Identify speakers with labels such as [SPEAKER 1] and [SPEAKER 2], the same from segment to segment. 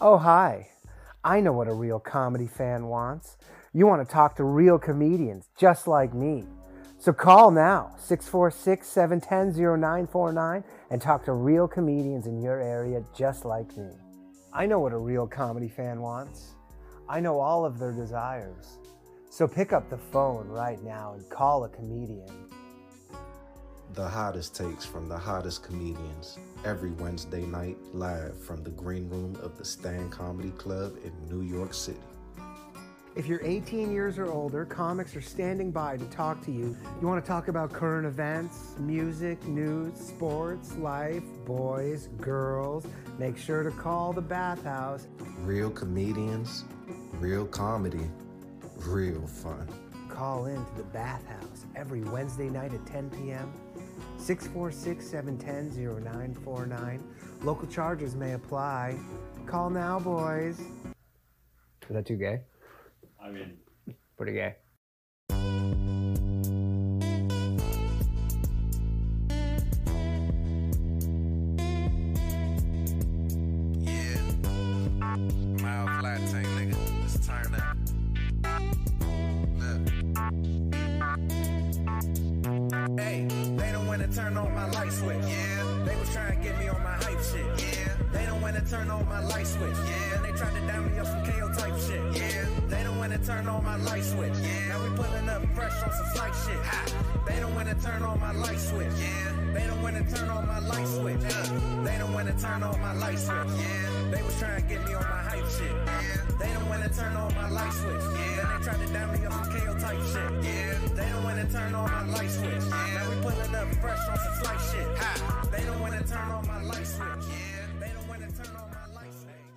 [SPEAKER 1] Oh, hi. I know what a real comedy fan wants. You want to talk to real comedians just like me. So call now, 646 710 0949, and talk to real comedians in your area just like me. I know what a real comedy fan wants. I know all of their desires. So pick up the phone right now and call a comedian.
[SPEAKER 2] The hottest takes from the hottest comedians every Wednesday night live from the green room of the Stan Comedy Club in New York City.
[SPEAKER 1] If you're 18 years or older, comics are standing by to talk to you. You want to talk about current events, music, news, sports, life, boys, girls. Make sure to call the bathhouse.
[SPEAKER 2] Real comedians, real comedy, real fun.
[SPEAKER 1] Call in to the bathhouse every Wednesday night at 10 p.m. 646 710 0949. Local charges may apply. Call now, boys. Is that too gay?
[SPEAKER 3] I mean,
[SPEAKER 1] Pretty gay.
[SPEAKER 4] Yeah. Mild latte, nigga. Let's turn up. Look. Hey, they don't wanna turn on my light switch. Yeah. They was trying to get me on my hype shit. Yeah. They don't wanna turn on my light switch. Yeah. And they tried to down me up some KO type shit. Yeah. They don't wanna turn on my light switch. Yeah. Now we pulling up fresh on some flight shit. Ha. They don't wanna turn on my light switch. Yeah. They don't wanna turn on my light switch. Uh, They don't wanna turn on my light switch. Yeah. They was trying to get me on my hype shit. Yeah. They don't wanna turn on my light switch. Yeah. And they tried to down me up some KO type shit. Yeah. They don't wanna turn on my light switch. Yeah. Now we pulling up fresh on some flight shit. Ha. They don't wanna turn on my light switch. Yeah. They don't wanna turn on my light switch.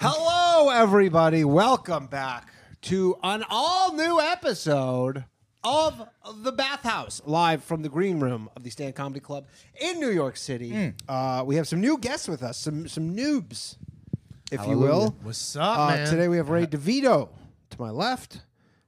[SPEAKER 5] Hello, everybody. Welcome back to an all new episode of The Bathhouse, live from the green room of the Stan Comedy Club in New York City. Uh, we have some new guests with us, some, some noobs, if you will.
[SPEAKER 6] What's up,
[SPEAKER 5] Uh,
[SPEAKER 6] man?
[SPEAKER 5] Today we have Ray DeVito to my left,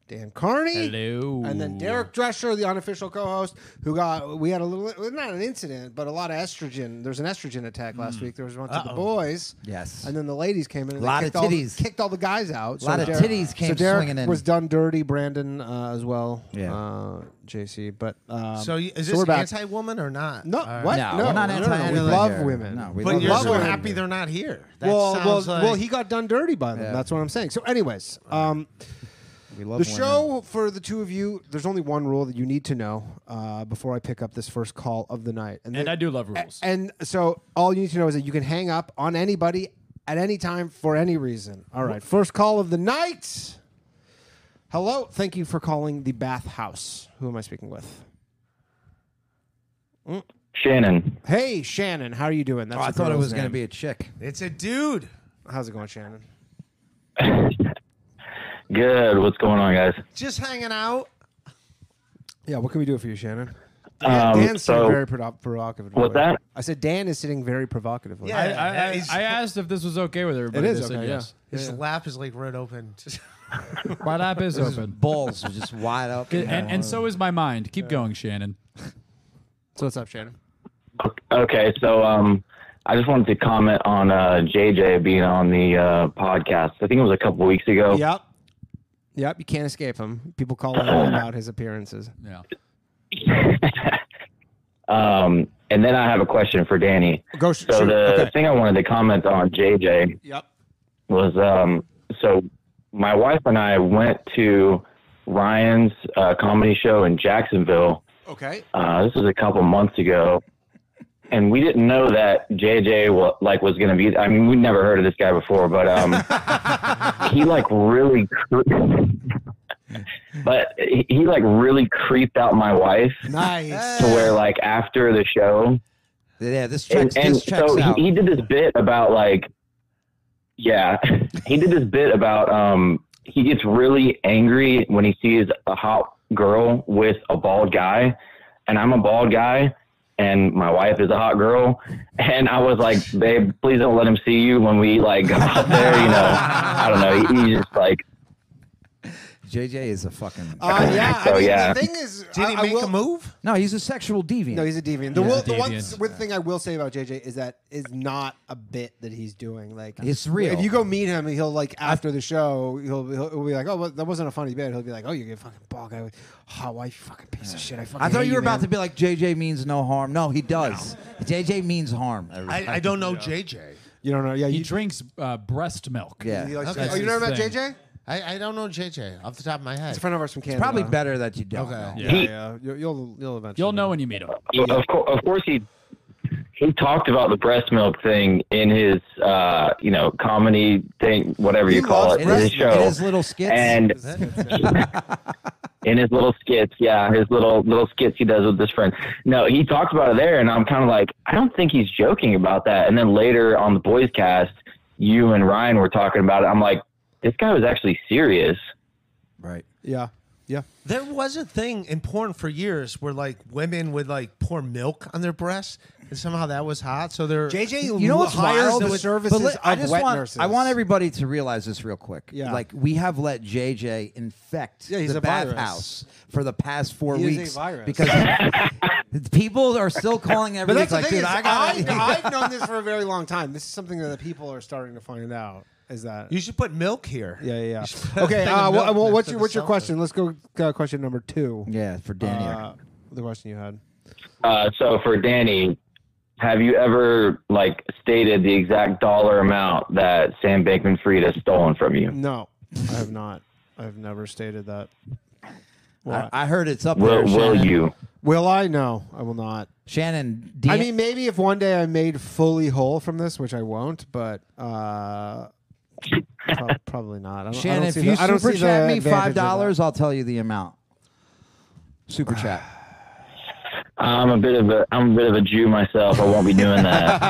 [SPEAKER 5] Dan Carney.
[SPEAKER 6] Hello.
[SPEAKER 5] And then Derek Drescher, the unofficial co-host, who got we had a little not an incident, but a lot of estrogen. There's an estrogen attack last week. There was one to the
[SPEAKER 6] Uh-oh.
[SPEAKER 5] boys.
[SPEAKER 7] Mm. Yes.
[SPEAKER 5] And then the ladies came in. and they
[SPEAKER 7] Lot of
[SPEAKER 5] kicked all the-
[SPEAKER 7] titties.
[SPEAKER 5] kicked all the guys out.
[SPEAKER 7] Lot of titties
[SPEAKER 5] so
[SPEAKER 7] came
[SPEAKER 5] Derek
[SPEAKER 7] swinging in.
[SPEAKER 5] was done dirty. Brandon uh, as well.
[SPEAKER 7] Yeah.
[SPEAKER 5] Uh, JC, but um,
[SPEAKER 6] So y- is
[SPEAKER 5] we're
[SPEAKER 6] this
[SPEAKER 5] back.
[SPEAKER 6] anti-woman or not?
[SPEAKER 5] No,
[SPEAKER 6] All right.
[SPEAKER 5] what?
[SPEAKER 7] No,
[SPEAKER 5] no,
[SPEAKER 7] we're not
[SPEAKER 5] no,
[SPEAKER 7] anti
[SPEAKER 5] no, no, We
[SPEAKER 7] anything
[SPEAKER 5] love
[SPEAKER 7] here.
[SPEAKER 5] women.
[SPEAKER 7] No, we
[SPEAKER 6] But
[SPEAKER 7] love
[SPEAKER 6] you're
[SPEAKER 5] love
[SPEAKER 6] so
[SPEAKER 5] women.
[SPEAKER 6] happy they're not here. That
[SPEAKER 5] well, well,
[SPEAKER 6] sounds like
[SPEAKER 5] well, he got done dirty by them.
[SPEAKER 7] Yeah.
[SPEAKER 5] That's what I'm saying. So, anyways, um,
[SPEAKER 7] We love
[SPEAKER 5] the show for the two of you. There's only one rule that you need to know uh, before I pick up this first call of the night,
[SPEAKER 6] And
[SPEAKER 5] the-
[SPEAKER 6] I do love
[SPEAKER 5] a-
[SPEAKER 6] rules.
[SPEAKER 5] And so, all you need to know is that you can hang up on anybody at any time for any reason. All right, first call of the night. Hello, thank you for calling the bathhouse. Who am I speaking with? Mm.
[SPEAKER 8] Shannon.
[SPEAKER 5] Hey, Shannon, how are you doing? That's
[SPEAKER 7] Oh, I
[SPEAKER 5] the
[SPEAKER 7] thought it
[SPEAKER 5] girl's
[SPEAKER 7] was going to
[SPEAKER 5] name.
[SPEAKER 7] be a chick.
[SPEAKER 6] it's a dude.
[SPEAKER 5] How's it going, Shannon?
[SPEAKER 8] Good. What's going on, guys?
[SPEAKER 6] Just hanging out.
[SPEAKER 5] Yeah, what can we do for you, Shannon?
[SPEAKER 8] Um,
[SPEAKER 5] Dan's
[SPEAKER 8] so
[SPEAKER 5] sitting very provo- provocative.
[SPEAKER 8] What's that?
[SPEAKER 5] I said Dan is sitting very provocatively.
[SPEAKER 6] Yeah,
[SPEAKER 3] I, I, I,
[SPEAKER 6] he's-
[SPEAKER 3] I asked if this was okay with
[SPEAKER 5] it
[SPEAKER 3] everybody.
[SPEAKER 5] is
[SPEAKER 3] They said
[SPEAKER 5] okay. Yeah.
[SPEAKER 3] yes.
[SPEAKER 6] His lap is like red open. Just-
[SPEAKER 3] My lap is
[SPEAKER 7] His
[SPEAKER 3] open.
[SPEAKER 7] balls were just wide up.
[SPEAKER 3] And, and so is my mind. Keep going, Shannon.
[SPEAKER 5] So what's up, Shannon?
[SPEAKER 8] okay, so um, I just wanted to comment on uh, JJ being on the uh, podcast. I think it was a couple weeks ago.
[SPEAKER 5] Yep. Yep, you can't escape him. People call him all about his appearances.
[SPEAKER 3] Yeah.
[SPEAKER 8] Um, and then I have a question for Danny.
[SPEAKER 5] Go sh-
[SPEAKER 8] So
[SPEAKER 5] shoot.
[SPEAKER 8] the
[SPEAKER 5] Okay.
[SPEAKER 8] thing I wanted to comment on JJ
[SPEAKER 5] Yep.
[SPEAKER 8] was um, so my wife and I went to Ryan's uh, comedy show in Jacksonville.
[SPEAKER 5] Okay.
[SPEAKER 8] Uh, this was a couple months ago, and we didn't know that JJ wa like was going to be. I mean, we never heard of this guy before, but um, he like really, cre- but he, he like really creeped out my wife
[SPEAKER 5] Nice.
[SPEAKER 8] to where like after the show,
[SPEAKER 7] Yeah, this
[SPEAKER 8] and,
[SPEAKER 7] checks,
[SPEAKER 8] and
[SPEAKER 7] this checks
[SPEAKER 8] so
[SPEAKER 7] out.
[SPEAKER 8] he, he did this bit about like, yeah, he did this bit about um, he gets really angry when he sees a hot girl with a bald guy, and I'm a bald guy, and my wife is a hot girl, and I was like, babe, please don't let him see you when we like go out there, you know, I don't know, he, he just like.
[SPEAKER 7] JJ is a fucking.
[SPEAKER 5] Uh, yeah.
[SPEAKER 8] So,
[SPEAKER 5] I mean,
[SPEAKER 8] yeah.
[SPEAKER 5] The thing is,
[SPEAKER 6] Did he
[SPEAKER 5] I- I
[SPEAKER 6] make
[SPEAKER 5] will-
[SPEAKER 6] a move?
[SPEAKER 7] no, he's a sexual deviant.
[SPEAKER 5] No, he's a deviant. The,
[SPEAKER 3] He's
[SPEAKER 5] will,
[SPEAKER 3] a
[SPEAKER 5] the one
[SPEAKER 3] deviant.
[SPEAKER 5] s- one thing I will say about JJ is that is not a bit that he's doing. Like
[SPEAKER 7] It's real.
[SPEAKER 5] If you go meet him, he'll like after the show, he'll he'll, he'll be like, "Oh, well, that wasn't a funny bit." He'll be like, "Oh, you're a fucking ball guy, oh, why you fucking piece of shit." I fucking.
[SPEAKER 7] I thought
[SPEAKER 5] hate
[SPEAKER 7] you were about
[SPEAKER 5] man."
[SPEAKER 7] to be like JJ means no harm. No, he does. JJ means harm.
[SPEAKER 6] I, I don't know JJ.
[SPEAKER 5] You don't know. Yeah,
[SPEAKER 3] He
[SPEAKER 5] you.
[SPEAKER 3] drinks uh, breast milk.
[SPEAKER 7] Yeah.
[SPEAKER 5] he likes-
[SPEAKER 6] Okay.
[SPEAKER 5] Oh, you know
[SPEAKER 3] his
[SPEAKER 5] about
[SPEAKER 3] thing.
[SPEAKER 5] JJ?
[SPEAKER 6] I, I don't know JJ off the top of my head.
[SPEAKER 5] It's a friend of ours from Canada.
[SPEAKER 7] Probably better that you don't.
[SPEAKER 6] Okay.
[SPEAKER 7] know.
[SPEAKER 3] Yeah.
[SPEAKER 5] Yeah, yeah. You'll you'll, you'll eventually.
[SPEAKER 3] You'll know when you meet him.
[SPEAKER 8] Of, co- of course, he he talked about the breast milk thing in his uh, you know comedy thing, whatever
[SPEAKER 5] He
[SPEAKER 8] you call
[SPEAKER 5] loves
[SPEAKER 8] it, in his
[SPEAKER 7] breast milk.
[SPEAKER 8] show,
[SPEAKER 7] In his little skits?
[SPEAKER 8] and in his little skits, yeah, his little little skits he does with his friend. No, he talked about it there, and I'm kind of like, I don't think he's joking about that. And then later on the boys cast, you and Ryan were talking about it. I'm like, this guy was actually serious.
[SPEAKER 7] Right.
[SPEAKER 5] Yeah. Yeah.
[SPEAKER 6] There was a thing in porn for years where like women would like pour milk on their breasts, and somehow that was hot. So they're
[SPEAKER 5] JJ
[SPEAKER 7] You know what's
[SPEAKER 5] hires
[SPEAKER 7] wild?
[SPEAKER 5] the
[SPEAKER 7] But
[SPEAKER 5] services
[SPEAKER 7] let- I
[SPEAKER 5] of
[SPEAKER 7] just
[SPEAKER 5] wet
[SPEAKER 7] want,
[SPEAKER 5] nurses.
[SPEAKER 7] I want everybody to realize this real quick.
[SPEAKER 5] Yeah.
[SPEAKER 7] Like we have let JJ infect
[SPEAKER 5] Yeah, he's
[SPEAKER 7] the
[SPEAKER 5] a virus.
[SPEAKER 7] bathhouse for the past four
[SPEAKER 5] He is a
[SPEAKER 7] weeks
[SPEAKER 5] virus.
[SPEAKER 7] because people are still calling
[SPEAKER 5] But
[SPEAKER 7] every
[SPEAKER 5] that's
[SPEAKER 7] week
[SPEAKER 5] the
[SPEAKER 7] like, dude,
[SPEAKER 5] thing. is,
[SPEAKER 7] I
[SPEAKER 5] I
[SPEAKER 7] got.
[SPEAKER 5] have known this for a very long time. This is something that the people are starting to find out. Is that
[SPEAKER 6] you should put milk here.
[SPEAKER 5] Yeah, yeah.
[SPEAKER 6] You should put
[SPEAKER 5] yeah.
[SPEAKER 6] a
[SPEAKER 5] Okay.
[SPEAKER 6] thing
[SPEAKER 5] Uh,
[SPEAKER 6] of
[SPEAKER 5] well,
[SPEAKER 6] milk
[SPEAKER 5] well,
[SPEAKER 6] next
[SPEAKER 5] what's
[SPEAKER 6] to
[SPEAKER 5] your
[SPEAKER 6] the
[SPEAKER 5] what's your
[SPEAKER 6] seltzer.
[SPEAKER 5] question? Let's go uh, question number two.
[SPEAKER 7] Yeah, for Daniel.
[SPEAKER 5] Uh, the question you had.
[SPEAKER 8] Uh, so for Danny, have you ever like stated the exact dollar amount that Sam Bankman-Fried has stolen from you?
[SPEAKER 5] No, I have not. I've never stated that.
[SPEAKER 7] I, I heard it's up
[SPEAKER 8] Will,
[SPEAKER 7] there.
[SPEAKER 8] will
[SPEAKER 7] Shannon.
[SPEAKER 8] you?
[SPEAKER 5] Will I? No, I will not.
[SPEAKER 7] Shannon,
[SPEAKER 5] I mean, maybe if one day I made fully whole from this, which I won't, but uh, prob- probably not. I don't, I
[SPEAKER 7] Shannon,
[SPEAKER 5] don't
[SPEAKER 7] if
[SPEAKER 5] see
[SPEAKER 7] you
[SPEAKER 5] the, I don't
[SPEAKER 7] super
[SPEAKER 5] see
[SPEAKER 7] chat
[SPEAKER 5] the
[SPEAKER 7] me
[SPEAKER 5] advantage
[SPEAKER 7] five
[SPEAKER 5] of that.
[SPEAKER 7] dollars, I'll tell you the amount. Super chat.
[SPEAKER 8] I'm a bit of a I'm a bit of a Jew myself. I won't be doing that.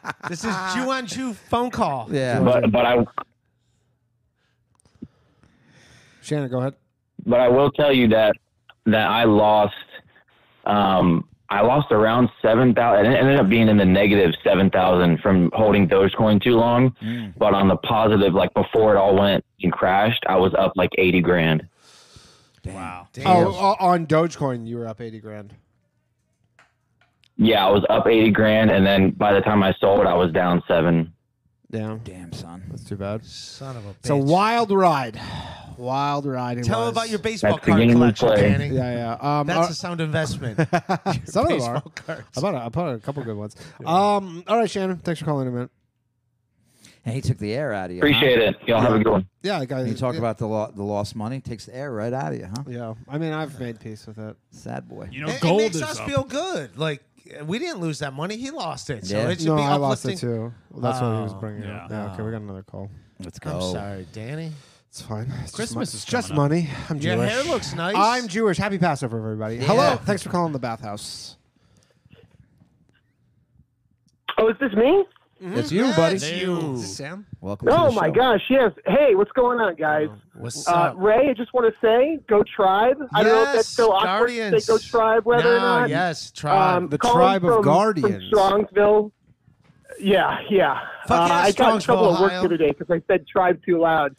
[SPEAKER 6] This is Jew on Jew phone call.
[SPEAKER 7] Yeah.
[SPEAKER 8] but but I
[SPEAKER 5] Shannon, go ahead.
[SPEAKER 8] but I will tell you that that I lost um I lost around seven thousand. It ended up being in the negative seven thousand from holding Dogecoin too long.
[SPEAKER 7] Mm.
[SPEAKER 8] But on the positive, like before it all went and crashed, I was up like eighty grand.
[SPEAKER 3] Wow.
[SPEAKER 5] Oh, o- on Dogecoin, you were up eighty grand.
[SPEAKER 8] Yeah, I was up eighty grand, and then by the time I sold, I was down seven.
[SPEAKER 5] Damn,
[SPEAKER 7] Damn, son.
[SPEAKER 5] that's too bad.
[SPEAKER 6] Son of a bitch.
[SPEAKER 5] It's a wild ride. Wild ride. It
[SPEAKER 6] Tell
[SPEAKER 5] was.
[SPEAKER 6] him about your baseball
[SPEAKER 8] That's the
[SPEAKER 6] card
[SPEAKER 8] game we
[SPEAKER 6] collection,
[SPEAKER 8] play.
[SPEAKER 6] Danny.
[SPEAKER 5] Yeah, yeah. Um,
[SPEAKER 6] That's
[SPEAKER 5] uh,
[SPEAKER 6] a sound investment.
[SPEAKER 5] some of them
[SPEAKER 6] baseball
[SPEAKER 5] are.
[SPEAKER 6] cards.
[SPEAKER 5] I bought, a, I bought Oh, a couple good ones. Um, all right, Shannon. Thanks for calling in, man.
[SPEAKER 7] And he took the air out of you.
[SPEAKER 8] Appreciate it. Y'all have a good one.
[SPEAKER 5] Yeah, the guy.
[SPEAKER 7] Huh? You talk about the lo- the lost money takes the air right out of you, huh?
[SPEAKER 5] Yeah, I mean, I've made peace with it.
[SPEAKER 7] Sad boy.
[SPEAKER 3] You know,
[SPEAKER 6] It- it,
[SPEAKER 3] gold
[SPEAKER 6] makes
[SPEAKER 3] is
[SPEAKER 6] us
[SPEAKER 3] up.
[SPEAKER 6] feel good. Like we didn't lose that money; he lost it. So
[SPEAKER 7] Yeah.
[SPEAKER 6] it should
[SPEAKER 5] No,
[SPEAKER 6] be
[SPEAKER 5] I lost
[SPEAKER 6] uplifting.
[SPEAKER 5] it too. Well, that's what he was
[SPEAKER 6] Oh,
[SPEAKER 5] bringing
[SPEAKER 3] yeah.
[SPEAKER 5] up. Yeah, okay, we got another call.
[SPEAKER 7] Let's go.
[SPEAKER 6] I'm sorry, Danny.
[SPEAKER 5] It's fine. It's just mon-
[SPEAKER 3] Christmas is
[SPEAKER 5] it's just
[SPEAKER 3] coming up.
[SPEAKER 5] money. I'm
[SPEAKER 6] Your
[SPEAKER 5] Jewish.
[SPEAKER 6] hair looks nice.
[SPEAKER 5] I'm Jewish. Happy Passover, everybody. Hello. Thanks for calling the bathhouse.
[SPEAKER 9] Oh, is this me?
[SPEAKER 7] It's you, buddy.
[SPEAKER 6] Mm-hmm. It's you.
[SPEAKER 5] Sam.
[SPEAKER 7] Welcome. to
[SPEAKER 9] Oh
[SPEAKER 7] the
[SPEAKER 9] my
[SPEAKER 7] show.
[SPEAKER 9] gosh, yes. Hey, what's going on, guys?
[SPEAKER 6] What's
[SPEAKER 9] Uh,
[SPEAKER 6] up?
[SPEAKER 9] Ray, I just want to say, go tribe. I don't know if that's
[SPEAKER 6] Yes,
[SPEAKER 9] so awkward to
[SPEAKER 6] Guardians.
[SPEAKER 9] say go tribe, whether or
[SPEAKER 6] no,
[SPEAKER 9] not.
[SPEAKER 6] yes, try.
[SPEAKER 9] Um,
[SPEAKER 5] The
[SPEAKER 9] calling
[SPEAKER 5] tribe of
[SPEAKER 9] from-
[SPEAKER 5] guardians.
[SPEAKER 9] From Strongsville. Yeah, yeah.
[SPEAKER 6] Fuck
[SPEAKER 9] uh,
[SPEAKER 6] yeah,
[SPEAKER 9] I got in
[SPEAKER 6] Strongsville,
[SPEAKER 9] trouble at work
[SPEAKER 6] Ohio.
[SPEAKER 9] the other day because I said tribe too loud.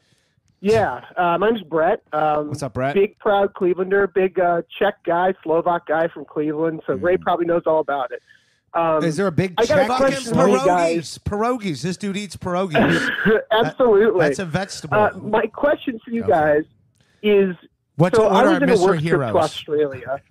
[SPEAKER 9] Yeah, uh, my name's Brett. Um,
[SPEAKER 5] What's up, Brett?
[SPEAKER 9] Big proud Clevelander, big uh, Czech guy, Slovak guy from Cleveland. So
[SPEAKER 6] Hmm.
[SPEAKER 9] Ray probably knows all about it. Um,
[SPEAKER 5] Is there a big
[SPEAKER 9] I got a
[SPEAKER 5] check?
[SPEAKER 9] question
[SPEAKER 6] Fucking
[SPEAKER 9] question for you
[SPEAKER 5] Slow-
[SPEAKER 9] guys.
[SPEAKER 6] pierogies, pierogies. This dude eats pierogies.
[SPEAKER 9] absolutely.
[SPEAKER 6] That's a vegetable.
[SPEAKER 9] Uh, my question for you guys is:
[SPEAKER 6] What's
[SPEAKER 9] so
[SPEAKER 6] what
[SPEAKER 9] I
[SPEAKER 6] are
[SPEAKER 9] was in a
[SPEAKER 6] Mr.
[SPEAKER 9] work trip
[SPEAKER 6] Heroes?
[SPEAKER 9] to Australia.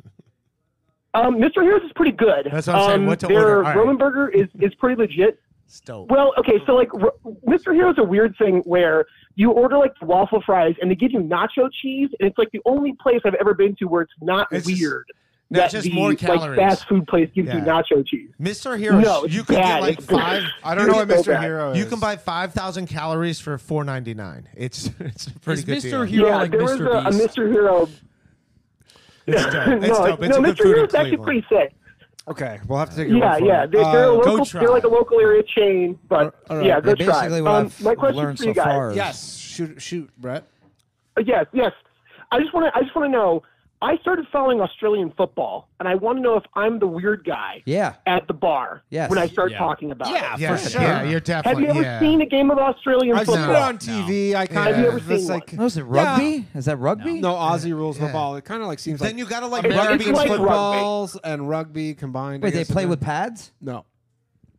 [SPEAKER 9] Um, Mr. Heroes is pretty good.
[SPEAKER 6] That's what I'm saying.
[SPEAKER 9] Um,
[SPEAKER 6] What to
[SPEAKER 9] their
[SPEAKER 6] order? All right. Oh.
[SPEAKER 9] Roman burger is is pretty legit.
[SPEAKER 6] Stove.
[SPEAKER 9] Well, okay, so like r- Mr. Heroes is a weird thing where you order like waffle fries and they give you nacho cheese, and it's like the only place I've ever been to where it's not
[SPEAKER 6] It's just-
[SPEAKER 9] weird
[SPEAKER 6] no,
[SPEAKER 9] that
[SPEAKER 6] just
[SPEAKER 9] the
[SPEAKER 6] more
[SPEAKER 9] like
[SPEAKER 6] calories.
[SPEAKER 9] fast food place gives you
[SPEAKER 6] Yeah.
[SPEAKER 9] nacho cheese.
[SPEAKER 6] Mr. Heroes,
[SPEAKER 9] No, it's
[SPEAKER 6] you could
[SPEAKER 9] bad.
[SPEAKER 6] get like
[SPEAKER 9] It's good.
[SPEAKER 6] five.
[SPEAKER 5] I don't know what
[SPEAKER 9] It's so
[SPEAKER 5] Mr.
[SPEAKER 9] bad.
[SPEAKER 5] Hero is.
[SPEAKER 6] You can buy five thousand calories for four ninety nine. It's it's a pretty
[SPEAKER 3] Is
[SPEAKER 6] good
[SPEAKER 3] Mr.
[SPEAKER 6] deal.
[SPEAKER 3] Hero
[SPEAKER 9] yeah,
[SPEAKER 3] like
[SPEAKER 9] there
[SPEAKER 3] Mr.
[SPEAKER 9] was
[SPEAKER 3] Beast?
[SPEAKER 9] A, a Mr. Hero.
[SPEAKER 6] It's dope. It's
[SPEAKER 9] no,
[SPEAKER 6] dope. It's
[SPEAKER 9] no,
[SPEAKER 6] a good
[SPEAKER 9] Mr.
[SPEAKER 6] food in
[SPEAKER 9] Hero's actually
[SPEAKER 6] Cleveland.
[SPEAKER 9] pretty sick.
[SPEAKER 5] Okay, we'll have to take your
[SPEAKER 9] Yeah,
[SPEAKER 5] word for
[SPEAKER 9] yeah.
[SPEAKER 5] it.
[SPEAKER 9] They're, they're,
[SPEAKER 5] Uh,
[SPEAKER 9] a
[SPEAKER 6] go
[SPEAKER 9] local, they're like a
[SPEAKER 6] try.
[SPEAKER 9] local area chain, but
[SPEAKER 5] All right.
[SPEAKER 9] yeah, go
[SPEAKER 7] Yeah,
[SPEAKER 9] try.
[SPEAKER 7] basically, what
[SPEAKER 9] Um,
[SPEAKER 7] I've
[SPEAKER 9] my question
[SPEAKER 7] learned
[SPEAKER 9] for you
[SPEAKER 7] so
[SPEAKER 9] guys. Uh,
[SPEAKER 7] far. is-
[SPEAKER 5] yes, shoot, shoot, Brett.
[SPEAKER 9] Yes, yes. I just want to. I just want to know. I started following Australian football, and I want to know if I'm the weird guy
[SPEAKER 7] Yeah.
[SPEAKER 9] at the bar
[SPEAKER 7] Yes.
[SPEAKER 9] when I start
[SPEAKER 3] Yeah.
[SPEAKER 9] talking about
[SPEAKER 5] Yeah,
[SPEAKER 9] it.
[SPEAKER 6] Yeah,
[SPEAKER 5] for sure.
[SPEAKER 6] yeah, you're
[SPEAKER 9] Have
[SPEAKER 6] definitely.
[SPEAKER 9] you ever
[SPEAKER 6] yeah.
[SPEAKER 9] seen a game of Australian
[SPEAKER 5] I've seen
[SPEAKER 9] football?
[SPEAKER 5] it on TV. I kind
[SPEAKER 9] Have you
[SPEAKER 5] of
[SPEAKER 9] ever
[SPEAKER 5] it's
[SPEAKER 9] seen
[SPEAKER 5] like
[SPEAKER 7] No, Oh, is it rugby? Is that rugby?
[SPEAKER 5] no Aussie rules
[SPEAKER 6] Yeah.
[SPEAKER 5] football. It kind of like seems
[SPEAKER 6] then
[SPEAKER 5] like
[SPEAKER 6] you gotta like
[SPEAKER 9] American
[SPEAKER 6] rugby
[SPEAKER 9] It's like rugby.
[SPEAKER 5] footballs and rugby combined. I
[SPEAKER 7] Wait, they
[SPEAKER 5] guess,
[SPEAKER 7] play
[SPEAKER 5] and
[SPEAKER 7] with
[SPEAKER 5] then-
[SPEAKER 7] pads?
[SPEAKER 5] no,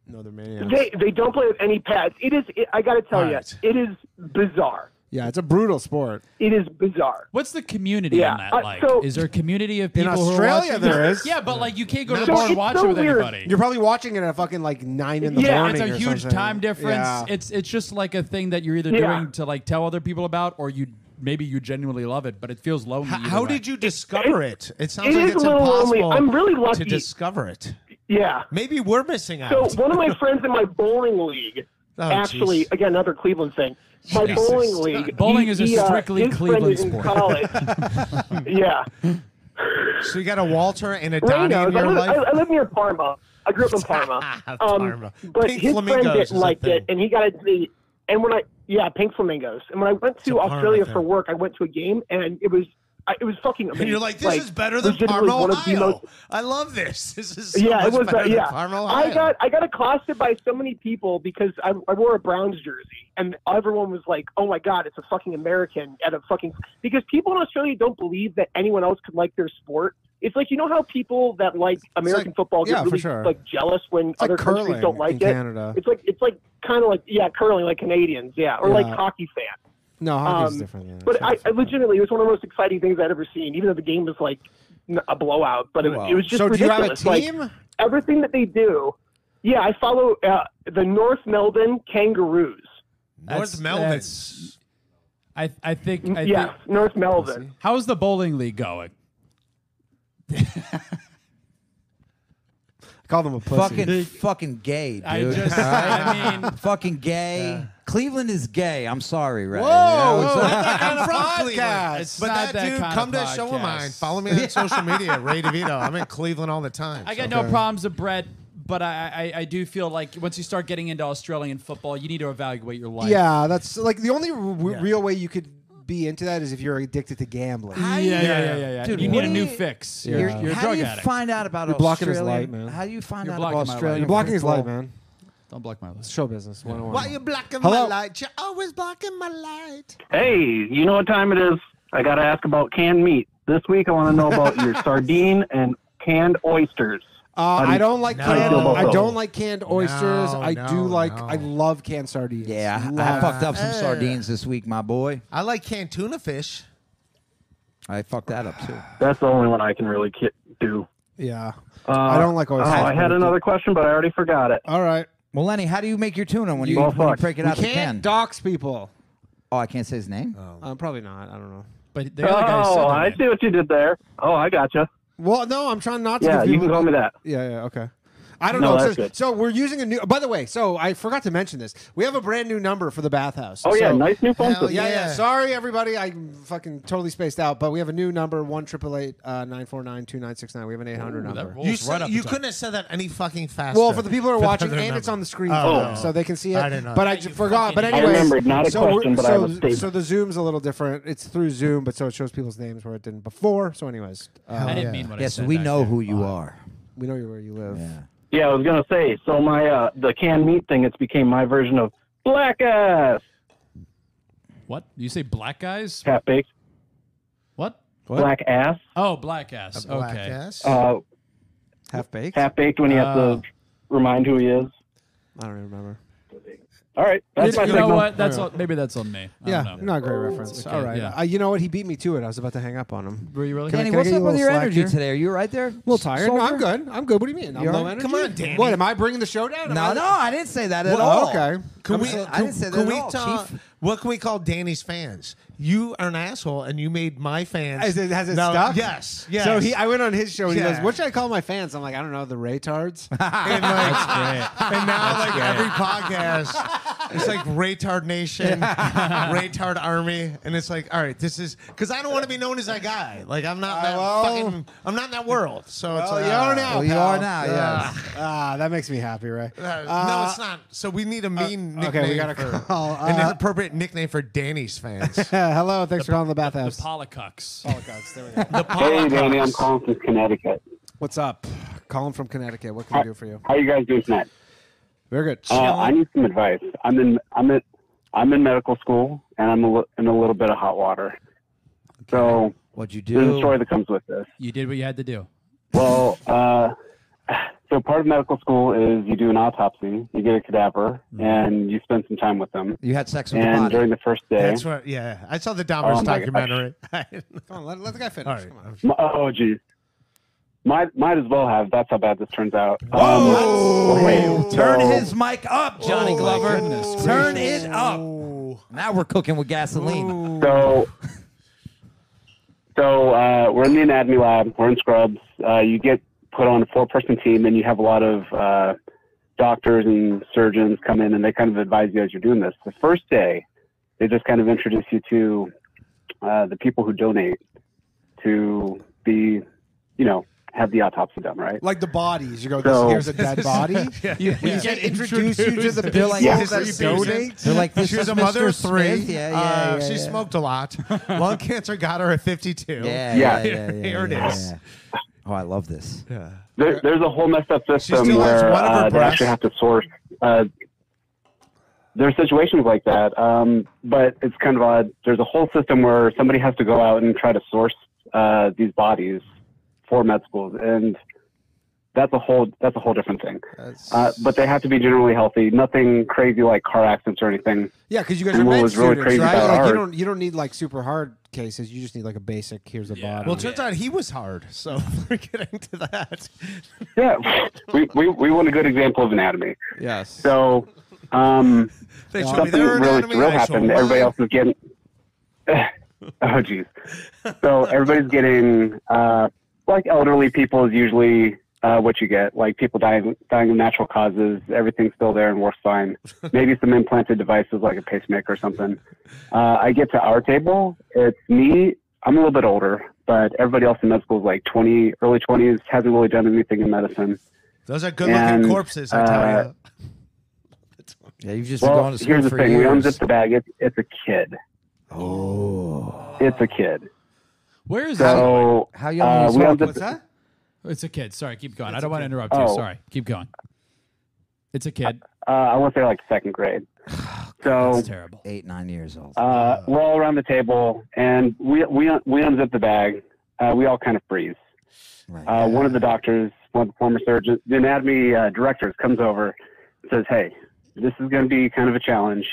[SPEAKER 5] no, they're maniacs.
[SPEAKER 9] They they don't play with any pads. It is. It, I got to tell
[SPEAKER 6] All
[SPEAKER 9] you,
[SPEAKER 6] right.
[SPEAKER 9] it is bizarre.
[SPEAKER 5] yeah, it's a brutal sport.
[SPEAKER 9] It is bizarre.
[SPEAKER 3] What's the community
[SPEAKER 9] Yeah,
[SPEAKER 3] on that
[SPEAKER 9] uh,
[SPEAKER 3] like?
[SPEAKER 9] so-
[SPEAKER 3] is there a community of people
[SPEAKER 5] Australia
[SPEAKER 3] who are watching
[SPEAKER 5] there
[SPEAKER 3] this?
[SPEAKER 5] is.
[SPEAKER 3] Yeah, but like you can't go to the
[SPEAKER 9] So
[SPEAKER 3] bar and
[SPEAKER 9] it's
[SPEAKER 3] watch
[SPEAKER 9] so
[SPEAKER 3] it with
[SPEAKER 9] weird.
[SPEAKER 3] anybody.
[SPEAKER 5] You're probably watching it at fucking like nine in the
[SPEAKER 9] Yeah,
[SPEAKER 5] morning.
[SPEAKER 3] it's a
[SPEAKER 5] or
[SPEAKER 3] huge
[SPEAKER 5] something.
[SPEAKER 3] time difference.
[SPEAKER 5] Yeah.
[SPEAKER 3] It's it's just like a thing that you're either
[SPEAKER 9] Yeah.
[SPEAKER 3] doing to like tell other people about, or you maybe you genuinely love it, but it feels lonely.
[SPEAKER 6] H-
[SPEAKER 3] either
[SPEAKER 6] How
[SPEAKER 3] way.
[SPEAKER 6] did you discover it? It sounds
[SPEAKER 9] it
[SPEAKER 6] like
[SPEAKER 9] is
[SPEAKER 6] it's
[SPEAKER 9] a little lonely.
[SPEAKER 6] impossible
[SPEAKER 9] I'm really
[SPEAKER 6] to
[SPEAKER 9] lucky.
[SPEAKER 6] discover it.
[SPEAKER 9] yeah.
[SPEAKER 6] Maybe we're missing
[SPEAKER 9] So
[SPEAKER 6] out.
[SPEAKER 9] one of my friends in my bowling league,
[SPEAKER 6] Oh,
[SPEAKER 9] actually,
[SPEAKER 6] jeez.
[SPEAKER 9] again another Cleveland thing. My
[SPEAKER 6] Jesus.
[SPEAKER 9] bowling league.
[SPEAKER 3] Bowling
[SPEAKER 9] he-
[SPEAKER 3] is a
[SPEAKER 9] he, uh,
[SPEAKER 3] strictly
[SPEAKER 9] his friend
[SPEAKER 3] Cleveland
[SPEAKER 9] is in
[SPEAKER 3] sport.
[SPEAKER 9] college. yeah.
[SPEAKER 6] So you got a Walter and a Donnie
[SPEAKER 9] Reno.
[SPEAKER 6] in
[SPEAKER 9] I,
[SPEAKER 6] your
[SPEAKER 9] live-
[SPEAKER 6] life.
[SPEAKER 9] I, I live near Parma. I grew up in Parma. Um,
[SPEAKER 6] Ah, Parma.
[SPEAKER 9] But
[SPEAKER 6] Pink
[SPEAKER 9] his
[SPEAKER 6] flamingos
[SPEAKER 9] friend
[SPEAKER 6] is a
[SPEAKER 9] didn't like
[SPEAKER 6] thing.
[SPEAKER 9] it, and he got a date. And when I yeah, pink flamingos. And when I went
[SPEAKER 6] a
[SPEAKER 9] to
[SPEAKER 6] Parma
[SPEAKER 9] Australia
[SPEAKER 6] thing.
[SPEAKER 9] for work, I went to a game, and it was I, it was fucking. Amazing.
[SPEAKER 6] and you're like, this is better than
[SPEAKER 9] legitimately
[SPEAKER 6] Parma,
[SPEAKER 9] one of the
[SPEAKER 6] Ohio.
[SPEAKER 9] most-
[SPEAKER 6] I love this. This is so
[SPEAKER 9] yeah,
[SPEAKER 6] much
[SPEAKER 9] it was.
[SPEAKER 6] better
[SPEAKER 9] Uh,
[SPEAKER 6] than
[SPEAKER 9] yeah,
[SPEAKER 6] Parma, Ohio.
[SPEAKER 9] I got I got accosted by so many people because I, I wore a Browns jersey, and everyone was like, "Oh my God, it's a fucking American at a fucking." Because people in Australia don't believe that anyone else could like their sport. It's like you know how people that like American
[SPEAKER 5] like-
[SPEAKER 9] football get
[SPEAKER 5] yeah, for
[SPEAKER 9] really
[SPEAKER 5] sure.
[SPEAKER 9] like jealous when
[SPEAKER 5] It's
[SPEAKER 9] other
[SPEAKER 5] like
[SPEAKER 9] countries
[SPEAKER 5] curling
[SPEAKER 9] don't like
[SPEAKER 5] in
[SPEAKER 9] it.
[SPEAKER 5] Canada.
[SPEAKER 9] It's like it's like kind of like yeah, curling like Canadians, yeah, or like
[SPEAKER 5] Yeah.
[SPEAKER 9] hockey fans.
[SPEAKER 5] No, hockey's
[SPEAKER 9] Um,
[SPEAKER 5] different. Yeah,
[SPEAKER 9] But I,
[SPEAKER 5] It's
[SPEAKER 9] I
[SPEAKER 5] different.
[SPEAKER 9] legitimately, it was one of the most exciting things I'd ever seen. Even though the game was like n- a blowout, but it, was- it was just
[SPEAKER 5] so. Do you have a
[SPEAKER 9] ridiculous. Like,
[SPEAKER 5] team?
[SPEAKER 9] everything that they do. Yeah, I follow uh, the North Melbourne Kangaroos.
[SPEAKER 6] North
[SPEAKER 3] That's-
[SPEAKER 6] Melbourne.
[SPEAKER 3] that's- I I think I
[SPEAKER 9] yes,
[SPEAKER 3] think
[SPEAKER 9] North Melbourne.
[SPEAKER 3] how's the bowling league going?
[SPEAKER 5] Call them a pussy.
[SPEAKER 7] Fucking, fucking gay, dude.
[SPEAKER 3] I just
[SPEAKER 7] All right?
[SPEAKER 3] I mean
[SPEAKER 7] fucking gay. Cleveland is gay. I'm sorry, right?
[SPEAKER 5] Whoa, whoa,
[SPEAKER 7] it's-
[SPEAKER 5] that's
[SPEAKER 6] I'm
[SPEAKER 5] not
[SPEAKER 6] from
[SPEAKER 5] a
[SPEAKER 6] Cleveland.
[SPEAKER 3] It's
[SPEAKER 6] But
[SPEAKER 3] not
[SPEAKER 6] that,
[SPEAKER 3] that
[SPEAKER 6] dude,
[SPEAKER 3] kind
[SPEAKER 6] come
[SPEAKER 3] of
[SPEAKER 6] to a show of
[SPEAKER 3] podcast.
[SPEAKER 6] mine. Follow me on social media, Ray DeVito. I'm in Cleveland all the time.
[SPEAKER 3] I
[SPEAKER 6] so-
[SPEAKER 3] got no problems with Brett, but I, I I do feel like once you start getting into Australian football, you need to evaluate your life.
[SPEAKER 5] Yeah, that's like the only r- real way you could be into that is if you're addicted to gambling.
[SPEAKER 3] yeah, yeah, yeah, yeah. yeah.
[SPEAKER 7] Dude,
[SPEAKER 3] you
[SPEAKER 7] what
[SPEAKER 3] need
[SPEAKER 7] do
[SPEAKER 3] a new
[SPEAKER 7] you-
[SPEAKER 3] fix. You're,
[SPEAKER 7] You're,
[SPEAKER 3] you're, a
[SPEAKER 7] how
[SPEAKER 3] drug
[SPEAKER 7] do you
[SPEAKER 3] addict.
[SPEAKER 7] find out about
[SPEAKER 5] blocking his
[SPEAKER 7] Australia?
[SPEAKER 5] light, man.
[SPEAKER 7] How do you find
[SPEAKER 3] You're
[SPEAKER 7] out
[SPEAKER 3] blocking
[SPEAKER 7] about
[SPEAKER 3] my light.
[SPEAKER 7] Australia?
[SPEAKER 5] You're blocking his life,
[SPEAKER 7] football?
[SPEAKER 5] man.
[SPEAKER 3] Don't block my lips.
[SPEAKER 5] Show business. One
[SPEAKER 6] Why you blocking
[SPEAKER 5] Hello?
[SPEAKER 6] my light? You're always blocking my light.
[SPEAKER 10] Hey, you know what time it is? I got to ask about canned meat. This week I want to know about your sardine and canned oysters.
[SPEAKER 5] Uh, I don't like
[SPEAKER 6] No.
[SPEAKER 5] canned.
[SPEAKER 6] No.
[SPEAKER 5] I don't like canned oysters. I do
[SPEAKER 6] no,
[SPEAKER 5] like.
[SPEAKER 6] no.
[SPEAKER 5] I love canned sardines.
[SPEAKER 7] Yeah, I, I
[SPEAKER 5] Love-
[SPEAKER 7] fucked up some sardines this week, my boy.
[SPEAKER 6] I like canned tuna fish.
[SPEAKER 7] I fucked that up too.
[SPEAKER 10] That's the only one I can really ki- do.
[SPEAKER 5] yeah.
[SPEAKER 10] Uh,
[SPEAKER 5] I don't like oysters.
[SPEAKER 10] Oh, I had another question, but I already forgot it.
[SPEAKER 5] All right.
[SPEAKER 7] Well, Lenny, how do you make your tuna when you,
[SPEAKER 10] Well,
[SPEAKER 7] when you
[SPEAKER 10] fuck.
[SPEAKER 7] break it
[SPEAKER 5] We
[SPEAKER 7] out of the
[SPEAKER 5] can't
[SPEAKER 7] can?
[SPEAKER 5] dox people.
[SPEAKER 7] oh, I can't say his name.
[SPEAKER 5] Um, probably not. I don't know.
[SPEAKER 3] But the other guy
[SPEAKER 10] Oh, I
[SPEAKER 3] said
[SPEAKER 10] see what you did there. Oh, I gotcha.
[SPEAKER 5] Well, no, I'm trying not to.
[SPEAKER 10] Yeah,
[SPEAKER 5] give
[SPEAKER 10] you can call me that.
[SPEAKER 5] Yeah, yeah, okay. I don't
[SPEAKER 10] No,
[SPEAKER 5] know. It says-
[SPEAKER 10] that's good.
[SPEAKER 5] So we're using a new. By the way, so I forgot to mention this. We have a brand new number for the bathhouse.
[SPEAKER 10] Oh, yeah,
[SPEAKER 5] So-
[SPEAKER 10] nice new phone
[SPEAKER 6] Hell
[SPEAKER 10] system.
[SPEAKER 5] Yeah, yeah,
[SPEAKER 6] Yeah.
[SPEAKER 5] Sorry, everybody. I fucking totally spaced out. But we have a new number: one triple eight uh, nine four nine two nine six nine. We have an eight hundred
[SPEAKER 3] that
[SPEAKER 5] number.
[SPEAKER 3] rolls
[SPEAKER 6] You
[SPEAKER 3] right
[SPEAKER 6] said,
[SPEAKER 3] up
[SPEAKER 6] you
[SPEAKER 3] the top.
[SPEAKER 6] couldn't have said that any fucking faster.
[SPEAKER 5] Well, for the people who are
[SPEAKER 6] For the
[SPEAKER 5] watching,
[SPEAKER 6] other
[SPEAKER 5] and
[SPEAKER 6] number.
[SPEAKER 5] it's on the screen,
[SPEAKER 6] Oh.
[SPEAKER 5] for them, so they can see it.
[SPEAKER 6] I didn't know
[SPEAKER 5] But
[SPEAKER 6] that.
[SPEAKER 5] I just forgot. But
[SPEAKER 3] I
[SPEAKER 5] anyways,
[SPEAKER 10] remembered. Not a
[SPEAKER 5] so we're-
[SPEAKER 10] question, but I
[SPEAKER 5] so,
[SPEAKER 10] have a statement.
[SPEAKER 5] so the Zoom's a little different. It's through Zoom, but so it shows people's names where it didn't before. So, anyways,
[SPEAKER 3] that. I
[SPEAKER 5] uh,
[SPEAKER 3] didn't mean what I
[SPEAKER 7] Yes,
[SPEAKER 3] said.
[SPEAKER 7] we
[SPEAKER 3] back
[SPEAKER 7] know
[SPEAKER 3] there.
[SPEAKER 7] who you are.
[SPEAKER 5] we know where you live.
[SPEAKER 7] Yeah.
[SPEAKER 10] Yeah, I was gonna say. So my uh, the canned meat thing. It's became my version of black ass
[SPEAKER 3] What? You say black guys?
[SPEAKER 10] half baked
[SPEAKER 3] What?
[SPEAKER 10] black ass
[SPEAKER 3] Oh, black ass.
[SPEAKER 6] Black
[SPEAKER 3] okay.
[SPEAKER 6] ass.
[SPEAKER 10] uh,
[SPEAKER 5] Half baked.
[SPEAKER 10] half baked when you have
[SPEAKER 3] Oh.
[SPEAKER 10] to remind who he is.
[SPEAKER 5] I don't even remember.
[SPEAKER 10] All right, that's my
[SPEAKER 3] you know
[SPEAKER 10] signal.
[SPEAKER 3] what? That's
[SPEAKER 11] Oh,
[SPEAKER 3] on, maybe that's on me. I
[SPEAKER 5] Yeah,
[SPEAKER 3] don't know.
[SPEAKER 5] not a great reference.
[SPEAKER 3] okay,
[SPEAKER 5] All right.
[SPEAKER 3] yeah.
[SPEAKER 5] Uh, you know what? He beat me to it. I was about to hang up on him.
[SPEAKER 3] Were you really?
[SPEAKER 5] Can I-
[SPEAKER 7] Danny,
[SPEAKER 5] can
[SPEAKER 7] what's
[SPEAKER 5] get
[SPEAKER 7] up
[SPEAKER 5] you a
[SPEAKER 7] with
[SPEAKER 5] little
[SPEAKER 7] your
[SPEAKER 5] slack
[SPEAKER 7] energy
[SPEAKER 5] here?
[SPEAKER 7] today? Are you right there? A
[SPEAKER 5] A little tired. No, I'm good. I'm good. What do you mean? I'm
[SPEAKER 7] You
[SPEAKER 5] low
[SPEAKER 7] all right?
[SPEAKER 5] energy.
[SPEAKER 6] Come on, Danny.
[SPEAKER 5] What am I bringing the show down? Am
[SPEAKER 7] No,
[SPEAKER 5] I-
[SPEAKER 7] no, I didn't say that at
[SPEAKER 5] Well,
[SPEAKER 7] all.
[SPEAKER 5] okay.
[SPEAKER 6] oh, Can
[SPEAKER 7] I'm
[SPEAKER 6] we,
[SPEAKER 7] so- I
[SPEAKER 6] can-
[SPEAKER 7] didn't say that
[SPEAKER 6] can
[SPEAKER 7] at
[SPEAKER 6] we
[SPEAKER 7] all,
[SPEAKER 6] talk-
[SPEAKER 7] Chief.
[SPEAKER 6] What can we call Danny's fans? You are an asshole, and you made my fans.
[SPEAKER 5] Has it, has it
[SPEAKER 6] No,
[SPEAKER 5] stuck?
[SPEAKER 6] Yes. Yes.
[SPEAKER 5] So he, I went on his show and he
[SPEAKER 6] Yeah. Oh,
[SPEAKER 5] goes, "What should I call my fans?" I'm like, "I don't know, the retards."
[SPEAKER 6] and, like, and now like every podcast, It's like retard nation, retard army, and it's like, all right, this is because I don't want to be known as that guy. Like I'm not that fucking, I'm not in that world. So it's
[SPEAKER 5] Uh, Well,
[SPEAKER 6] like,
[SPEAKER 5] you are
[SPEAKER 6] ah.
[SPEAKER 5] now.
[SPEAKER 6] Well,
[SPEAKER 5] pal.
[SPEAKER 6] Ah.
[SPEAKER 5] Ah, that makes me happy, right?
[SPEAKER 6] Uh, no, it's not. So we need a mean
[SPEAKER 5] uh,
[SPEAKER 6] nickname.
[SPEAKER 5] okay, we got a
[SPEAKER 6] for-
[SPEAKER 5] call.
[SPEAKER 6] an
[SPEAKER 5] Uh,
[SPEAKER 6] appropriate nickname for Danny's fans.
[SPEAKER 5] Hello, thanks for calling the bathhouse.
[SPEAKER 3] Polycucks.
[SPEAKER 5] Polycucks. There we go.
[SPEAKER 6] The
[SPEAKER 10] Hey, Danny, I'm calling from Connecticut.
[SPEAKER 5] What's up? Colin from Connecticut. What can we do for you?
[SPEAKER 10] How you guys doing tonight?
[SPEAKER 5] Very good.
[SPEAKER 10] Uh, I need some advice. I'm in I'm in I'm in medical school and I'm a li- in a little bit of hot water. So
[SPEAKER 7] what'd you
[SPEAKER 10] There's
[SPEAKER 7] do?
[SPEAKER 10] a story that comes with this.
[SPEAKER 3] You did what you had to do.
[SPEAKER 10] Well, uh, so part of medical school is you do an autopsy, you get a cadaver, and you spend some time with them.
[SPEAKER 7] Mm-hmm. You had sex
[SPEAKER 6] with the
[SPEAKER 10] and
[SPEAKER 6] body.
[SPEAKER 10] during the first day.
[SPEAKER 6] That's what. Yeah, I saw the Dahmer's
[SPEAKER 10] Oh my
[SPEAKER 6] documentary.
[SPEAKER 5] Come on, let, let the guy finish.
[SPEAKER 6] All right.
[SPEAKER 10] M- Oh, geez. Might might as well have. That's how bad this turns out. Um, so-
[SPEAKER 7] Turn his mic up, Johnny
[SPEAKER 10] Oh, my
[SPEAKER 7] Glover.
[SPEAKER 10] goodness
[SPEAKER 7] Turn
[SPEAKER 10] gracious.
[SPEAKER 7] it up. Now we're cooking with gasoline.
[SPEAKER 10] So, so uh, we're in the anatomy lab. We're in scrubs. Uh, you get put on a four-person team, and you have a lot of uh, doctors and surgeons come in, and they kind of advise you as you're doing this. The first day, they just kind of introduce you to uh, the people who donate to be, you know, have the autopsy done, right?
[SPEAKER 5] Like the bodies. You go,
[SPEAKER 10] So-
[SPEAKER 5] this, here's a dead body.
[SPEAKER 10] Yeah.
[SPEAKER 5] You, when you
[SPEAKER 10] Yeah.
[SPEAKER 5] say introduce you to the
[SPEAKER 6] They're
[SPEAKER 5] people
[SPEAKER 6] like,
[SPEAKER 5] that
[SPEAKER 6] this is-
[SPEAKER 5] donate.
[SPEAKER 6] They're like, this
[SPEAKER 5] She
[SPEAKER 6] is
[SPEAKER 5] was
[SPEAKER 6] a
[SPEAKER 5] a
[SPEAKER 6] mother
[SPEAKER 5] Mr.
[SPEAKER 6] of three.
[SPEAKER 5] Smith. Yeah, yeah,
[SPEAKER 6] Uh,
[SPEAKER 5] yeah,
[SPEAKER 6] she
[SPEAKER 5] yeah.
[SPEAKER 6] smoked a lot. Lung cancer got her at 52.
[SPEAKER 7] Yeah, yeah, yeah, yeah,
[SPEAKER 6] Here it
[SPEAKER 7] yeah,
[SPEAKER 6] is.
[SPEAKER 7] yeah. Oh, I love this.
[SPEAKER 6] Yeah.
[SPEAKER 10] There, there's a whole messed up system
[SPEAKER 6] still has
[SPEAKER 10] where
[SPEAKER 6] one of her
[SPEAKER 10] uh, they
[SPEAKER 6] breasts.
[SPEAKER 10] actually have to source. Uh, there are situations like that, um, but it's kind of odd. There's a whole system where somebody has to go out and try to source uh, these bodies for med schools, and that's a whole that's a whole different thing. Uh, but they have to be generally healthy, nothing crazy like car accidents or anything.
[SPEAKER 5] Yeah, because you guys
[SPEAKER 10] And
[SPEAKER 5] are
[SPEAKER 10] what
[SPEAKER 5] med
[SPEAKER 10] was really
[SPEAKER 5] students,
[SPEAKER 10] crazy
[SPEAKER 5] right?
[SPEAKER 10] about
[SPEAKER 5] Like, you
[SPEAKER 10] ours-
[SPEAKER 5] don't you don't need like super hard cases. You just need like a basic. Here's a body.
[SPEAKER 6] Well, it turns out he was hard. So we're getting to that.
[SPEAKER 10] Yeah, we, we, we want a good example of anatomy.
[SPEAKER 12] Yes.
[SPEAKER 10] So, um,
[SPEAKER 6] They showed me
[SPEAKER 10] something
[SPEAKER 6] their
[SPEAKER 10] really
[SPEAKER 6] anatomy,
[SPEAKER 10] surreal
[SPEAKER 6] I showed
[SPEAKER 10] happened. Everybody
[SPEAKER 6] mine.
[SPEAKER 10] else is getting. oh, geez. So everybody's getting uh, like elderly people is usually uh, what you get. Like people dying dying of natural causes. Everything's still there and works fine. Maybe some implanted devices like a pacemaker or something. Uh, I get to our table. It's me. I'm a little bit older, but everybody else in med school is like 20, early 20s. Hasn't really done anything in medicine.
[SPEAKER 6] Those are good looking
[SPEAKER 10] And,
[SPEAKER 6] corpses, I tell
[SPEAKER 10] uh,
[SPEAKER 6] you.
[SPEAKER 7] Yeah, you've just
[SPEAKER 10] well,
[SPEAKER 7] been going to school
[SPEAKER 10] here's the
[SPEAKER 7] for
[SPEAKER 10] thing. We
[SPEAKER 7] years.
[SPEAKER 10] unzip the bag. It's, it's a kid.
[SPEAKER 7] Oh.
[SPEAKER 10] It's a kid.
[SPEAKER 3] Where is
[SPEAKER 10] so,
[SPEAKER 3] How
[SPEAKER 10] uh,
[SPEAKER 3] young?
[SPEAKER 10] we unzip-
[SPEAKER 3] It's a kid. Sorry, keep going. I
[SPEAKER 10] It's
[SPEAKER 3] don't
[SPEAKER 10] a
[SPEAKER 3] want to
[SPEAKER 10] kid.
[SPEAKER 3] interrupt you.
[SPEAKER 10] Oh.
[SPEAKER 3] Sorry, keep going. It's a kid.
[SPEAKER 10] Uh, I want to say like second grade. So,
[SPEAKER 7] terrible. Eight, nine years old.
[SPEAKER 10] Oh. uh, we're all around the table, and we we we unzip the bag. Uh, we all kind of freeze. Uh, one of the doctors, one of the former surgeons, the anatomy uh, director, comes over, and says, "Hey, this is going to be kind of a challenge.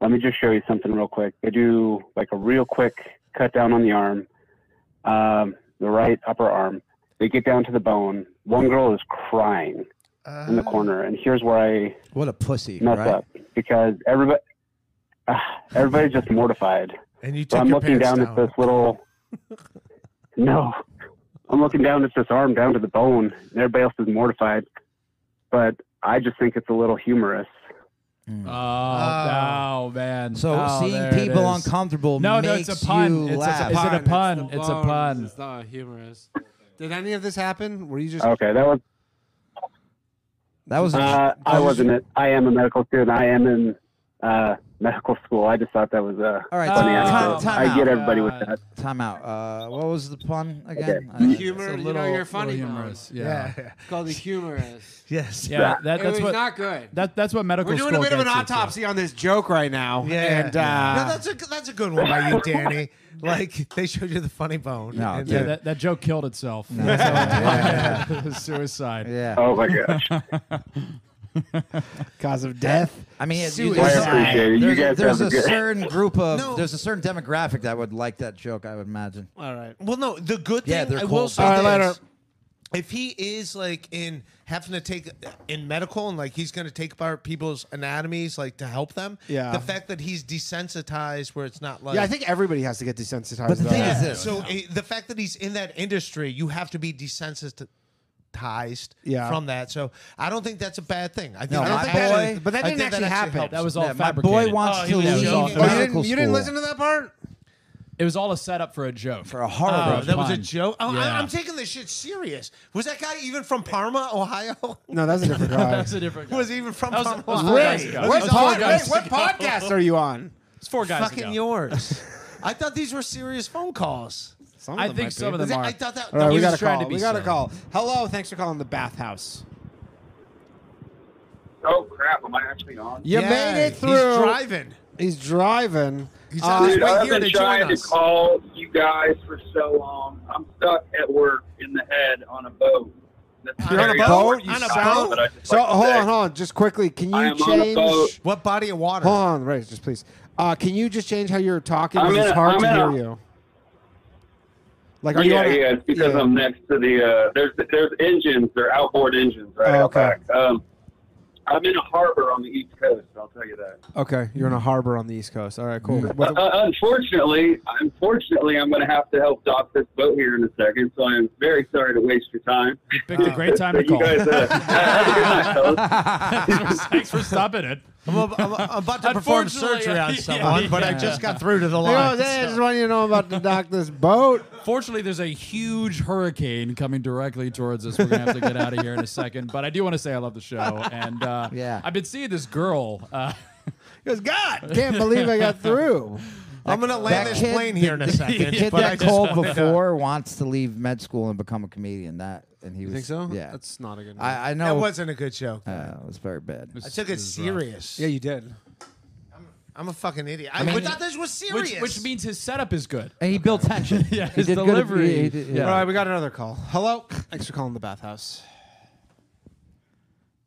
[SPEAKER 10] Let me just show you something real quick." They do like a real quick cut down on the arm, um, the right upper arm. They get down to the bone. One girl is crying in the corner, and here's where I
[SPEAKER 7] What a pussy,
[SPEAKER 10] mess
[SPEAKER 7] right?
[SPEAKER 10] up because everybody, ah, everybody's just mortified.
[SPEAKER 6] And you
[SPEAKER 10] So
[SPEAKER 6] took
[SPEAKER 10] I'm
[SPEAKER 6] your
[SPEAKER 10] looking
[SPEAKER 6] pants
[SPEAKER 10] down,
[SPEAKER 6] down.
[SPEAKER 10] at this little. no, I'm looking down at this arm down to the bone, and everybody else is mortified. But I just think it's a little humorous.
[SPEAKER 3] Oh, no, man.
[SPEAKER 7] So
[SPEAKER 3] Oh, there
[SPEAKER 7] seeing
[SPEAKER 3] it
[SPEAKER 7] people
[SPEAKER 3] is.
[SPEAKER 7] uncomfortable
[SPEAKER 3] No, no,
[SPEAKER 7] makes
[SPEAKER 3] it's a pun.
[SPEAKER 7] you
[SPEAKER 3] It's,
[SPEAKER 7] laugh.
[SPEAKER 3] A, is it a pun? It's,
[SPEAKER 5] the
[SPEAKER 3] a
[SPEAKER 5] bones.
[SPEAKER 3] pun.
[SPEAKER 5] It's not humorous. Did any of this happen? Were you just
[SPEAKER 10] Okay, that was.
[SPEAKER 7] That was.
[SPEAKER 10] Uh, I wasn't it. I am a medical student. I am in uh, medical school. I just thought that was a
[SPEAKER 7] All right,
[SPEAKER 10] funny
[SPEAKER 7] time-
[SPEAKER 10] anecdote.
[SPEAKER 7] time
[SPEAKER 10] I get
[SPEAKER 7] out.
[SPEAKER 10] everybody with that.
[SPEAKER 7] Time out. Uh, what was the pun again?
[SPEAKER 10] Okay.
[SPEAKER 13] humor,
[SPEAKER 7] Uh, it's a
[SPEAKER 13] you know,
[SPEAKER 7] little-
[SPEAKER 13] you're funny.
[SPEAKER 7] little
[SPEAKER 13] now.
[SPEAKER 7] humorous.
[SPEAKER 13] It's called the humorous.
[SPEAKER 6] yes.
[SPEAKER 3] Yeah, that,
[SPEAKER 13] It
[SPEAKER 3] that's
[SPEAKER 13] was
[SPEAKER 3] what,
[SPEAKER 13] not good.
[SPEAKER 3] That, that's what medical
[SPEAKER 5] We're
[SPEAKER 3] school
[SPEAKER 5] doing a bit of an
[SPEAKER 3] gets you, so.
[SPEAKER 5] autopsy on this joke right now.
[SPEAKER 6] Yeah,
[SPEAKER 5] And,
[SPEAKER 6] yeah.
[SPEAKER 5] uh,
[SPEAKER 6] no, that's a that's a good one by you, Danny. Like they showed you the funny bone.
[SPEAKER 3] No,
[SPEAKER 6] and
[SPEAKER 3] yeah,
[SPEAKER 6] then-
[SPEAKER 3] that, that joke killed itself. It was Suicide.
[SPEAKER 7] Yeah.
[SPEAKER 10] Oh my gosh.
[SPEAKER 5] Cause of death.
[SPEAKER 7] I mean, it,
[SPEAKER 5] Suicide.
[SPEAKER 7] there's-
[SPEAKER 5] I appreciate it. You
[SPEAKER 7] there's-
[SPEAKER 5] guys
[SPEAKER 7] There's
[SPEAKER 5] have
[SPEAKER 7] a
[SPEAKER 5] a good-
[SPEAKER 7] certain group of
[SPEAKER 6] No.
[SPEAKER 7] there's a certain demographic that would like that joke. I would imagine.
[SPEAKER 5] All right.
[SPEAKER 6] Well, no, the good thing
[SPEAKER 7] Yeah, they're
[SPEAKER 6] I will
[SPEAKER 7] cold.
[SPEAKER 6] say
[SPEAKER 7] All right,
[SPEAKER 6] this.
[SPEAKER 7] later.
[SPEAKER 6] If he is like in having to take in medical and like he's going to take apart people's anatomies like to help them,
[SPEAKER 5] Yeah.
[SPEAKER 6] The fact that he's desensitized where it's not like
[SPEAKER 5] yeah, I think everybody has to get desensitized.
[SPEAKER 7] But the
[SPEAKER 5] though.
[SPEAKER 7] thing is
[SPEAKER 6] So eh, the fact that he's in that industry, you have to be desensitized traumatized
[SPEAKER 5] Yeah.
[SPEAKER 6] from that. So I don't think that's a bad thing. I think,
[SPEAKER 5] No,
[SPEAKER 6] I don't
[SPEAKER 5] my
[SPEAKER 6] think
[SPEAKER 5] boy-
[SPEAKER 6] that,
[SPEAKER 5] but that
[SPEAKER 6] I
[SPEAKER 5] didn't
[SPEAKER 6] think
[SPEAKER 5] actually happen.
[SPEAKER 6] helps.
[SPEAKER 5] That was all Yeah,
[SPEAKER 3] my boy fabricated. wants to
[SPEAKER 6] he was
[SPEAKER 3] lose
[SPEAKER 6] joking.
[SPEAKER 3] off in Oh, you medical
[SPEAKER 5] didn't- you didn't school. listen to
[SPEAKER 6] that part?
[SPEAKER 3] It was all a setup for a joke. For a
[SPEAKER 6] Oh, that was a joke. Oh, I, I'm taking this shit serious. Was that guy even from Parma, Ohio?
[SPEAKER 5] No, that's a different guy.
[SPEAKER 3] That's a different
[SPEAKER 6] Was he even from
[SPEAKER 3] That was-
[SPEAKER 6] Parma,
[SPEAKER 3] that was
[SPEAKER 6] Ohio?
[SPEAKER 3] four guys ago.
[SPEAKER 5] What,
[SPEAKER 6] He's
[SPEAKER 5] pod-
[SPEAKER 6] on-
[SPEAKER 5] wait, what podcast are you on?
[SPEAKER 3] It's four guys
[SPEAKER 6] Fucking
[SPEAKER 3] ago.
[SPEAKER 6] yours. I thought these were serious phone calls.
[SPEAKER 5] Some
[SPEAKER 3] of I them think might some be. of them
[SPEAKER 6] Is it-
[SPEAKER 3] are.
[SPEAKER 6] I thought that.
[SPEAKER 5] All right,
[SPEAKER 6] no,
[SPEAKER 5] we
[SPEAKER 6] he
[SPEAKER 5] got
[SPEAKER 6] was
[SPEAKER 5] a
[SPEAKER 6] trying
[SPEAKER 5] call.
[SPEAKER 6] to be
[SPEAKER 5] we got a
[SPEAKER 6] serious.
[SPEAKER 5] call. Hello, thanks for calling the bathhouse.
[SPEAKER 12] Oh crap! Am I actually on?
[SPEAKER 5] You made it through. He's driving. Uh,
[SPEAKER 12] Dude, I've been trying to call you guys for so long. I'm stuck at work in the head on a boat. That's
[SPEAKER 5] You're on a
[SPEAKER 12] very
[SPEAKER 5] boat.
[SPEAKER 12] unfortunate, but I just
[SPEAKER 5] So
[SPEAKER 12] like to
[SPEAKER 5] hold
[SPEAKER 12] say-
[SPEAKER 5] on, hold on. Just quickly, can
[SPEAKER 12] I
[SPEAKER 5] you
[SPEAKER 12] am on a boat.
[SPEAKER 5] change
[SPEAKER 6] what body of water?
[SPEAKER 5] Hold on, right? Just please. Uh, can you just change how you're talking? 'Cause
[SPEAKER 12] I'm in
[SPEAKER 5] It's
[SPEAKER 12] a-
[SPEAKER 5] hard
[SPEAKER 12] I'm
[SPEAKER 5] to
[SPEAKER 12] in
[SPEAKER 5] hear
[SPEAKER 12] a-
[SPEAKER 5] you. Like, are you
[SPEAKER 12] yeah,
[SPEAKER 5] on a-
[SPEAKER 12] yeah, it's because
[SPEAKER 5] yeah.
[SPEAKER 12] I'm next to the uh, there's there's engines, they're outboard engines right
[SPEAKER 5] Oh,
[SPEAKER 12] out
[SPEAKER 5] okay.
[SPEAKER 12] back. Um, I'm in a harbor on the east coast. I'll tell you that.
[SPEAKER 5] Okay, you're in a harbor on the East Coast. All right, cool.
[SPEAKER 12] Uh,
[SPEAKER 5] What-
[SPEAKER 12] uh, unfortunately, unfortunately, I'm going to have to help dock this boat here in a second. So I'm very sorry to waste your time. You
[SPEAKER 3] picked a great time to call.
[SPEAKER 12] You guys, uh, have a good night, fellas.
[SPEAKER 3] Thanks for stopping it.
[SPEAKER 6] I'm, ab- I'm about to perform
[SPEAKER 3] Unfortunately,
[SPEAKER 6] surgery on
[SPEAKER 3] yeah,
[SPEAKER 6] someone, but I
[SPEAKER 3] yeah.
[SPEAKER 6] just got through to the
[SPEAKER 5] Hey,
[SPEAKER 6] line.
[SPEAKER 5] Jose, I just want you to know about the dock this boat.
[SPEAKER 3] Fortunately, there's a huge hurricane coming directly towards us. We're gonna have to get out of here in a second. But I do want to say I love the show, and uh, yeah, I've been seeing this girl. Uh,
[SPEAKER 6] Because God,
[SPEAKER 5] Can't believe I got through.
[SPEAKER 6] I'm gonna land
[SPEAKER 7] That
[SPEAKER 6] this
[SPEAKER 7] kid-
[SPEAKER 6] plane here in a
[SPEAKER 7] the- The
[SPEAKER 6] second.
[SPEAKER 7] kid
[SPEAKER 6] but
[SPEAKER 7] that
[SPEAKER 6] I just
[SPEAKER 7] called
[SPEAKER 6] wanted to-
[SPEAKER 7] before wants to leave med school and become a comedian. That and he was.
[SPEAKER 5] think so?
[SPEAKER 7] Yeah,
[SPEAKER 5] That's not a good
[SPEAKER 7] I, I
[SPEAKER 5] move.
[SPEAKER 7] know
[SPEAKER 5] That
[SPEAKER 6] wasn't a good show.
[SPEAKER 7] Uh, it was very bad.
[SPEAKER 6] I took it
[SPEAKER 5] uh,
[SPEAKER 6] serious.
[SPEAKER 5] Yeah, you did.
[SPEAKER 6] I'm a fucking idiot. I,
[SPEAKER 7] I mean-
[SPEAKER 6] thought this was serious.
[SPEAKER 3] which, which means his setup is good.
[SPEAKER 7] And he built tension.
[SPEAKER 3] Yeah,
[SPEAKER 7] He
[SPEAKER 3] his
[SPEAKER 7] did good at-
[SPEAKER 3] delivery.
[SPEAKER 7] he did-
[SPEAKER 3] yeah.
[SPEAKER 5] All right, we got another call. Hello, thanks for calling the bathhouse.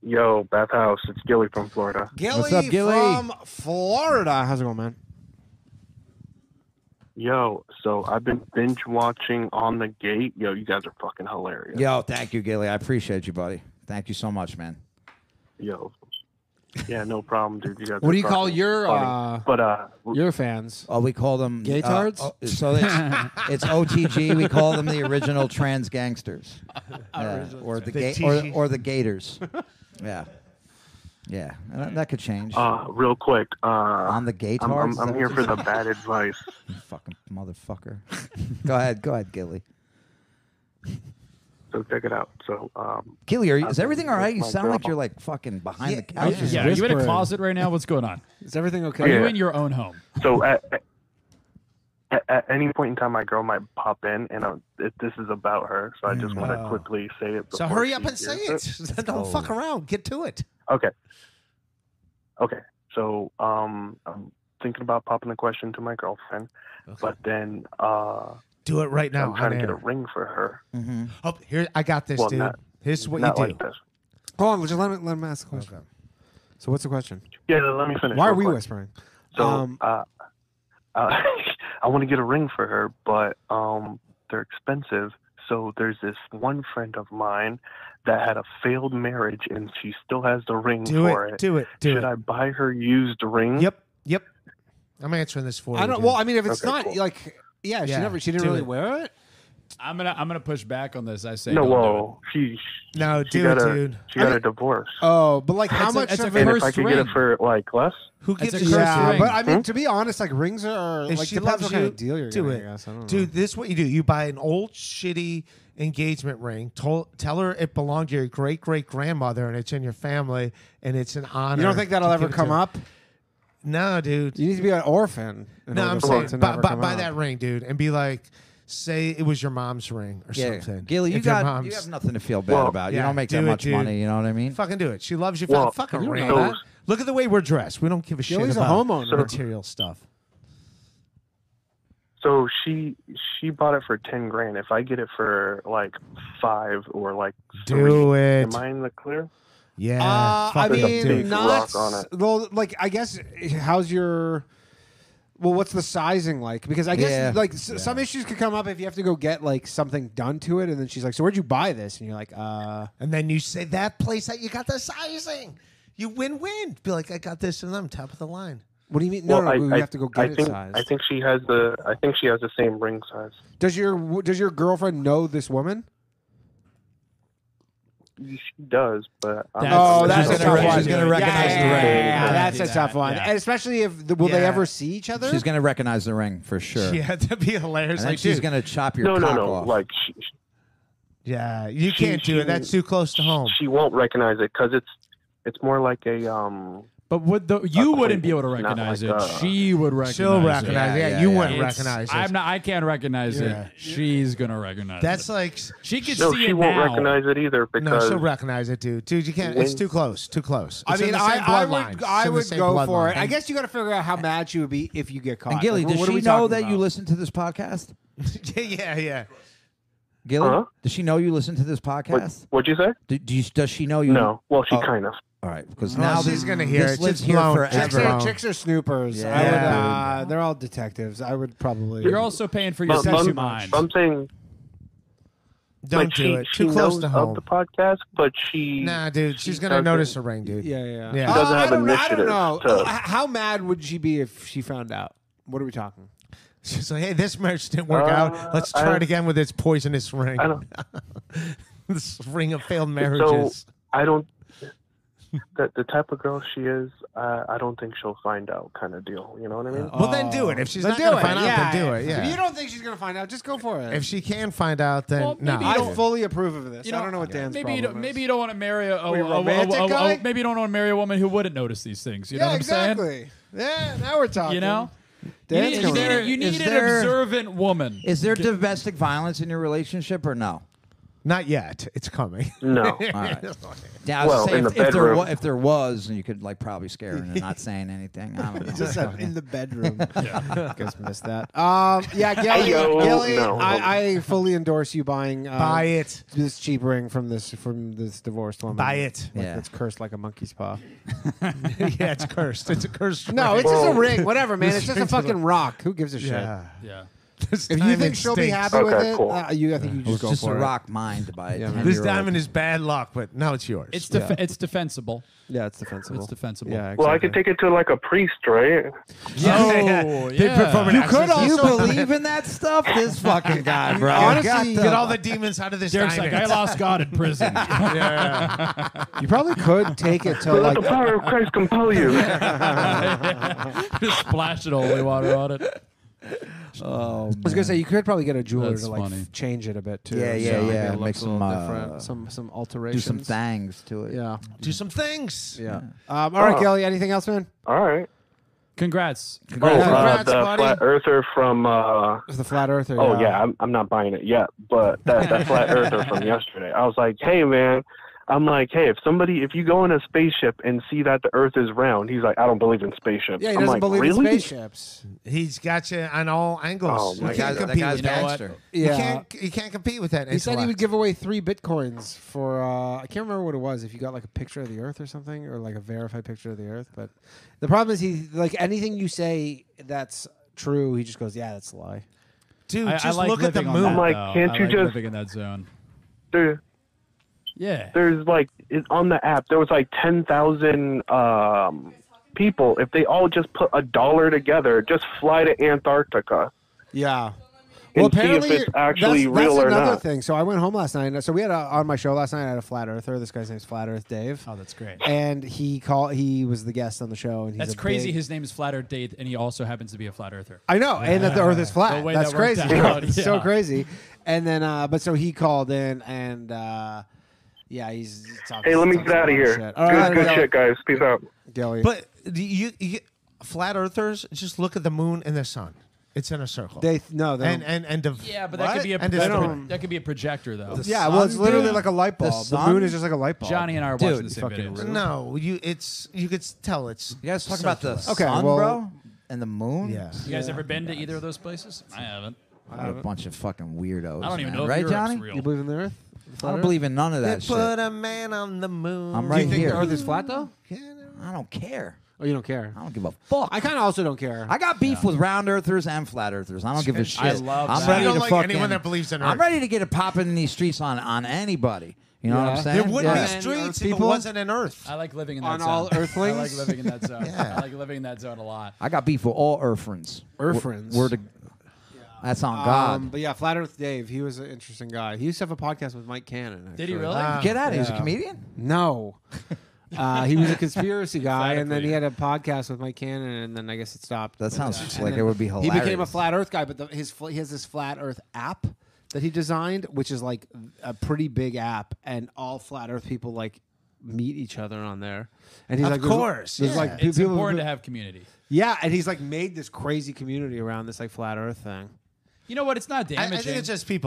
[SPEAKER 11] Yo, bathhouse. It's Gilly from Florida.
[SPEAKER 5] Gilly, from Florida. How's it going, man?
[SPEAKER 11] Yo, so I've been binge watching On the Gate. Yo, you guys are fucking hilarious.
[SPEAKER 7] Yo, thank you, Gilly. I appreciate you, buddy. Thank you so much, man.
[SPEAKER 11] Yo. Yeah, no problem, dude. You guys.
[SPEAKER 7] What
[SPEAKER 11] are
[SPEAKER 7] do you call
[SPEAKER 11] fucking
[SPEAKER 7] your,
[SPEAKER 11] funny.
[SPEAKER 7] uh,
[SPEAKER 11] But uh,
[SPEAKER 5] Your fans.
[SPEAKER 7] Oh, we call them
[SPEAKER 5] Gay tards?
[SPEAKER 7] Uh, oh, so it's, it's OTG. We call them the original trans gangsters, Yeah,
[SPEAKER 11] Original
[SPEAKER 7] or the,
[SPEAKER 11] trans-
[SPEAKER 7] ga-
[SPEAKER 11] The
[SPEAKER 7] or,
[SPEAKER 11] TG.
[SPEAKER 7] or the Gators. Yeah, yeah, And that, that could change.
[SPEAKER 11] uh, real quick. Uh, on
[SPEAKER 7] the Gay
[SPEAKER 11] I'm,
[SPEAKER 7] tards? Is
[SPEAKER 11] I'm,
[SPEAKER 7] that
[SPEAKER 11] I'm here
[SPEAKER 7] what
[SPEAKER 11] for
[SPEAKER 7] you
[SPEAKER 11] the
[SPEAKER 7] said?
[SPEAKER 11] bad advice.
[SPEAKER 7] You fucking motherfucker. go ahead, go ahead, Gilly.
[SPEAKER 11] So check it out. So um,
[SPEAKER 7] Gilly, are you,
[SPEAKER 11] I've
[SPEAKER 7] is
[SPEAKER 11] been
[SPEAKER 7] everything all right? You
[SPEAKER 11] with my
[SPEAKER 7] sound like
[SPEAKER 11] girl.
[SPEAKER 7] you're like fucking behind the
[SPEAKER 3] Yeah,
[SPEAKER 7] couch.
[SPEAKER 3] yeah, you in a closet right now? What's going on?
[SPEAKER 5] oh, Is everything okay?
[SPEAKER 3] Are you
[SPEAKER 11] Yeah.
[SPEAKER 3] in your own home?
[SPEAKER 11] So at, at at any point in time, my girl might pop in, and i it, this is about her. So I just want to
[SPEAKER 6] Oh.
[SPEAKER 11] quickly say it.
[SPEAKER 6] so
[SPEAKER 11] before
[SPEAKER 6] hurry up
[SPEAKER 11] she
[SPEAKER 6] and say
[SPEAKER 11] hears
[SPEAKER 6] it. Don't fuck around. Get to it.
[SPEAKER 11] Okay. Okay. So um, I'm thinking about popping the question to my girlfriend, but then uh,
[SPEAKER 6] Do it right now.
[SPEAKER 11] I'm trying to
[SPEAKER 6] on
[SPEAKER 11] get a
[SPEAKER 6] air.
[SPEAKER 11] ring for her.
[SPEAKER 6] Oh, here I got this,
[SPEAKER 11] Well,
[SPEAKER 6] dude.
[SPEAKER 11] not-
[SPEAKER 6] Here's what
[SPEAKER 11] not
[SPEAKER 6] you do.
[SPEAKER 11] like this.
[SPEAKER 5] Hold on, just let him, let him ask a question. So, what's the question?
[SPEAKER 11] Yeah, let me finish.
[SPEAKER 5] Why are
[SPEAKER 11] real
[SPEAKER 5] we
[SPEAKER 11] quick.
[SPEAKER 5] whispering?
[SPEAKER 11] So
[SPEAKER 5] Um,
[SPEAKER 11] uh, uh, I want to get a ring for her, but um, they're expensive. So there's this one friend of mine that had a failed marriage, and she still has the ring
[SPEAKER 6] Do
[SPEAKER 11] for
[SPEAKER 6] it,
[SPEAKER 11] it.
[SPEAKER 6] do it, do
[SPEAKER 11] Should
[SPEAKER 6] it.
[SPEAKER 11] I buy her used ring?
[SPEAKER 6] Yep. Yep. I'm answering this for you.
[SPEAKER 5] I don't.
[SPEAKER 6] dude.
[SPEAKER 5] Well, I mean, if it's
[SPEAKER 6] Okay,
[SPEAKER 5] not
[SPEAKER 6] cool.
[SPEAKER 5] like, yeah, she
[SPEAKER 6] Yeah,
[SPEAKER 5] never, she didn't
[SPEAKER 6] do
[SPEAKER 5] really
[SPEAKER 6] it.
[SPEAKER 5] wear it.
[SPEAKER 3] I'm gonna I'm gonna push back on this. I say
[SPEAKER 11] No,
[SPEAKER 3] don't do it.
[SPEAKER 11] whoa. She, she-
[SPEAKER 6] No,
[SPEAKER 11] she
[SPEAKER 6] Oh, do
[SPEAKER 11] got
[SPEAKER 6] it,
[SPEAKER 11] a,
[SPEAKER 6] dude.
[SPEAKER 11] She
[SPEAKER 5] I
[SPEAKER 11] got
[SPEAKER 5] mean-
[SPEAKER 11] a divorce.
[SPEAKER 5] Oh, but like, how
[SPEAKER 3] It's a-
[SPEAKER 5] much
[SPEAKER 3] it's a
[SPEAKER 5] of
[SPEAKER 11] and
[SPEAKER 5] it?
[SPEAKER 11] if I could get it for like less,
[SPEAKER 6] Who
[SPEAKER 5] That's
[SPEAKER 6] gives
[SPEAKER 5] a
[SPEAKER 6] a curse
[SPEAKER 5] yeah,
[SPEAKER 6] ring?
[SPEAKER 5] But I mean,
[SPEAKER 6] Hmm?
[SPEAKER 5] to be honest, like rings are
[SPEAKER 6] If
[SPEAKER 5] like
[SPEAKER 6] she
[SPEAKER 5] depends
[SPEAKER 6] loves
[SPEAKER 5] what
[SPEAKER 6] you,
[SPEAKER 5] kind of deal you're
[SPEAKER 6] do
[SPEAKER 5] getting,
[SPEAKER 6] it.
[SPEAKER 5] I guess. I don't know.
[SPEAKER 6] Dude, this is what you do. You buy an old shitty engagement ring. Tol- tell her it belonged to your great great grandmother and it's in your family and it's an honor.
[SPEAKER 5] you don't think that'll
[SPEAKER 6] to
[SPEAKER 5] ever
[SPEAKER 6] give it to
[SPEAKER 5] come
[SPEAKER 6] her.
[SPEAKER 5] up?
[SPEAKER 6] No, dude.
[SPEAKER 5] You need to be an orphan. in
[SPEAKER 6] No,
[SPEAKER 5] order
[SPEAKER 6] I'm
[SPEAKER 5] for it
[SPEAKER 6] saying
[SPEAKER 5] to
[SPEAKER 6] buy,
[SPEAKER 5] never
[SPEAKER 6] buy,
[SPEAKER 5] come
[SPEAKER 6] buy
[SPEAKER 5] out.
[SPEAKER 6] that ring, dude, and be like, say it was your mom's ring or
[SPEAKER 7] Yeah,
[SPEAKER 6] something.
[SPEAKER 7] Gilly, you
[SPEAKER 6] If your
[SPEAKER 7] got
[SPEAKER 6] mom's-
[SPEAKER 7] you have nothing to feel bad
[SPEAKER 6] Well,
[SPEAKER 7] about.
[SPEAKER 6] yeah,
[SPEAKER 7] you don't make that
[SPEAKER 6] do it,
[SPEAKER 7] much
[SPEAKER 6] dude.
[SPEAKER 7] money. You know what I mean?
[SPEAKER 6] Fucking do it. She loves you.
[SPEAKER 7] Well,
[SPEAKER 6] fuck a
[SPEAKER 7] you
[SPEAKER 6] ring.
[SPEAKER 7] know
[SPEAKER 6] huh?
[SPEAKER 7] that.
[SPEAKER 6] Look at the way we're dressed. We don't give a shit
[SPEAKER 5] Gilly's a
[SPEAKER 6] about
[SPEAKER 5] homeowner.
[SPEAKER 6] material stuff.
[SPEAKER 11] So she she bought it for ten grand. If I get it for like five or like three,
[SPEAKER 6] Do it.
[SPEAKER 11] am I in the clear?
[SPEAKER 6] Yeah.
[SPEAKER 5] Uh, I
[SPEAKER 11] fuck it. There's a
[SPEAKER 5] mean,
[SPEAKER 11] big
[SPEAKER 5] not
[SPEAKER 11] rock on it.
[SPEAKER 5] well. Like, I guess how's your well? What's the sizing like? Because I guess
[SPEAKER 7] Yeah.
[SPEAKER 5] like s- some issues could come up if you have to go get like something done to it, and then she's like, "So where'd you buy this?" And you're like, "Uh."
[SPEAKER 6] And then you say that place that you got the sizing. You win win. Be like, I got this and I'm top of the line.
[SPEAKER 5] What do you mean? No, no, you have to go get
[SPEAKER 11] I
[SPEAKER 5] it
[SPEAKER 11] think,
[SPEAKER 5] sized.
[SPEAKER 11] I think she has the I think she has the same ring size.
[SPEAKER 5] Does your does your girlfriend know this woman?
[SPEAKER 11] she does, but um, I'm
[SPEAKER 5] That's-
[SPEAKER 11] not-
[SPEAKER 5] Oh, that's
[SPEAKER 11] she's
[SPEAKER 5] a
[SPEAKER 11] gonna
[SPEAKER 5] tough one.
[SPEAKER 11] recognize-
[SPEAKER 5] Yeah, yeah, yeah, yeah, yeah,
[SPEAKER 7] Yeah,
[SPEAKER 5] that's
[SPEAKER 7] do
[SPEAKER 5] a
[SPEAKER 7] that.
[SPEAKER 5] tough one.
[SPEAKER 7] Yeah.
[SPEAKER 5] And Especially if will they
[SPEAKER 7] Yeah.
[SPEAKER 5] ever see each other?
[SPEAKER 7] She's gonna recognize the ring for sure.
[SPEAKER 5] Yeah,
[SPEAKER 6] that'd be hilarious.
[SPEAKER 7] And then
[SPEAKER 6] like,
[SPEAKER 7] she's
[SPEAKER 6] dude.
[SPEAKER 7] gonna chop your
[SPEAKER 6] No, no,
[SPEAKER 7] cock
[SPEAKER 6] no,
[SPEAKER 7] off.
[SPEAKER 11] Like, she,
[SPEAKER 6] Yeah, you
[SPEAKER 11] She-
[SPEAKER 6] can't do
[SPEAKER 11] she-
[SPEAKER 6] it. That's too close to home.
[SPEAKER 11] she won't recognize it because it's it's more like a um.
[SPEAKER 3] But would the, you wouldn't be able to recognize
[SPEAKER 11] like
[SPEAKER 3] it.
[SPEAKER 11] that.
[SPEAKER 3] she would recognize
[SPEAKER 6] She'll
[SPEAKER 3] it.
[SPEAKER 6] recognize it. Yeah, Yeah, you yeah. wouldn't
[SPEAKER 3] It's-
[SPEAKER 6] recognize it.
[SPEAKER 3] I'm not. I can't recognize
[SPEAKER 6] Yeah.
[SPEAKER 3] it. She's gonna recognize it.
[SPEAKER 6] That's like
[SPEAKER 3] She could
[SPEAKER 11] no,
[SPEAKER 3] see
[SPEAKER 11] she
[SPEAKER 3] it
[SPEAKER 11] won't
[SPEAKER 3] now.
[SPEAKER 11] recognize it either
[SPEAKER 6] no,
[SPEAKER 11] because
[SPEAKER 6] she'll recognize it, dude. Dude, you can't. It's
[SPEAKER 11] When-
[SPEAKER 6] too close. Too close.
[SPEAKER 5] I
[SPEAKER 6] It's in
[SPEAKER 5] mean,
[SPEAKER 6] the
[SPEAKER 5] I,
[SPEAKER 6] same
[SPEAKER 5] I
[SPEAKER 6] bloodline.
[SPEAKER 5] would,
[SPEAKER 6] It's
[SPEAKER 5] I
[SPEAKER 6] in the
[SPEAKER 5] would
[SPEAKER 6] same
[SPEAKER 5] go for
[SPEAKER 6] bloodline.
[SPEAKER 5] it. I guess you got to figure out how mad she would be if you get caught.
[SPEAKER 7] And Gilly,
[SPEAKER 5] Like,
[SPEAKER 7] does
[SPEAKER 5] what are
[SPEAKER 7] she
[SPEAKER 5] we
[SPEAKER 7] know
[SPEAKER 5] talking
[SPEAKER 7] that you
[SPEAKER 5] about?
[SPEAKER 7] listen to this podcast?
[SPEAKER 6] yeah, yeah, yeah.
[SPEAKER 7] Gilly,
[SPEAKER 11] Huh?
[SPEAKER 7] does she know you listen to this podcast?
[SPEAKER 11] Uh-huh. what'd you say?
[SPEAKER 7] Do, do you, does she know you?
[SPEAKER 11] No. Well, she
[SPEAKER 7] Oh,
[SPEAKER 11] kind of.
[SPEAKER 7] All right, because
[SPEAKER 5] Oh,
[SPEAKER 7] now
[SPEAKER 5] she's
[SPEAKER 7] this-
[SPEAKER 5] gonna hear
[SPEAKER 7] this
[SPEAKER 5] it.
[SPEAKER 7] lives
[SPEAKER 5] Just
[SPEAKER 7] here
[SPEAKER 5] blown. Chicks
[SPEAKER 7] forever.
[SPEAKER 5] are, chicks are snoopers. I would,
[SPEAKER 7] Yeah.
[SPEAKER 5] uh, they're all detectives. I would probably.
[SPEAKER 3] You're also paying for your
[SPEAKER 11] But
[SPEAKER 3] sexy
[SPEAKER 11] I'm,
[SPEAKER 3] mind.
[SPEAKER 11] I'm saying
[SPEAKER 6] Don't
[SPEAKER 11] like,
[SPEAKER 6] do
[SPEAKER 11] she,
[SPEAKER 6] it.
[SPEAKER 11] She
[SPEAKER 6] Too close
[SPEAKER 11] knows
[SPEAKER 6] to
[SPEAKER 11] of
[SPEAKER 6] home.
[SPEAKER 11] the podcast, but she
[SPEAKER 6] Nah, dude, she's
[SPEAKER 11] she
[SPEAKER 6] gonna
[SPEAKER 11] doesn't-
[SPEAKER 6] notice a ring, dude.
[SPEAKER 5] Yeah, yeah.
[SPEAKER 6] Yeah. Oh,
[SPEAKER 5] Uh,
[SPEAKER 11] doesn't
[SPEAKER 5] I
[SPEAKER 11] have
[SPEAKER 5] don't, I don't
[SPEAKER 11] initiative
[SPEAKER 5] know.
[SPEAKER 11] to-
[SPEAKER 5] Uh, How mad would she be if she found out? What are we talking?
[SPEAKER 6] She's like, hey, this marriage didn't work out. Let's
[SPEAKER 11] Uh, I
[SPEAKER 6] try it
[SPEAKER 11] don't-
[SPEAKER 6] again with its poisonous ring.
[SPEAKER 11] I don't-
[SPEAKER 6] this ring of failed
[SPEAKER 11] so
[SPEAKER 6] marriages.
[SPEAKER 11] I don't. The, the type of girl she is, uh, I don't think she'll find out, kind of deal. You know what I
[SPEAKER 3] Uh,
[SPEAKER 11] mean?
[SPEAKER 6] well, then do it. If she's
[SPEAKER 5] Then
[SPEAKER 6] not
[SPEAKER 5] Oh. do
[SPEAKER 6] gonna
[SPEAKER 5] it.
[SPEAKER 6] find out,
[SPEAKER 5] yeah.
[SPEAKER 6] then do it.
[SPEAKER 5] If you
[SPEAKER 6] Yeah.
[SPEAKER 5] don't think she's gonna find out, just go for it.
[SPEAKER 6] If she can find out, then
[SPEAKER 3] Well,
[SPEAKER 6] no.
[SPEAKER 3] maybe you
[SPEAKER 5] I
[SPEAKER 3] don't-
[SPEAKER 5] fully approve of this.
[SPEAKER 3] You
[SPEAKER 5] I don't know what Dan's
[SPEAKER 3] maybe you
[SPEAKER 5] problem
[SPEAKER 3] don't,
[SPEAKER 5] is.
[SPEAKER 3] maybe you don't want to marry a, a,
[SPEAKER 5] Are you a
[SPEAKER 3] a- a-
[SPEAKER 5] romantic
[SPEAKER 3] a- a-
[SPEAKER 5] guy?
[SPEAKER 3] maybe you don't want to marry a woman who wouldn't notice these things. You know
[SPEAKER 5] yeah,
[SPEAKER 3] what I'm saying?
[SPEAKER 5] exactly. Yeah, now we're talking.
[SPEAKER 3] You know, you
[SPEAKER 5] Dan's
[SPEAKER 3] need, you
[SPEAKER 5] gonna-
[SPEAKER 3] need, you
[SPEAKER 7] Is
[SPEAKER 3] need an
[SPEAKER 7] there-
[SPEAKER 3] observant woman.
[SPEAKER 7] Is there domestic violence in your relationship or no?
[SPEAKER 6] Not yet. It's coming.
[SPEAKER 11] No.
[SPEAKER 7] All right. Yeah, I was
[SPEAKER 11] Well,
[SPEAKER 7] saying
[SPEAKER 11] in
[SPEAKER 7] if,
[SPEAKER 11] the
[SPEAKER 7] if there
[SPEAKER 11] bedroom.
[SPEAKER 7] wa- if there was, and you could like probably scare her into not saying anything. I don't know.
[SPEAKER 5] Just said in the bedroom.
[SPEAKER 7] yeah.
[SPEAKER 5] guys missed that. Um, yeah, Gilly,
[SPEAKER 11] Ayo,
[SPEAKER 5] Gilly
[SPEAKER 11] no.
[SPEAKER 5] I, I fully endorse you buying uh,
[SPEAKER 6] Buy it.
[SPEAKER 5] this cheap ring from this from this divorced woman.
[SPEAKER 6] Buy it.
[SPEAKER 5] Like,
[SPEAKER 7] Yeah.
[SPEAKER 5] That's cursed like a monkey's paw.
[SPEAKER 6] yeah, it's cursed. It's a cursed.
[SPEAKER 5] No,
[SPEAKER 6] ring.
[SPEAKER 5] it's just a
[SPEAKER 11] Well,
[SPEAKER 5] ring. Whatever, man.
[SPEAKER 6] this
[SPEAKER 5] It's just a
[SPEAKER 6] ring's a-
[SPEAKER 5] fucking rock. Who gives a shit?
[SPEAKER 6] yeah.
[SPEAKER 3] Yeah.
[SPEAKER 6] This
[SPEAKER 5] If you
[SPEAKER 6] diamond
[SPEAKER 5] think she'll be
[SPEAKER 6] stinks.
[SPEAKER 5] happy
[SPEAKER 11] Okay,
[SPEAKER 5] with it,
[SPEAKER 11] cool.
[SPEAKER 5] uh, you, I think you
[SPEAKER 7] It was
[SPEAKER 5] just go
[SPEAKER 7] just a
[SPEAKER 5] for it.
[SPEAKER 7] rock mine to buy.
[SPEAKER 5] Yeah,
[SPEAKER 7] Yeah,
[SPEAKER 5] man.
[SPEAKER 6] This diamond is bad luck, but now it's yours.
[SPEAKER 3] It's def- it's defensible.
[SPEAKER 5] Yeah, it's defensible.
[SPEAKER 3] It's defensible.
[SPEAKER 5] Yeah,
[SPEAKER 11] Well, I could take it to like a priest, right?
[SPEAKER 3] Oh,
[SPEAKER 6] They perform an
[SPEAKER 3] yeah.
[SPEAKER 7] You could
[SPEAKER 6] exorcism.
[SPEAKER 7] also you believe in that stuff. This fucking guy, bro.
[SPEAKER 6] Honestly,
[SPEAKER 7] Got
[SPEAKER 6] get
[SPEAKER 7] the-
[SPEAKER 6] all the demons out of this
[SPEAKER 3] Derek's like,
[SPEAKER 6] diamond.
[SPEAKER 3] I lost God in prison.
[SPEAKER 5] You probably could take it to
[SPEAKER 11] But let
[SPEAKER 5] like
[SPEAKER 11] the power of Christ compel you.
[SPEAKER 3] Just splash it holy water on it.
[SPEAKER 7] Oh,
[SPEAKER 5] I was gonna say you could probably get a jeweler
[SPEAKER 3] That's
[SPEAKER 5] to like
[SPEAKER 3] funny.
[SPEAKER 5] f- change it a bit too.
[SPEAKER 7] Yeah, yeah,
[SPEAKER 5] so maybe
[SPEAKER 7] yeah,
[SPEAKER 5] it
[SPEAKER 7] make
[SPEAKER 5] looks a
[SPEAKER 7] some,
[SPEAKER 5] little
[SPEAKER 7] uh,
[SPEAKER 5] different. Some some
[SPEAKER 7] do
[SPEAKER 5] alterations.
[SPEAKER 7] some thangs to it.
[SPEAKER 5] Yeah,
[SPEAKER 6] Do some things.
[SPEAKER 5] yeah. Um, all right,
[SPEAKER 11] Oh.
[SPEAKER 5] Kelly. Anything else, man?
[SPEAKER 11] All right.
[SPEAKER 3] Congrats.
[SPEAKER 11] Oh, uh,
[SPEAKER 6] Congrats,
[SPEAKER 11] the
[SPEAKER 6] buddy.
[SPEAKER 11] flat earther from. Uh,
[SPEAKER 5] It's the flat earther.
[SPEAKER 11] oh yeah, I'm, I'm not buying it yet, but that that flat earther from yesterday. I was like, hey man. I'm like, hey, if somebody, if you go in a spaceship and see that the Earth is round, he's like, I don't believe in spaceships.
[SPEAKER 5] Yeah, he
[SPEAKER 11] I'm
[SPEAKER 5] doesn't
[SPEAKER 11] like,
[SPEAKER 5] believe
[SPEAKER 11] really?
[SPEAKER 5] in spaceships.
[SPEAKER 6] He's got you on all
[SPEAKER 11] Oh,
[SPEAKER 6] angles.
[SPEAKER 11] my
[SPEAKER 7] That
[SPEAKER 6] you can't
[SPEAKER 7] guy's, that
[SPEAKER 6] compete
[SPEAKER 7] guy's
[SPEAKER 6] with that.
[SPEAKER 7] gangster.
[SPEAKER 5] Yeah.
[SPEAKER 6] You can't. You can't compete with that.
[SPEAKER 5] he said he would
[SPEAKER 6] intellect.
[SPEAKER 5] give away three bitcoins for uh, I can't remember what it was. If you got like a picture of the Earth or something, or like a verified picture of the Earth, but the problem is he like anything you say that's true, he just goes, "Yeah, that's a lie."
[SPEAKER 6] Dude,
[SPEAKER 3] I,
[SPEAKER 6] just
[SPEAKER 3] I like
[SPEAKER 6] look at the
[SPEAKER 3] living on
[SPEAKER 6] moon.
[SPEAKER 3] that,
[SPEAKER 11] I'm like,
[SPEAKER 3] though.
[SPEAKER 11] can't
[SPEAKER 3] I
[SPEAKER 11] you
[SPEAKER 3] like
[SPEAKER 11] just-
[SPEAKER 3] living in that zone?
[SPEAKER 11] There,
[SPEAKER 3] Yeah.
[SPEAKER 11] there's like it, on the app, there was like ten thousand um, people. If they all just put a dollar together, just fly to Antarctica.
[SPEAKER 5] Yeah.
[SPEAKER 11] and see if it's
[SPEAKER 5] you're-
[SPEAKER 11] actually
[SPEAKER 5] that's, that's
[SPEAKER 11] real or
[SPEAKER 5] another
[SPEAKER 11] not.
[SPEAKER 5] thing. So I went home last night. So we had a, on my show last night. I had a flat earther. This guy's name's Flat Earth Dave,
[SPEAKER 3] Oh, that's great.
[SPEAKER 5] and he called. He was the guest on the show. And he's
[SPEAKER 3] That's
[SPEAKER 5] a
[SPEAKER 3] crazy.
[SPEAKER 5] big-
[SPEAKER 3] His name is Flat Earth Dave, and he also happens to be a flat earther.
[SPEAKER 5] I know, and that the Earth is flat.
[SPEAKER 3] The way
[SPEAKER 5] That's
[SPEAKER 3] that worked
[SPEAKER 5] crazy.
[SPEAKER 3] out,
[SPEAKER 5] it's so
[SPEAKER 3] yeah.
[SPEAKER 5] crazy. And then, uh, but so he called in, and uh, yeah, he's talking.
[SPEAKER 11] Hey, let me
[SPEAKER 5] talking
[SPEAKER 11] get out
[SPEAKER 5] a lot
[SPEAKER 11] of here.
[SPEAKER 5] Shit.
[SPEAKER 11] Good,
[SPEAKER 5] All right,
[SPEAKER 11] good
[SPEAKER 5] Gilly.
[SPEAKER 11] shit, guys. Peace out.
[SPEAKER 5] Gilly.
[SPEAKER 6] But do you, you flat earthers just look at the moon and the sun. It's in a circle.
[SPEAKER 5] they no, they
[SPEAKER 6] and
[SPEAKER 5] don't-
[SPEAKER 6] and and div-
[SPEAKER 3] Yeah, but that could
[SPEAKER 6] What?
[SPEAKER 3] be a
[SPEAKER 6] And
[SPEAKER 3] that
[SPEAKER 6] div-
[SPEAKER 3] could, that could be a projector though.
[SPEAKER 5] yeah, well, it's
[SPEAKER 7] sun,
[SPEAKER 5] literally
[SPEAKER 7] dude?
[SPEAKER 5] like a light
[SPEAKER 7] The
[SPEAKER 5] bulb. The,
[SPEAKER 7] sun?
[SPEAKER 5] moon is just like a light bulb.
[SPEAKER 3] Johnny and I are watching
[SPEAKER 7] Dude,
[SPEAKER 3] the same
[SPEAKER 5] fucking
[SPEAKER 3] video.
[SPEAKER 5] rude.
[SPEAKER 6] No, you. It's you could s- tell it's.
[SPEAKER 7] You guys talk about the
[SPEAKER 5] Okay,
[SPEAKER 7] sun,
[SPEAKER 5] well-
[SPEAKER 7] bro, and the moon.
[SPEAKER 6] Yeah.
[SPEAKER 3] You guys ever been to either of those places? I haven't.
[SPEAKER 7] What a bunch of fucking weirdos.
[SPEAKER 3] I don't even
[SPEAKER 7] man.
[SPEAKER 3] know if
[SPEAKER 7] right,
[SPEAKER 3] Europe's
[SPEAKER 7] Johnny?
[SPEAKER 3] real.
[SPEAKER 5] you believe in the Earth?
[SPEAKER 7] I don't believe in none of
[SPEAKER 6] They
[SPEAKER 7] that
[SPEAKER 6] put
[SPEAKER 7] shit.
[SPEAKER 6] a man on the moon.
[SPEAKER 7] I'm right
[SPEAKER 5] You think
[SPEAKER 7] here.
[SPEAKER 5] the Earth is flat though?
[SPEAKER 7] I don't care.
[SPEAKER 5] Oh, you don't care.
[SPEAKER 7] I don't give a fuck.
[SPEAKER 5] I kind of also don't care.
[SPEAKER 7] I got beef with round earthers and flat earthers. I don't give a shit.
[SPEAKER 3] I love
[SPEAKER 7] I'm
[SPEAKER 3] that.
[SPEAKER 7] ready
[SPEAKER 3] You
[SPEAKER 6] don't
[SPEAKER 7] to
[SPEAKER 6] like
[SPEAKER 7] fucking-
[SPEAKER 6] anyone that believes in
[SPEAKER 7] I'm
[SPEAKER 6] Earth.
[SPEAKER 7] ready to get it popping in these streets on on anybody. You know what
[SPEAKER 5] Yeah.
[SPEAKER 7] I'm saying?
[SPEAKER 6] There wouldn't
[SPEAKER 5] Yeah.
[SPEAKER 6] be
[SPEAKER 5] And
[SPEAKER 6] streets
[SPEAKER 5] Earth
[SPEAKER 6] if it
[SPEAKER 5] people?
[SPEAKER 6] wasn't an Earth.
[SPEAKER 3] I like living in that
[SPEAKER 5] On
[SPEAKER 3] zone.
[SPEAKER 5] all
[SPEAKER 3] I like
[SPEAKER 5] Earthlings?
[SPEAKER 3] living in that zone.
[SPEAKER 6] Yeah.
[SPEAKER 3] I like living in that zone a lot.
[SPEAKER 7] I got beef with all earthrins.
[SPEAKER 5] Earthrins?
[SPEAKER 7] We're, we're the That's on God.
[SPEAKER 5] Um, but yeah, Flat Earth Dave, he was an interesting guy. He used to have a podcast with Mike Cannon. Actually.
[SPEAKER 7] Did he really? Get outta here, he's a comedian?
[SPEAKER 5] No. Uh, he was a conspiracy guy, and then he had
[SPEAKER 7] Flat
[SPEAKER 5] a podcast with Mike Cannon, and then I guess it stopped.
[SPEAKER 7] That sounds
[SPEAKER 5] And
[SPEAKER 7] like
[SPEAKER 5] then
[SPEAKER 7] it would be
[SPEAKER 5] He became a
[SPEAKER 7] hilarious.
[SPEAKER 5] flat Earth guy, but the, his fl- he has this flat Earth app that he designed, which is like a pretty big app, and all flat Earth people like meet each other on there. And he's
[SPEAKER 6] Of
[SPEAKER 5] like, there's-
[SPEAKER 6] course,
[SPEAKER 5] there's
[SPEAKER 6] yeah.
[SPEAKER 5] like
[SPEAKER 6] It's
[SPEAKER 5] people-
[SPEAKER 3] important to have community.
[SPEAKER 5] Yeah, and he's like made this crazy community around this like flat Earth thing.
[SPEAKER 3] You know what? It's not damaging.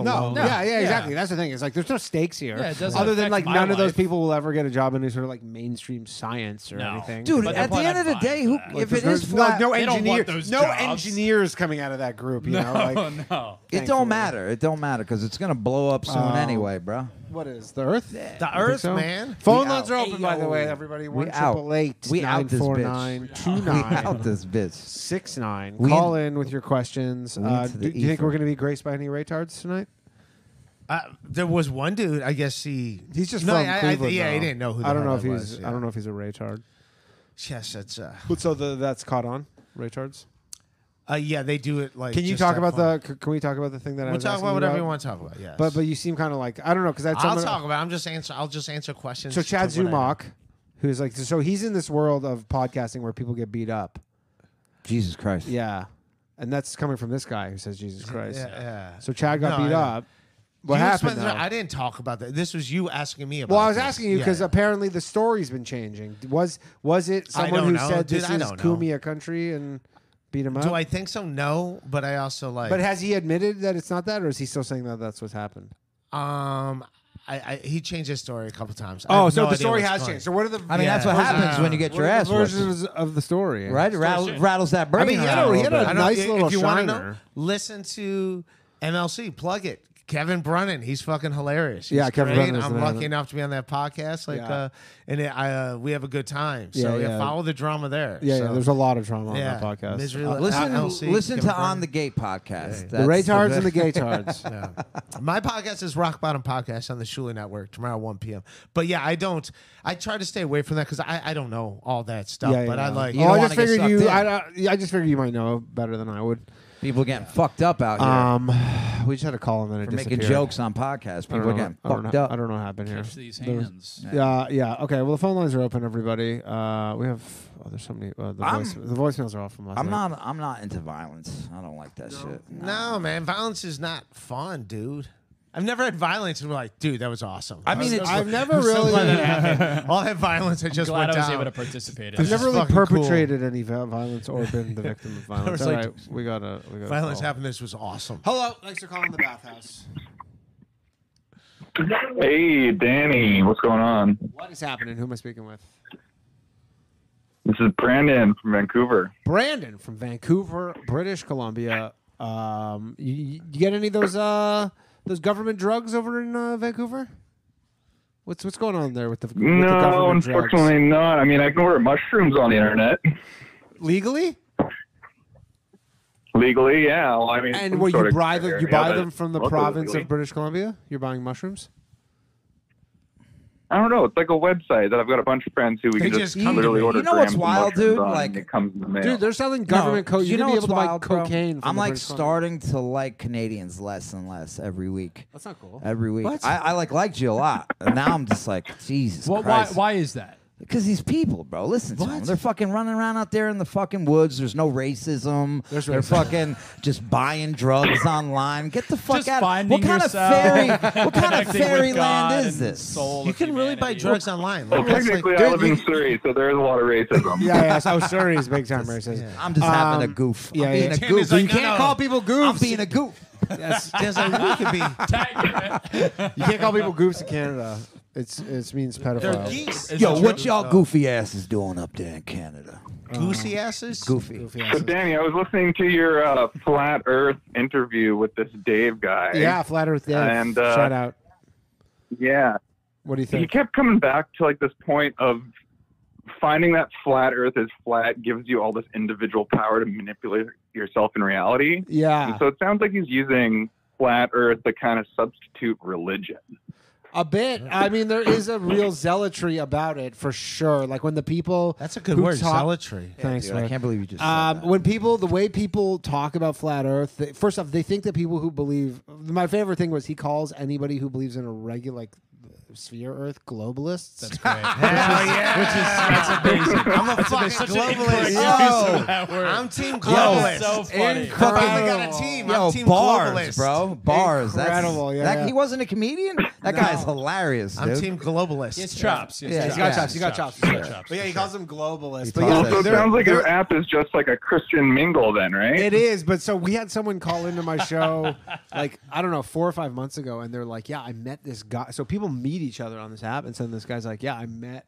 [SPEAKER 5] No, no. Yeah, yeah, exactly. That's the thing. It's like there's no stakes here.
[SPEAKER 3] Yeah, it doesn't
[SPEAKER 5] Other than
[SPEAKER 3] affect
[SPEAKER 5] like
[SPEAKER 3] my
[SPEAKER 5] none of those
[SPEAKER 3] life.
[SPEAKER 5] people will ever get a job in any sort of like mainstream science or anything.
[SPEAKER 7] Dude, But at the end of the day, who
[SPEAKER 5] Like,
[SPEAKER 7] if it
[SPEAKER 5] there's
[SPEAKER 7] is
[SPEAKER 5] no-
[SPEAKER 7] flat,
[SPEAKER 5] no engineer, no engineers coming out of that group. You know, like,
[SPEAKER 3] no.
[SPEAKER 7] It don't matter. It don't matter because it's gonna blow up soon
[SPEAKER 5] Um,
[SPEAKER 7] anyway, bro.
[SPEAKER 5] What is the Earth?
[SPEAKER 6] The Earth, man.
[SPEAKER 5] Phone
[SPEAKER 6] We
[SPEAKER 5] lines are
[SPEAKER 6] out.
[SPEAKER 5] open, by the way,
[SPEAKER 6] Ayo.
[SPEAKER 5] everybody.
[SPEAKER 6] We
[SPEAKER 5] One
[SPEAKER 6] out.
[SPEAKER 5] triple eight.
[SPEAKER 7] We out this bitch. We out this bitch.
[SPEAKER 5] Six nine.
[SPEAKER 7] We
[SPEAKER 5] Call in with your questions.
[SPEAKER 7] We
[SPEAKER 5] Uh,
[SPEAKER 7] into
[SPEAKER 5] do,
[SPEAKER 7] the
[SPEAKER 5] do you think
[SPEAKER 7] ether.
[SPEAKER 5] we're going to be graced by any retards tonight?
[SPEAKER 6] Uh, there was one dude. I guess he.
[SPEAKER 5] He's just
[SPEAKER 6] no,
[SPEAKER 5] from
[SPEAKER 6] I, I-
[SPEAKER 5] Cleveland.
[SPEAKER 6] yeah,
[SPEAKER 5] though.
[SPEAKER 6] he didn't know who. The
[SPEAKER 5] I don't
[SPEAKER 6] hell
[SPEAKER 5] know if
[SPEAKER 6] that
[SPEAKER 5] he's.
[SPEAKER 6] was,
[SPEAKER 5] I don't know if he's a retard.
[SPEAKER 6] Yes, it's. Uh,
[SPEAKER 5] But so the, that's caught on. Retards.
[SPEAKER 6] uh, yeah, they do it like.
[SPEAKER 5] can you
[SPEAKER 6] just
[SPEAKER 5] talk
[SPEAKER 6] have
[SPEAKER 5] about
[SPEAKER 6] fun.
[SPEAKER 5] the? c- Can we talk about the thing that I
[SPEAKER 6] We'll
[SPEAKER 5] was
[SPEAKER 6] talk
[SPEAKER 5] asking
[SPEAKER 6] about whatever
[SPEAKER 5] about?
[SPEAKER 6] you want to talk about. Yes.
[SPEAKER 5] But but you seem kind of like I don't know because that's
[SPEAKER 6] I'll
[SPEAKER 5] someone-
[SPEAKER 6] talk about. It. I'm just answer. I'll just answer questions.
[SPEAKER 5] So Chad
[SPEAKER 6] to what I-
[SPEAKER 5] Zumach, who's like so he's in this world of podcasting where people get beat up.
[SPEAKER 7] Jesus Christ.
[SPEAKER 5] Yeah. And that's coming from this guy who says Jesus Christ.
[SPEAKER 6] yeah, yeah.
[SPEAKER 5] So Chad got
[SPEAKER 6] No,
[SPEAKER 5] beat
[SPEAKER 6] I-
[SPEAKER 5] up. What
[SPEAKER 6] You
[SPEAKER 5] happened?
[SPEAKER 6] explained
[SPEAKER 5] though?
[SPEAKER 6] that- I didn't talk about that. This was you asking me about.
[SPEAKER 5] well, I was
[SPEAKER 6] this.
[SPEAKER 5] asking you
[SPEAKER 6] Yeah,
[SPEAKER 5] because
[SPEAKER 6] yeah.
[SPEAKER 5] apparently the story's been changing. Was was it
[SPEAKER 6] I
[SPEAKER 5] someone
[SPEAKER 6] don't
[SPEAKER 5] who
[SPEAKER 6] know,
[SPEAKER 5] said
[SPEAKER 6] dude,
[SPEAKER 5] this
[SPEAKER 6] I
[SPEAKER 5] is
[SPEAKER 6] don't know.
[SPEAKER 5] Kumia country and beat him up?
[SPEAKER 6] Do I think so? No, but I also like.
[SPEAKER 5] um, but has he admitted that it's not that, or is he still saying that that's what's happened?
[SPEAKER 6] Um, I, I he changed his story a couple times. I
[SPEAKER 5] Oh,
[SPEAKER 6] have
[SPEAKER 5] so
[SPEAKER 6] no
[SPEAKER 5] the
[SPEAKER 6] idea
[SPEAKER 5] story
[SPEAKER 6] what's
[SPEAKER 5] has
[SPEAKER 6] going-
[SPEAKER 5] changed. So what are the?
[SPEAKER 7] I mean, that's what happens when you get
[SPEAKER 5] what
[SPEAKER 7] your
[SPEAKER 5] are the
[SPEAKER 7] ass whooped.
[SPEAKER 5] versions of the story,
[SPEAKER 7] Right? It rattle- rattles that brain.
[SPEAKER 6] I mean, he had
[SPEAKER 7] around
[SPEAKER 6] a, he
[SPEAKER 7] little
[SPEAKER 6] had a
[SPEAKER 7] bit.
[SPEAKER 6] nice little if you wanna Know, listen to MLC. Plug it. Kevin Brennan, he's fucking hilarious. He's
[SPEAKER 5] Yeah, Kevin
[SPEAKER 6] great.
[SPEAKER 5] Brennan is
[SPEAKER 6] I'm
[SPEAKER 5] the man.
[SPEAKER 6] lucky enough to be on that podcast. Like,
[SPEAKER 5] Yeah.
[SPEAKER 6] uh, and it, I, uh, we have a good time. So
[SPEAKER 5] Yeah,
[SPEAKER 6] yeah,
[SPEAKER 5] yeah.
[SPEAKER 6] follow the drama there.
[SPEAKER 5] Yeah,
[SPEAKER 6] so.
[SPEAKER 5] yeah, there's a lot of drama
[SPEAKER 6] Yeah.
[SPEAKER 5] on that podcast.
[SPEAKER 6] Misery
[SPEAKER 5] Uh,
[SPEAKER 6] Lo-
[SPEAKER 7] Listen,
[SPEAKER 6] LLC,
[SPEAKER 7] listen
[SPEAKER 6] Kevin
[SPEAKER 7] to On
[SPEAKER 6] Brennan.
[SPEAKER 7] the Gate podcast.
[SPEAKER 5] The retards and the gaytards.
[SPEAKER 6] Yeah. My podcast is Rock Bottom Podcast on the Shuli Network tomorrow 1 p.m. But yeah, I don't. I try to stay away from that because I, I don't know all that stuff. but I like.
[SPEAKER 5] Oh, I just figured you. I, I yeah, I just figured you might know better than I would.
[SPEAKER 7] People getting fucked up out here.
[SPEAKER 5] Um, we just had a call and then it
[SPEAKER 7] For making
[SPEAKER 5] disappeared.
[SPEAKER 7] jokes on podcasts.
[SPEAKER 5] I don't
[SPEAKER 7] People are
[SPEAKER 5] know-
[SPEAKER 7] getting
[SPEAKER 5] I don't know-
[SPEAKER 7] fucked up.
[SPEAKER 5] I don't know what happened here.
[SPEAKER 3] Catch these
[SPEAKER 5] There was-
[SPEAKER 3] hands.
[SPEAKER 5] yeah, yeah. Okay. Well, the phone lines are open, everybody. Uh, we have. Oh, there's so many. Uh, the,
[SPEAKER 7] I'm-
[SPEAKER 5] voice, the voicemails are all from last
[SPEAKER 7] I'm
[SPEAKER 5] night.
[SPEAKER 7] not. I'm not into violence. I don't like that shit.
[SPEAKER 6] No, man, violence is not fun, dude. I've never had violence and we're like, dude, that was awesome.
[SPEAKER 5] I mean,
[SPEAKER 6] I'm
[SPEAKER 5] it's-
[SPEAKER 6] so-
[SPEAKER 5] I've never
[SPEAKER 6] I'm so
[SPEAKER 5] really-
[SPEAKER 6] glad that happened. all that violence that
[SPEAKER 3] I'm
[SPEAKER 6] just
[SPEAKER 3] glad
[SPEAKER 6] went
[SPEAKER 3] I was
[SPEAKER 6] down.
[SPEAKER 3] able to participate in
[SPEAKER 6] This
[SPEAKER 5] I've
[SPEAKER 6] is
[SPEAKER 5] never really
[SPEAKER 6] fucking cool.
[SPEAKER 5] perpetrated any vi- violence or been the victim of
[SPEAKER 6] I was
[SPEAKER 5] violence. All
[SPEAKER 6] like,
[SPEAKER 5] right, we got to we got
[SPEAKER 6] Violence happened. This was awesome.
[SPEAKER 5] Hello, thanks for calling the bathhouse.
[SPEAKER 8] Hey, Danny, what's going on?
[SPEAKER 5] What is happening? Who am I speaking with?
[SPEAKER 8] This is Brandon from Vancouver.
[SPEAKER 5] Brandon from Vancouver, British Columbia. Um, you, you get any of those uh those government drugs over in uh, Vancouver? What's what's going on there with the, with the
[SPEAKER 8] No,
[SPEAKER 5] government
[SPEAKER 8] unfortunately not. I mean, I can order mushrooms on the internet
[SPEAKER 5] drugs? legally?
[SPEAKER 8] legally. Yeah, well, I mean,
[SPEAKER 5] And
[SPEAKER 8] some
[SPEAKER 5] where
[SPEAKER 8] sort
[SPEAKER 5] you
[SPEAKER 8] of
[SPEAKER 5] buy them, you
[SPEAKER 8] criteria,
[SPEAKER 5] buy
[SPEAKER 8] but
[SPEAKER 5] them from the
[SPEAKER 8] mostly
[SPEAKER 5] province
[SPEAKER 8] legally.
[SPEAKER 5] of British Columbia. You're buying mushrooms.
[SPEAKER 8] I don't know. It's like a website that I've got a bunch of friends who we
[SPEAKER 5] They
[SPEAKER 8] can
[SPEAKER 5] just
[SPEAKER 8] just,
[SPEAKER 5] come to
[SPEAKER 8] literally
[SPEAKER 5] me.
[SPEAKER 8] order.
[SPEAKER 5] You know
[SPEAKER 8] grams
[SPEAKER 5] what's
[SPEAKER 8] of
[SPEAKER 5] wild,
[SPEAKER 8] mushrooms
[SPEAKER 7] dude?
[SPEAKER 8] on and
[SPEAKER 7] Like-
[SPEAKER 8] it comes in the mail.
[SPEAKER 5] Dude, they're selling government
[SPEAKER 7] No,
[SPEAKER 5] coke. You're
[SPEAKER 7] you know
[SPEAKER 5] gonna be
[SPEAKER 7] what's
[SPEAKER 5] able to buy
[SPEAKER 7] wild, bro?
[SPEAKER 5] cocaine. From
[SPEAKER 7] I'm
[SPEAKER 5] the
[SPEAKER 7] like
[SPEAKER 5] British Columbia.
[SPEAKER 7] starting to like Canadians less and less every week.
[SPEAKER 5] That's not cool.
[SPEAKER 7] Every week,
[SPEAKER 5] What?
[SPEAKER 7] I, I like liked you a lot, and now I'm just like Jesus
[SPEAKER 3] Well, why,
[SPEAKER 7] Christ.
[SPEAKER 3] why is that?
[SPEAKER 7] Because these people, bro, listen to them. They're fucking running around out there in the fucking woods. There's no racism.
[SPEAKER 5] There's
[SPEAKER 7] They're
[SPEAKER 5] racism.
[SPEAKER 7] fucking just buying drugs online. Get the fuck
[SPEAKER 3] Just
[SPEAKER 7] out. of-
[SPEAKER 3] finding
[SPEAKER 7] What kind
[SPEAKER 3] yourself,
[SPEAKER 7] of fairy? What kind of
[SPEAKER 3] connecting with
[SPEAKER 7] fairy
[SPEAKER 3] God
[SPEAKER 7] land is
[SPEAKER 3] and
[SPEAKER 7] this?
[SPEAKER 3] soul
[SPEAKER 6] You
[SPEAKER 3] of
[SPEAKER 6] can really buy
[SPEAKER 3] humanity.
[SPEAKER 6] drugs online.
[SPEAKER 8] well,
[SPEAKER 6] Like, that's like-
[SPEAKER 8] technically, I live in Surrey, so there is a lot of racism.
[SPEAKER 5] Yeah, yeah. So Surrey's big time racist.
[SPEAKER 7] I'm just having a goof. I'm
[SPEAKER 5] Yeah,
[SPEAKER 7] being
[SPEAKER 5] yeah.
[SPEAKER 7] a
[SPEAKER 5] Tim
[SPEAKER 7] goof.
[SPEAKER 5] is like,
[SPEAKER 7] you can't
[SPEAKER 5] no, no.
[SPEAKER 7] call people goofs.
[SPEAKER 5] I'm being
[SPEAKER 7] a goof.
[SPEAKER 5] Yes.
[SPEAKER 6] There's like we could be.
[SPEAKER 5] You can't call people goofs in Canada. It's it means pedophile.
[SPEAKER 6] geese.
[SPEAKER 7] Yo, what y'all goofy asses doing up there in Canada?
[SPEAKER 6] Goosey
[SPEAKER 5] Um,
[SPEAKER 6] asses.
[SPEAKER 7] Goofy.
[SPEAKER 8] So, Danny, I was listening to your uh, flat Earth interview with this Dave guy.
[SPEAKER 5] Yeah, flat Earth Dave.
[SPEAKER 8] And, uh,
[SPEAKER 5] Shout out.
[SPEAKER 8] Yeah.
[SPEAKER 5] What do you
[SPEAKER 8] He
[SPEAKER 5] think?
[SPEAKER 8] kept coming back to like this point of finding that flat Earth is flat gives you all this individual power to manipulate yourself in reality.
[SPEAKER 5] Yeah.
[SPEAKER 8] And so it sounds like he's using flat Earth to kind of substitute religion.
[SPEAKER 5] A bit. I mean, there is a real zealotry about it for sure. Like when the people that's a
[SPEAKER 6] good word, zealotry. Yeah,
[SPEAKER 5] Thanks,
[SPEAKER 6] dude, I
[SPEAKER 5] man.
[SPEAKER 6] can't believe you just said
[SPEAKER 5] Um, when people, the way people talk about flat Earth, they, first off, they think that people who believe. My favorite thing was he calls anybody who believes in a regular like sphere Earth globalists. That's great.
[SPEAKER 6] Which is that's amazing. I'm a fucking globalist. Yo, I'm team globalist. I finally got a team.
[SPEAKER 7] Yo,
[SPEAKER 6] I'm team
[SPEAKER 7] bars,
[SPEAKER 6] globalist,
[SPEAKER 7] bro. Bars. That's-
[SPEAKER 6] Incredible, yeah,
[SPEAKER 7] that,
[SPEAKER 6] yeah.
[SPEAKER 7] He wasn't a comedian. That guy's hilarious.
[SPEAKER 6] I'm
[SPEAKER 7] dude.
[SPEAKER 6] team globalist.
[SPEAKER 5] It's chops. It's chops. You got chops. You got chops. You got chops. But yeah, he calls them globalists. But yeah,
[SPEAKER 12] Also,
[SPEAKER 5] they're-
[SPEAKER 12] sounds like
[SPEAKER 5] they're-
[SPEAKER 12] your app is just like a Christian mingle, then, right?
[SPEAKER 5] It is, but so we had someone call into my show, like I don't know, four or five months ago, and they're like, "Yeah, I met this guy." So people meet each other on this app, and so this guy's like, "Yeah, I met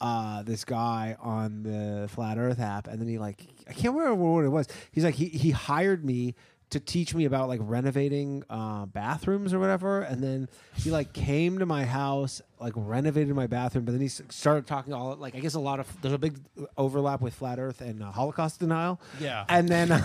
[SPEAKER 5] uh, this guy on the Flat Earth app," and then he like, I can't remember what it was. He's like, he he hired me to teach me about like renovating uh, bathrooms or whatever, and then he like came to my house, like renovated my bathroom, but then he s- started talking all like I guess a lot of there's a big overlap with Flat Earth and uh, Holocaust denial.
[SPEAKER 3] Yeah.
[SPEAKER 5] and then
[SPEAKER 3] Yeah,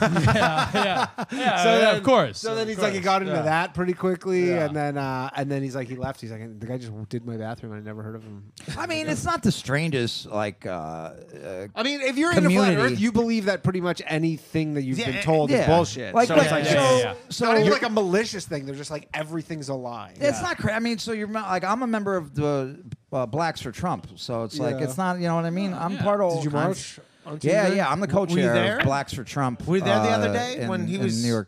[SPEAKER 3] yeah. Yeah, yeah, of course,
[SPEAKER 5] so then
[SPEAKER 3] of
[SPEAKER 5] he's like, he
[SPEAKER 3] course,
[SPEAKER 5] got into
[SPEAKER 3] yeah.
[SPEAKER 5] that pretty quickly, and then uh, and then he's like, he left. He's like, the guy just did my bathroom. I never heard of him.
[SPEAKER 7] I mean, it's not the strangest. Like, uh, uh,
[SPEAKER 5] I mean, if you're in a flat
[SPEAKER 7] community.
[SPEAKER 5] Earth, you believe that pretty much anything that you've
[SPEAKER 7] Yeah,
[SPEAKER 5] been told
[SPEAKER 7] yeah.
[SPEAKER 5] is bullshit.
[SPEAKER 7] Like,
[SPEAKER 5] so
[SPEAKER 7] like,
[SPEAKER 5] it's like,
[SPEAKER 7] so- Yeah, yeah, yeah.
[SPEAKER 5] it's
[SPEAKER 7] so-
[SPEAKER 5] not even
[SPEAKER 7] you're-
[SPEAKER 5] like a malicious thing. They're just like everything's a lie.
[SPEAKER 7] It's not crazy. I mean, so you're not- like, I'm a member of the uh, Blacks for Trump, so it's like
[SPEAKER 5] Yeah.
[SPEAKER 7] it's not. You know what I mean? I'm part of. all
[SPEAKER 5] Did you
[SPEAKER 7] kinds-
[SPEAKER 5] march on
[SPEAKER 7] Yeah,
[SPEAKER 5] Tuesday?
[SPEAKER 7] yeah. I'm the
[SPEAKER 5] Were you
[SPEAKER 7] co-chair
[SPEAKER 5] there?
[SPEAKER 7] of Blacks for Trump.
[SPEAKER 5] Were you there the other
[SPEAKER 7] uh,
[SPEAKER 5] day
[SPEAKER 7] in-
[SPEAKER 5] when he
[SPEAKER 7] in
[SPEAKER 5] was
[SPEAKER 7] New York?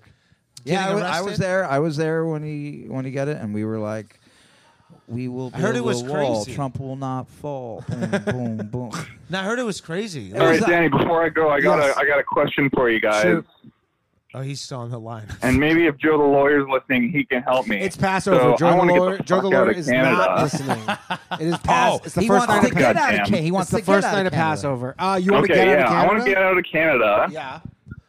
[SPEAKER 7] Yeah, I
[SPEAKER 5] getting
[SPEAKER 7] was, I was
[SPEAKER 5] arrested?
[SPEAKER 7] there. I was there when he when he got it, and we were like, "We will
[SPEAKER 6] I heard
[SPEAKER 7] build
[SPEAKER 6] it was
[SPEAKER 7] a wall.
[SPEAKER 6] crazy.
[SPEAKER 7] Trump will not fall." Boom, boom, boom.
[SPEAKER 6] No, I heard it was crazy.
[SPEAKER 12] All right, Danny. Before I go, I got
[SPEAKER 6] Yes.
[SPEAKER 12] a I got a question for you guys,
[SPEAKER 6] Shoot. Oh, he's still on the line.
[SPEAKER 12] and maybe if Joe the lawyer's listening, he can help me.
[SPEAKER 5] It's Passover.
[SPEAKER 12] So I
[SPEAKER 5] Joe,
[SPEAKER 12] wanna
[SPEAKER 5] the
[SPEAKER 12] get
[SPEAKER 5] lawyer, Joe the
[SPEAKER 12] fuck out
[SPEAKER 5] lawyer
[SPEAKER 12] of
[SPEAKER 5] is
[SPEAKER 12] Canada.
[SPEAKER 5] not listening. It is pass. it's the
[SPEAKER 12] Oh, he wants
[SPEAKER 5] first night
[SPEAKER 12] to
[SPEAKER 5] of
[SPEAKER 12] get
[SPEAKER 5] Passover.
[SPEAKER 12] out of Can- he wants
[SPEAKER 5] it's
[SPEAKER 12] to
[SPEAKER 5] the
[SPEAKER 12] get
[SPEAKER 5] first
[SPEAKER 12] out of
[SPEAKER 5] night of
[SPEAKER 12] Canada.
[SPEAKER 5] Passover. Uh, you want
[SPEAKER 12] okay,
[SPEAKER 5] to get out
[SPEAKER 12] yeah,
[SPEAKER 5] of
[SPEAKER 12] I
[SPEAKER 5] Canada?
[SPEAKER 12] want to get out of Canada.
[SPEAKER 5] Yeah.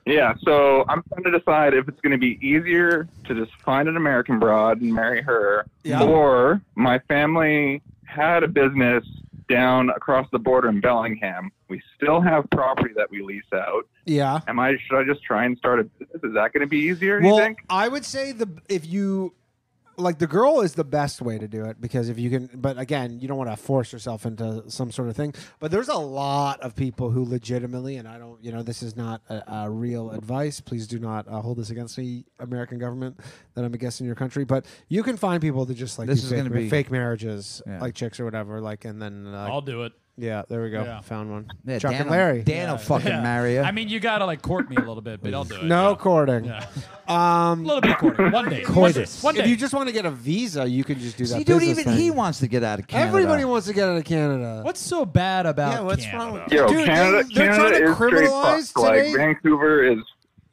[SPEAKER 12] Yeah, so I'm trying to decide if it's going to be easier to just find an American broad and marry her,
[SPEAKER 5] Yeah.
[SPEAKER 12] or my family had a business down across the border in Bellingham. We still have property that we lease out.
[SPEAKER 5] Yeah.
[SPEAKER 12] Am I? Should I just try and start a business? Is that going to be easier? you
[SPEAKER 5] Well,
[SPEAKER 12] think?
[SPEAKER 5] I would say the if you like the girl is the best way to do it because if you can, but again, you don't want to force yourself into some sort of thing. But there's a lot of people who legitimately, and I don't, you know, this is not a, a real advice. Please do not uh, hold this against the American government that I'm against in your country. But you can find people that just like
[SPEAKER 7] This
[SPEAKER 5] do
[SPEAKER 7] is
[SPEAKER 5] fake,
[SPEAKER 7] gonna be-
[SPEAKER 5] fake marriages,
[SPEAKER 7] Yeah.
[SPEAKER 5] like chicks or whatever, like, and then uh,
[SPEAKER 3] I'll do it.
[SPEAKER 5] Yeah, there we go.
[SPEAKER 3] Yeah.
[SPEAKER 5] Found one.
[SPEAKER 7] Yeah,
[SPEAKER 5] Chuck
[SPEAKER 7] Dan
[SPEAKER 5] and
[SPEAKER 7] will-
[SPEAKER 5] Larry.
[SPEAKER 7] Dan will Yeah. fucking marry ya.
[SPEAKER 3] I mean, you gotta like court me a little bit, but I'll do it.
[SPEAKER 5] No courting. Um,
[SPEAKER 3] a little bit of courting. One day.
[SPEAKER 5] Coitus.
[SPEAKER 3] One day.
[SPEAKER 5] If you just want to get a visa, you can just do that.
[SPEAKER 7] See, dude,
[SPEAKER 5] business
[SPEAKER 7] even
[SPEAKER 5] thing.
[SPEAKER 7] he wants to get out of Canada.
[SPEAKER 5] Everybody wants to get out of Canada.
[SPEAKER 3] What's so bad about
[SPEAKER 5] Yeah, what's wrong with
[SPEAKER 12] Yo,
[SPEAKER 5] Dude,
[SPEAKER 12] Canada,
[SPEAKER 5] they, are
[SPEAKER 12] Canada
[SPEAKER 5] trying to
[SPEAKER 12] is straight
[SPEAKER 5] criminalize
[SPEAKER 12] fucked.
[SPEAKER 5] today.
[SPEAKER 12] Like Vancouver is.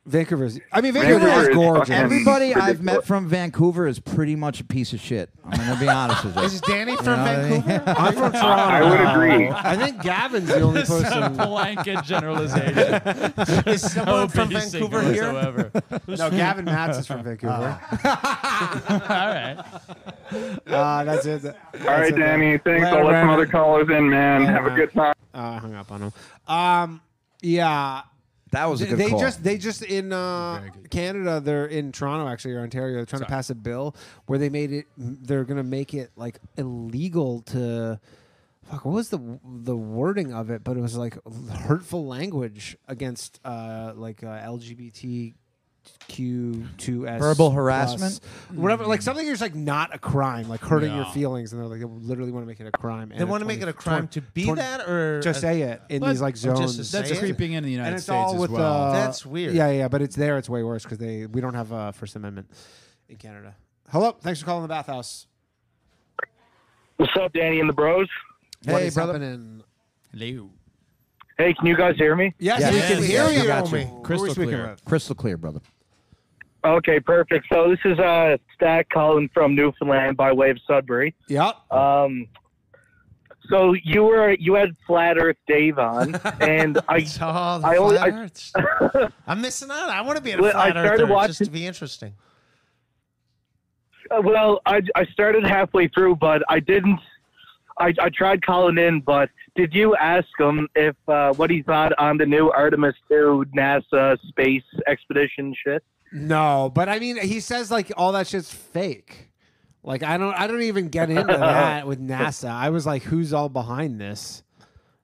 [SPEAKER 5] Vancouver's. I mean,
[SPEAKER 12] Vancouver
[SPEAKER 5] Vancouver is
[SPEAKER 12] is
[SPEAKER 5] gorgeous.
[SPEAKER 12] fucking-
[SPEAKER 7] Everybody I've met
[SPEAKER 12] ridiculous.
[SPEAKER 7] from Vancouver is pretty much a piece of shit. I'm gonna be honest with you.
[SPEAKER 6] Is Danny from
[SPEAKER 7] know what I mean?
[SPEAKER 6] Vancouver?
[SPEAKER 5] I'm from Toronto.
[SPEAKER 12] I would agree.
[SPEAKER 5] I think Gavin's the only
[SPEAKER 3] It's a
[SPEAKER 5] person.
[SPEAKER 3] blanket generalization.
[SPEAKER 6] Is someone from
[SPEAKER 3] basic
[SPEAKER 6] Vancouver here?
[SPEAKER 3] whatsoever.
[SPEAKER 5] No, Gavin Matz is from Vancouver.
[SPEAKER 3] All right.
[SPEAKER 5] Uh, that's it.
[SPEAKER 12] All right, Danny. Thanks. I'll let some other callers in, man. Have a good time.
[SPEAKER 5] Ah, I hung up on him. Um, yeah.
[SPEAKER 7] That was a good
[SPEAKER 5] they
[SPEAKER 7] call.
[SPEAKER 5] just they just in uh, Canada they're in Toronto actually or Ontario they're trying to pass a bill where they made it they're gonna make it like illegal to fuck what was the the wording of it but it was like hurtful language against uh, like uh, LGBTQ 2S
[SPEAKER 7] Verbal harassment?
[SPEAKER 5] whatever like something that's like not a crime like hurting your
[SPEAKER 6] Yeah.
[SPEAKER 5] feelings and they're like they literally want to make it a crime and
[SPEAKER 6] They
[SPEAKER 5] a
[SPEAKER 6] wanna make
[SPEAKER 5] 20
[SPEAKER 6] it a crime to be that or-
[SPEAKER 5] just say it in
[SPEAKER 6] What?
[SPEAKER 5] these like
[SPEAKER 6] Or just
[SPEAKER 5] zones
[SPEAKER 6] to That's say it? creeping in the United
[SPEAKER 5] and it's
[SPEAKER 6] States
[SPEAKER 5] all
[SPEAKER 6] as
[SPEAKER 5] with,
[SPEAKER 6] well.
[SPEAKER 5] uh,
[SPEAKER 6] That's weird.
[SPEAKER 5] yeah yeah but it's there it's way worse because they we don't have a first amendment in canada hello thanks for calling the bathhouse
[SPEAKER 14] What's up, Danny and the Bros?
[SPEAKER 5] what is happening
[SPEAKER 3] Hello.
[SPEAKER 14] Hey, can you guys hear me?
[SPEAKER 5] Yes,
[SPEAKER 7] Yeah.
[SPEAKER 5] we can hear
[SPEAKER 7] we
[SPEAKER 5] you,
[SPEAKER 7] got
[SPEAKER 5] homie. Who are we
[SPEAKER 7] Crystal
[SPEAKER 5] speaking
[SPEAKER 7] clear.
[SPEAKER 5] with?
[SPEAKER 7] Crystal clear, brother.
[SPEAKER 14] Okay, perfect. So this is uh, Stack calling from Newfoundland by way of Sudbury.
[SPEAKER 5] Yep.
[SPEAKER 14] Um, so you were you had Flat Earth Dave on, and I
[SPEAKER 6] the
[SPEAKER 14] I only
[SPEAKER 6] Flat
[SPEAKER 14] I,
[SPEAKER 6] I'm missing out. I want to be at a
[SPEAKER 14] Well, I
[SPEAKER 6] flat
[SPEAKER 14] started
[SPEAKER 6] earther just
[SPEAKER 14] watching-
[SPEAKER 6] to be interesting.
[SPEAKER 14] Uh, Well, I, I started halfway through, but I didn't. I, I tried calling in, but did you ask him if uh, what he thought on the new Artemis 2 NASA space expedition shit?
[SPEAKER 5] no but i mean he says like all that shit's fake Like I don't I don't even get into that with NASA. I was like, who's all behind this?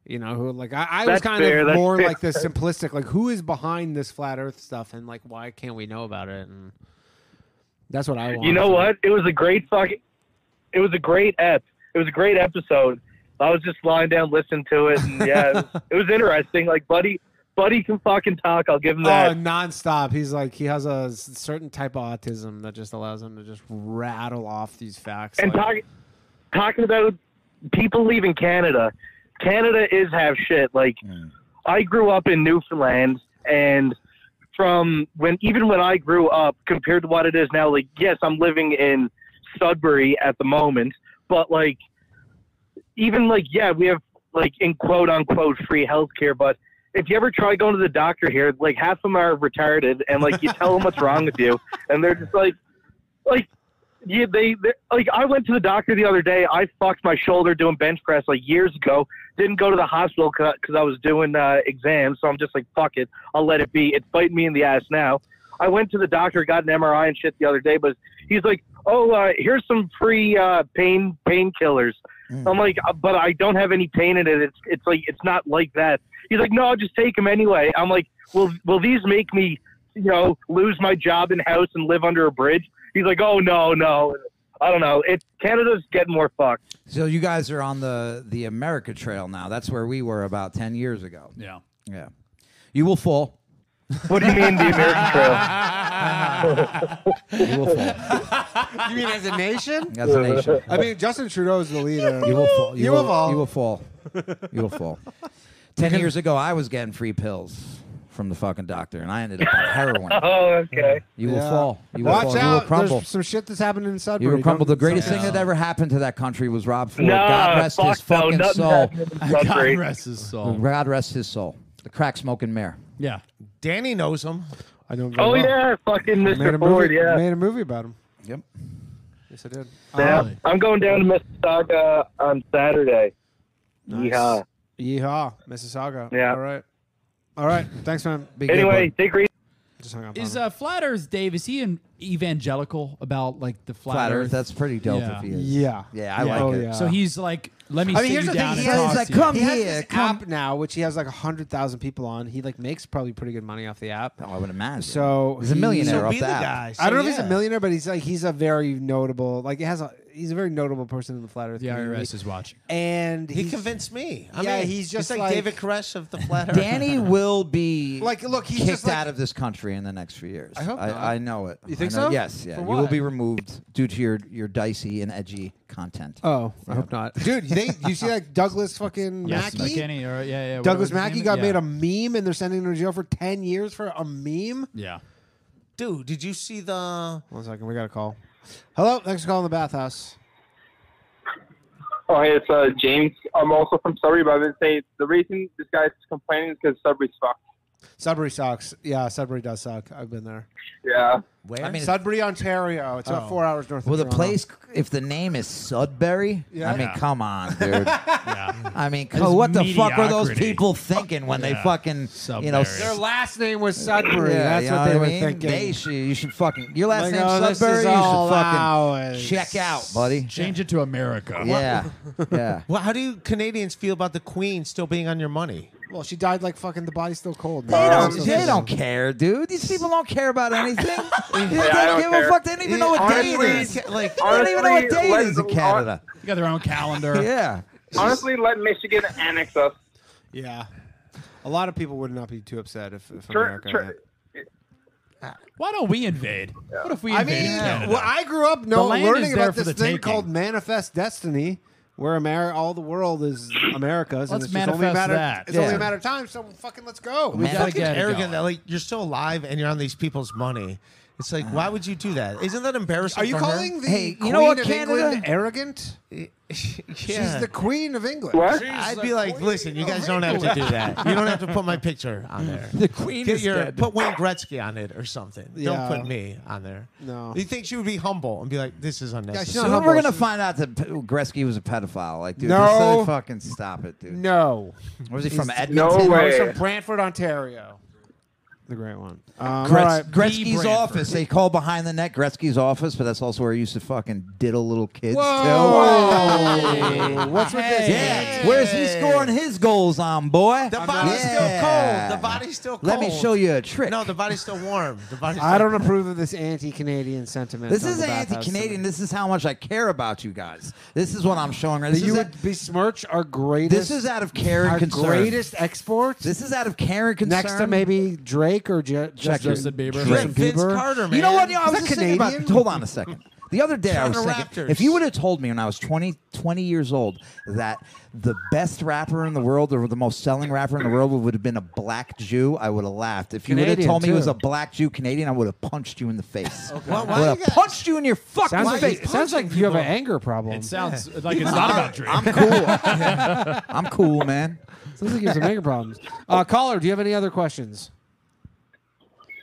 [SPEAKER 5] You know, who like I, I was
[SPEAKER 6] That's
[SPEAKER 5] kind
[SPEAKER 6] fair,
[SPEAKER 5] of
[SPEAKER 6] that's
[SPEAKER 5] more
[SPEAKER 6] fair.
[SPEAKER 5] like the simplistic, like who is behind this flat Earth stuff, and like why can't we know about it? And that's what I want.
[SPEAKER 14] You know what? It was a great fucking. It was a great ep. It was a great episode. I was just lying down, listening to it, and yeah, it was, it was interesting. Like buddy, buddy can fucking talk. I'll give him that.
[SPEAKER 5] Oh, nonstop. He's like he has a s- certain type of autism that just allows him to just rattle off these facts.
[SPEAKER 14] and
[SPEAKER 5] like-
[SPEAKER 14] talking talking about people leaving Canada. Canada is half shit. Like I grew up in Newfoundland, and from when even when I grew up, compared to what it is now, like yes, I'm living in Sudbury at the moment, but like even like yeah, we have like in quote unquote free healthcare, but if you ever try going to the doctor here, like half of them are retarded, and like you tell them what's wrong with you, and they're just like, like yeah, they they- like I went to the doctor the other day. I fucked my shoulder doing bench press like years ago. Didn't go to the hospital because I was doing uh, exams. So I'm just like, fuck it, I'll let it be. It's biting me in the ass now. I went to the doctor, got an MRI and shit the other day, but he's like, oh, uh, here's some free uh, pain painkillers. I'm
[SPEAKER 5] Mm.
[SPEAKER 14] like, "Uh, but I don't have any pain in it. It's it's like it's not like that. He's like, no, I'll just take them anyway. I'm like, will will these make me you know, lose my job and house and live under a bridge. He's like, oh no, no, I don't know. It Canada's getting more fucked.
[SPEAKER 7] So you guys are on the the America Trail now. That's where we were about ten years ago.
[SPEAKER 3] Yeah.
[SPEAKER 7] Yeah. You will fall.
[SPEAKER 14] What do you mean the American Trail?
[SPEAKER 7] you will fall.
[SPEAKER 5] you mean as a nation?
[SPEAKER 7] As a nation.
[SPEAKER 5] I mean, Justin Trudeau is the leader.
[SPEAKER 7] You will fall.
[SPEAKER 5] You will fall.
[SPEAKER 7] You will fall. You will fall. Ten years ago, I was getting free pills from the fucking doctor, and I ended up on heroin.
[SPEAKER 14] Oh, okay.
[SPEAKER 7] You will
[SPEAKER 5] Yeah.
[SPEAKER 7] fall. You will
[SPEAKER 5] Watch
[SPEAKER 7] fall.
[SPEAKER 5] out.
[SPEAKER 7] You will crumble.
[SPEAKER 5] There's some shit that's happening in Sudbury.
[SPEAKER 7] You will crumble. The
[SPEAKER 5] Don't-
[SPEAKER 7] greatest thing that ever happened to that country was Rob Ford. God rest his fucking soul.
[SPEAKER 3] God rest his soul.
[SPEAKER 7] God rest his soul. The crack smoking mayor.
[SPEAKER 3] Yeah.
[SPEAKER 6] Danny knows him. I know.
[SPEAKER 14] Oh yeah, fucking
[SPEAKER 5] Made a
[SPEAKER 14] Mr.
[SPEAKER 5] movie-
[SPEAKER 14] Ford. Yeah.
[SPEAKER 5] Made a movie about him.
[SPEAKER 7] Yep.
[SPEAKER 5] Yes, I did.
[SPEAKER 14] Yeah.
[SPEAKER 5] Um,
[SPEAKER 14] I'm going down to Mississauga on Saturday. Yeehaw.
[SPEAKER 5] Yeehaw, Mississauga.
[SPEAKER 14] Yeah.
[SPEAKER 5] All right. All right. Thanks, man.
[SPEAKER 14] Anyway, take re-
[SPEAKER 5] Just hung up on
[SPEAKER 3] Is
[SPEAKER 5] him.
[SPEAKER 3] uh, Flat Earth Dave? Is he an evangelical about like the flat,
[SPEAKER 7] Flat Earth, that's pretty dope if he is. Yeah. Yeah, I like it.
[SPEAKER 3] Oh, So he's like, let me.
[SPEAKER 5] Oh, I
[SPEAKER 3] sit
[SPEAKER 5] mean, here's
[SPEAKER 3] you
[SPEAKER 5] the
[SPEAKER 3] down
[SPEAKER 5] thing. He
[SPEAKER 3] and
[SPEAKER 5] has,
[SPEAKER 3] talk
[SPEAKER 5] like,
[SPEAKER 3] to you.
[SPEAKER 5] he has this app now, which he has like hundred thousand people on. He like makes probably pretty good money off the app.
[SPEAKER 7] Oh, I would imagine.
[SPEAKER 5] So
[SPEAKER 7] He's a
[SPEAKER 5] he-
[SPEAKER 7] millionaire So off be the the app. guy.
[SPEAKER 5] I don't know
[SPEAKER 7] So,
[SPEAKER 5] if he's a
[SPEAKER 7] yeah.
[SPEAKER 5] millionaire, but he's like he's a very notable. Like, it has a he's a very notable person in the flat Earth.
[SPEAKER 3] The IRS
[SPEAKER 5] community.
[SPEAKER 3] is watching.
[SPEAKER 5] and
[SPEAKER 6] He
[SPEAKER 5] he's-
[SPEAKER 6] convinced me. I
[SPEAKER 5] yeah,
[SPEAKER 6] mean,
[SPEAKER 5] he's just
[SPEAKER 6] like, David Koresh of the Flat Earth.
[SPEAKER 7] Danny will be
[SPEAKER 5] Like, look, he's
[SPEAKER 7] kicked
[SPEAKER 5] just like-
[SPEAKER 7] out of this country in the next few years.
[SPEAKER 5] I hope
[SPEAKER 7] I,
[SPEAKER 5] not.
[SPEAKER 7] know it.
[SPEAKER 5] You think
[SPEAKER 7] I know-
[SPEAKER 5] so?
[SPEAKER 7] Yes. Yeah.
[SPEAKER 5] For
[SPEAKER 7] You will
[SPEAKER 5] what?
[SPEAKER 7] be removed due to your your dicey and edgy content.
[SPEAKER 5] Oh, I hope not, dude. They you see like Douglas fucking
[SPEAKER 3] Yes,
[SPEAKER 5] Mackey?
[SPEAKER 3] McKinney, or- yeah, yeah, whatever
[SPEAKER 5] Douglas
[SPEAKER 3] his
[SPEAKER 5] Mackey
[SPEAKER 3] name
[SPEAKER 5] got
[SPEAKER 3] is.
[SPEAKER 5] made a meme, and they're sending him to jail for ten years for a meme.
[SPEAKER 3] Yeah.
[SPEAKER 6] Dude, did you see the?
[SPEAKER 5] One second, we got a call. Hello, thanks for calling the bathhouse.
[SPEAKER 12] Oh, hey, it's uh, James. I'm also from Sudbury, but I would say the reason this guy's complaining is because Sudbury's fucked.
[SPEAKER 5] Sudbury sucks. Yeah, Sudbury does suck. I've been there.
[SPEAKER 12] Yeah.
[SPEAKER 7] Where?
[SPEAKER 5] I mean, Sudbury, Ontario. It's about
[SPEAKER 7] Oh.
[SPEAKER 5] four hours north.
[SPEAKER 7] Well,
[SPEAKER 5] of
[SPEAKER 7] the
[SPEAKER 5] Toronto.
[SPEAKER 7] place, if the name is Sudbury,
[SPEAKER 5] Yeah.
[SPEAKER 7] I mean,
[SPEAKER 5] Yeah.
[SPEAKER 7] come on, dude. I mean,
[SPEAKER 5] It's
[SPEAKER 7] co- what the fuck were those
[SPEAKER 5] mediocrity.
[SPEAKER 7] people thinking when they
[SPEAKER 5] Yeah.
[SPEAKER 7] fucking, you know,
[SPEAKER 5] their last name was Sudbury.
[SPEAKER 7] Yeah,
[SPEAKER 5] That's
[SPEAKER 7] you
[SPEAKER 5] what
[SPEAKER 7] know
[SPEAKER 5] they
[SPEAKER 7] I
[SPEAKER 5] were
[SPEAKER 7] mean?
[SPEAKER 5] thinking.
[SPEAKER 7] They should, you should fucking your last
[SPEAKER 5] Like,
[SPEAKER 7] name
[SPEAKER 5] oh, this is
[SPEAKER 7] Sudbury. You
[SPEAKER 5] all
[SPEAKER 7] should fucking
[SPEAKER 5] ours.
[SPEAKER 7] check out, buddy.
[SPEAKER 3] Change it to America.
[SPEAKER 7] Yeah, yeah.
[SPEAKER 6] Well, how do you Canadians feel about the Queen still being on your money?
[SPEAKER 5] Well, she died like fucking. The body's still cold.
[SPEAKER 7] They
[SPEAKER 5] man.
[SPEAKER 7] don't. They don't care, dude. These people don't care about anything. they don't
[SPEAKER 5] I don't
[SPEAKER 7] give
[SPEAKER 5] care.
[SPEAKER 7] a fuck. They don't even know what day it
[SPEAKER 6] Honestly,
[SPEAKER 7] is.
[SPEAKER 6] like-
[SPEAKER 7] they don't even know what
[SPEAKER 12] honestly,
[SPEAKER 7] day it
[SPEAKER 12] let-
[SPEAKER 7] is in Canada.
[SPEAKER 3] You got their own calendar.
[SPEAKER 7] yeah.
[SPEAKER 12] Honestly, let Michigan annex us.
[SPEAKER 5] Yeah, a lot of people would not be too upset if, if
[SPEAKER 12] Sure,
[SPEAKER 5] America.
[SPEAKER 12] sure.
[SPEAKER 5] had-
[SPEAKER 3] Why don't we invade? What if we
[SPEAKER 5] I
[SPEAKER 3] invade
[SPEAKER 5] mean,
[SPEAKER 3] Canada?
[SPEAKER 5] well, I grew up
[SPEAKER 3] The
[SPEAKER 5] no
[SPEAKER 3] land is
[SPEAKER 5] learning
[SPEAKER 3] there
[SPEAKER 5] about
[SPEAKER 3] for
[SPEAKER 5] this
[SPEAKER 3] the
[SPEAKER 5] thing
[SPEAKER 3] taking.
[SPEAKER 5] called manifest destiny, where Ameri- all the world is America's. and
[SPEAKER 3] Let's
[SPEAKER 5] it's just only a
[SPEAKER 3] manifest
[SPEAKER 5] matter,
[SPEAKER 3] that.
[SPEAKER 5] It's only
[SPEAKER 6] Yeah.
[SPEAKER 5] a matter of time. So fucking let's go.
[SPEAKER 6] We
[SPEAKER 5] gotta
[SPEAKER 6] fucking
[SPEAKER 5] get it
[SPEAKER 6] arrogant
[SPEAKER 5] going.
[SPEAKER 6] that like you're still alive and you're on these people's money. It's like, why would you do that? Isn't that embarrassing?
[SPEAKER 5] Are you
[SPEAKER 6] for her?
[SPEAKER 5] calling the Queen of England arrogant? She's the Queen of England.
[SPEAKER 6] What?
[SPEAKER 5] She's
[SPEAKER 6] I'd
[SPEAKER 5] the
[SPEAKER 6] be like,
[SPEAKER 5] queen
[SPEAKER 6] listen, you
[SPEAKER 5] of
[SPEAKER 6] guys don't have to do
[SPEAKER 5] England."
[SPEAKER 6] that. You don't have to put my picture on there.
[SPEAKER 5] The queen
[SPEAKER 6] Get
[SPEAKER 5] is
[SPEAKER 6] your,
[SPEAKER 5] dead.
[SPEAKER 6] Put Wayne Gretzky on it or something.
[SPEAKER 5] Yeah.
[SPEAKER 6] Don't put me on there.
[SPEAKER 5] No.
[SPEAKER 6] You think she would be humble and be like, this is unnecessary?
[SPEAKER 7] Soon we're gonna find out that P- Gretzky was a pedophile. Like, dude,
[SPEAKER 6] No.
[SPEAKER 7] just really fucking stop it, dude.
[SPEAKER 5] No.
[SPEAKER 7] Was he from
[SPEAKER 5] He's-
[SPEAKER 7] Edmonton?
[SPEAKER 5] No way. He's from Brantford, Ontario. The great one. Um,
[SPEAKER 6] Um,
[SPEAKER 7] Gretz- Gretzky's office. They call behind the net Gretzky's office, but that's also where he used to fucking diddle little kids
[SPEAKER 5] Whoa.
[SPEAKER 7] too.
[SPEAKER 5] What's with this?
[SPEAKER 7] Yeah. Where's he scoring his goals on, boy?
[SPEAKER 6] The body's
[SPEAKER 7] Yeah.
[SPEAKER 6] still cold. The body's still cold.
[SPEAKER 7] Let me show you a trick.
[SPEAKER 6] No, the body's still warm. The body's
[SPEAKER 5] I
[SPEAKER 6] still
[SPEAKER 5] don't approve of this anti-Canadian sentiment.
[SPEAKER 7] This
[SPEAKER 5] on
[SPEAKER 7] isn't
[SPEAKER 5] the bathhouse
[SPEAKER 7] anti-Canadian. This is how much I care about you guys. This is what I'm showing. right-
[SPEAKER 5] That
[SPEAKER 7] This
[SPEAKER 5] you
[SPEAKER 7] is
[SPEAKER 5] would besmirch our greatest.
[SPEAKER 7] This is out of care and
[SPEAKER 5] our
[SPEAKER 7] concern.
[SPEAKER 5] greatest exports.
[SPEAKER 7] This is out of care and concern.
[SPEAKER 5] Next to maybe Drake or Ju-
[SPEAKER 7] Check
[SPEAKER 5] Justin,
[SPEAKER 7] Justin Bieber.
[SPEAKER 5] Justin
[SPEAKER 7] Vince
[SPEAKER 5] Bieber.
[SPEAKER 7] Carter, You know man. what? Yeah, I was just thinking about- hold on a second. The other day I was
[SPEAKER 5] Toronto
[SPEAKER 7] thinking,
[SPEAKER 5] Raptors.
[SPEAKER 7] if you would have told me when I was 20, 20 years old that the best rapper in the world or the most selling rapper in the world would have been a black Jew, I would have laughed. If you would have
[SPEAKER 5] Canadian,
[SPEAKER 7] told me he was
[SPEAKER 5] too.
[SPEAKER 7] a black Jew Canadian, I would have punched you in the face.
[SPEAKER 5] Okay.
[SPEAKER 7] I
[SPEAKER 5] Well,
[SPEAKER 7] would
[SPEAKER 5] why
[SPEAKER 7] have
[SPEAKER 5] you
[SPEAKER 7] punched you in your fucking
[SPEAKER 5] Sounds like-
[SPEAKER 7] face.
[SPEAKER 5] sounds like you have an anger problem.
[SPEAKER 3] It sounds like it's not about Drake.
[SPEAKER 7] I'm cool. Yeah. I'm cool, man.
[SPEAKER 5] Sounds like you have some anger problems. Uh, caller, do you have any other questions?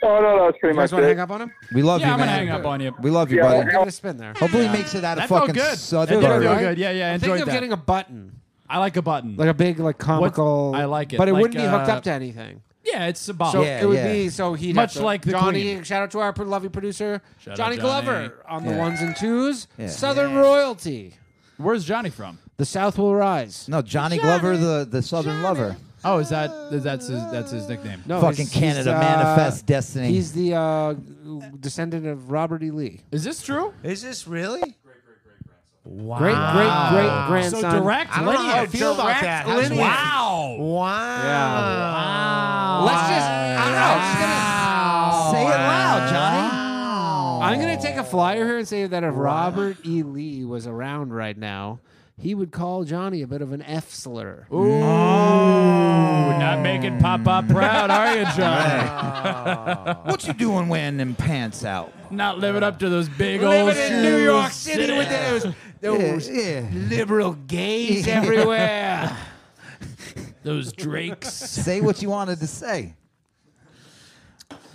[SPEAKER 12] Oh no, that's pretty
[SPEAKER 5] You
[SPEAKER 12] much
[SPEAKER 5] guys want to
[SPEAKER 12] it.
[SPEAKER 5] hang up on him?
[SPEAKER 7] We love
[SPEAKER 3] Yeah,
[SPEAKER 7] you,
[SPEAKER 3] I'm
[SPEAKER 7] man.
[SPEAKER 3] gonna hang up on you.
[SPEAKER 7] We love you,
[SPEAKER 3] Yeah,
[SPEAKER 7] buddy.
[SPEAKER 3] I'll
[SPEAKER 5] Give it a spin there.
[SPEAKER 7] Hopefully, he makes it out of
[SPEAKER 3] That felt
[SPEAKER 7] fucking
[SPEAKER 3] good.
[SPEAKER 7] Southern.
[SPEAKER 3] That did feel
[SPEAKER 7] right?
[SPEAKER 3] good. Yeah, yeah. I
[SPEAKER 5] I'm
[SPEAKER 3] enjoyed
[SPEAKER 5] thinking of
[SPEAKER 3] that.
[SPEAKER 5] getting a button,
[SPEAKER 3] I like a button.
[SPEAKER 5] like a big, like comical.
[SPEAKER 3] I like it,
[SPEAKER 5] but it
[SPEAKER 3] like,
[SPEAKER 5] wouldn't be hooked
[SPEAKER 3] uh,
[SPEAKER 5] up to anything.
[SPEAKER 3] yeah, it's symbolic.
[SPEAKER 5] So
[SPEAKER 3] yeah,
[SPEAKER 5] it would be so he
[SPEAKER 3] much like the
[SPEAKER 5] Johnny.
[SPEAKER 3] Queen.
[SPEAKER 5] Shout out to our lovely producer
[SPEAKER 3] Shout out
[SPEAKER 5] Johnny,
[SPEAKER 3] Johnny.
[SPEAKER 5] Glover on the
[SPEAKER 3] Yeah.
[SPEAKER 5] ones and twos.
[SPEAKER 7] Yeah.
[SPEAKER 5] Southern royalty.
[SPEAKER 3] Where's Johnny from?
[SPEAKER 5] The South will rise.
[SPEAKER 7] No, Johnny, Glover, the, the Southern lover.
[SPEAKER 3] Oh, is that that's his that's his nickname?
[SPEAKER 5] No,
[SPEAKER 7] Fucking
[SPEAKER 5] he's- he's,
[SPEAKER 7] Canada
[SPEAKER 5] uh,
[SPEAKER 7] manifest destiny.
[SPEAKER 5] He's the uh, descendant of Robert E. Lee.
[SPEAKER 3] Is this true?
[SPEAKER 6] Is this really?
[SPEAKER 5] Wow. Great, great, great grandson.
[SPEAKER 3] So direct
[SPEAKER 6] I don't know how I
[SPEAKER 3] lineage.
[SPEAKER 6] feel about
[SPEAKER 3] Direct
[SPEAKER 6] that.
[SPEAKER 3] lineage.
[SPEAKER 6] Wow.
[SPEAKER 3] Wow.
[SPEAKER 6] Wow.
[SPEAKER 5] Let's just. I don't know. I'm just gonna
[SPEAKER 7] Say it loud, Johnny.
[SPEAKER 5] I'm gonna take a flyer here and say that if Robert E. Lee was around right now, he would call Johnny a bit of an F slur.
[SPEAKER 3] Ooh, not making Papa proud, are you, Johnny?
[SPEAKER 7] What you doing wearing them pants out?
[SPEAKER 3] not living up to those big old
[SPEAKER 5] Living in New
[SPEAKER 3] shoes.
[SPEAKER 5] York City with those, those
[SPEAKER 7] Yeah.
[SPEAKER 5] liberal gays everywhere. Those Drakes.
[SPEAKER 7] Say what you wanted to say.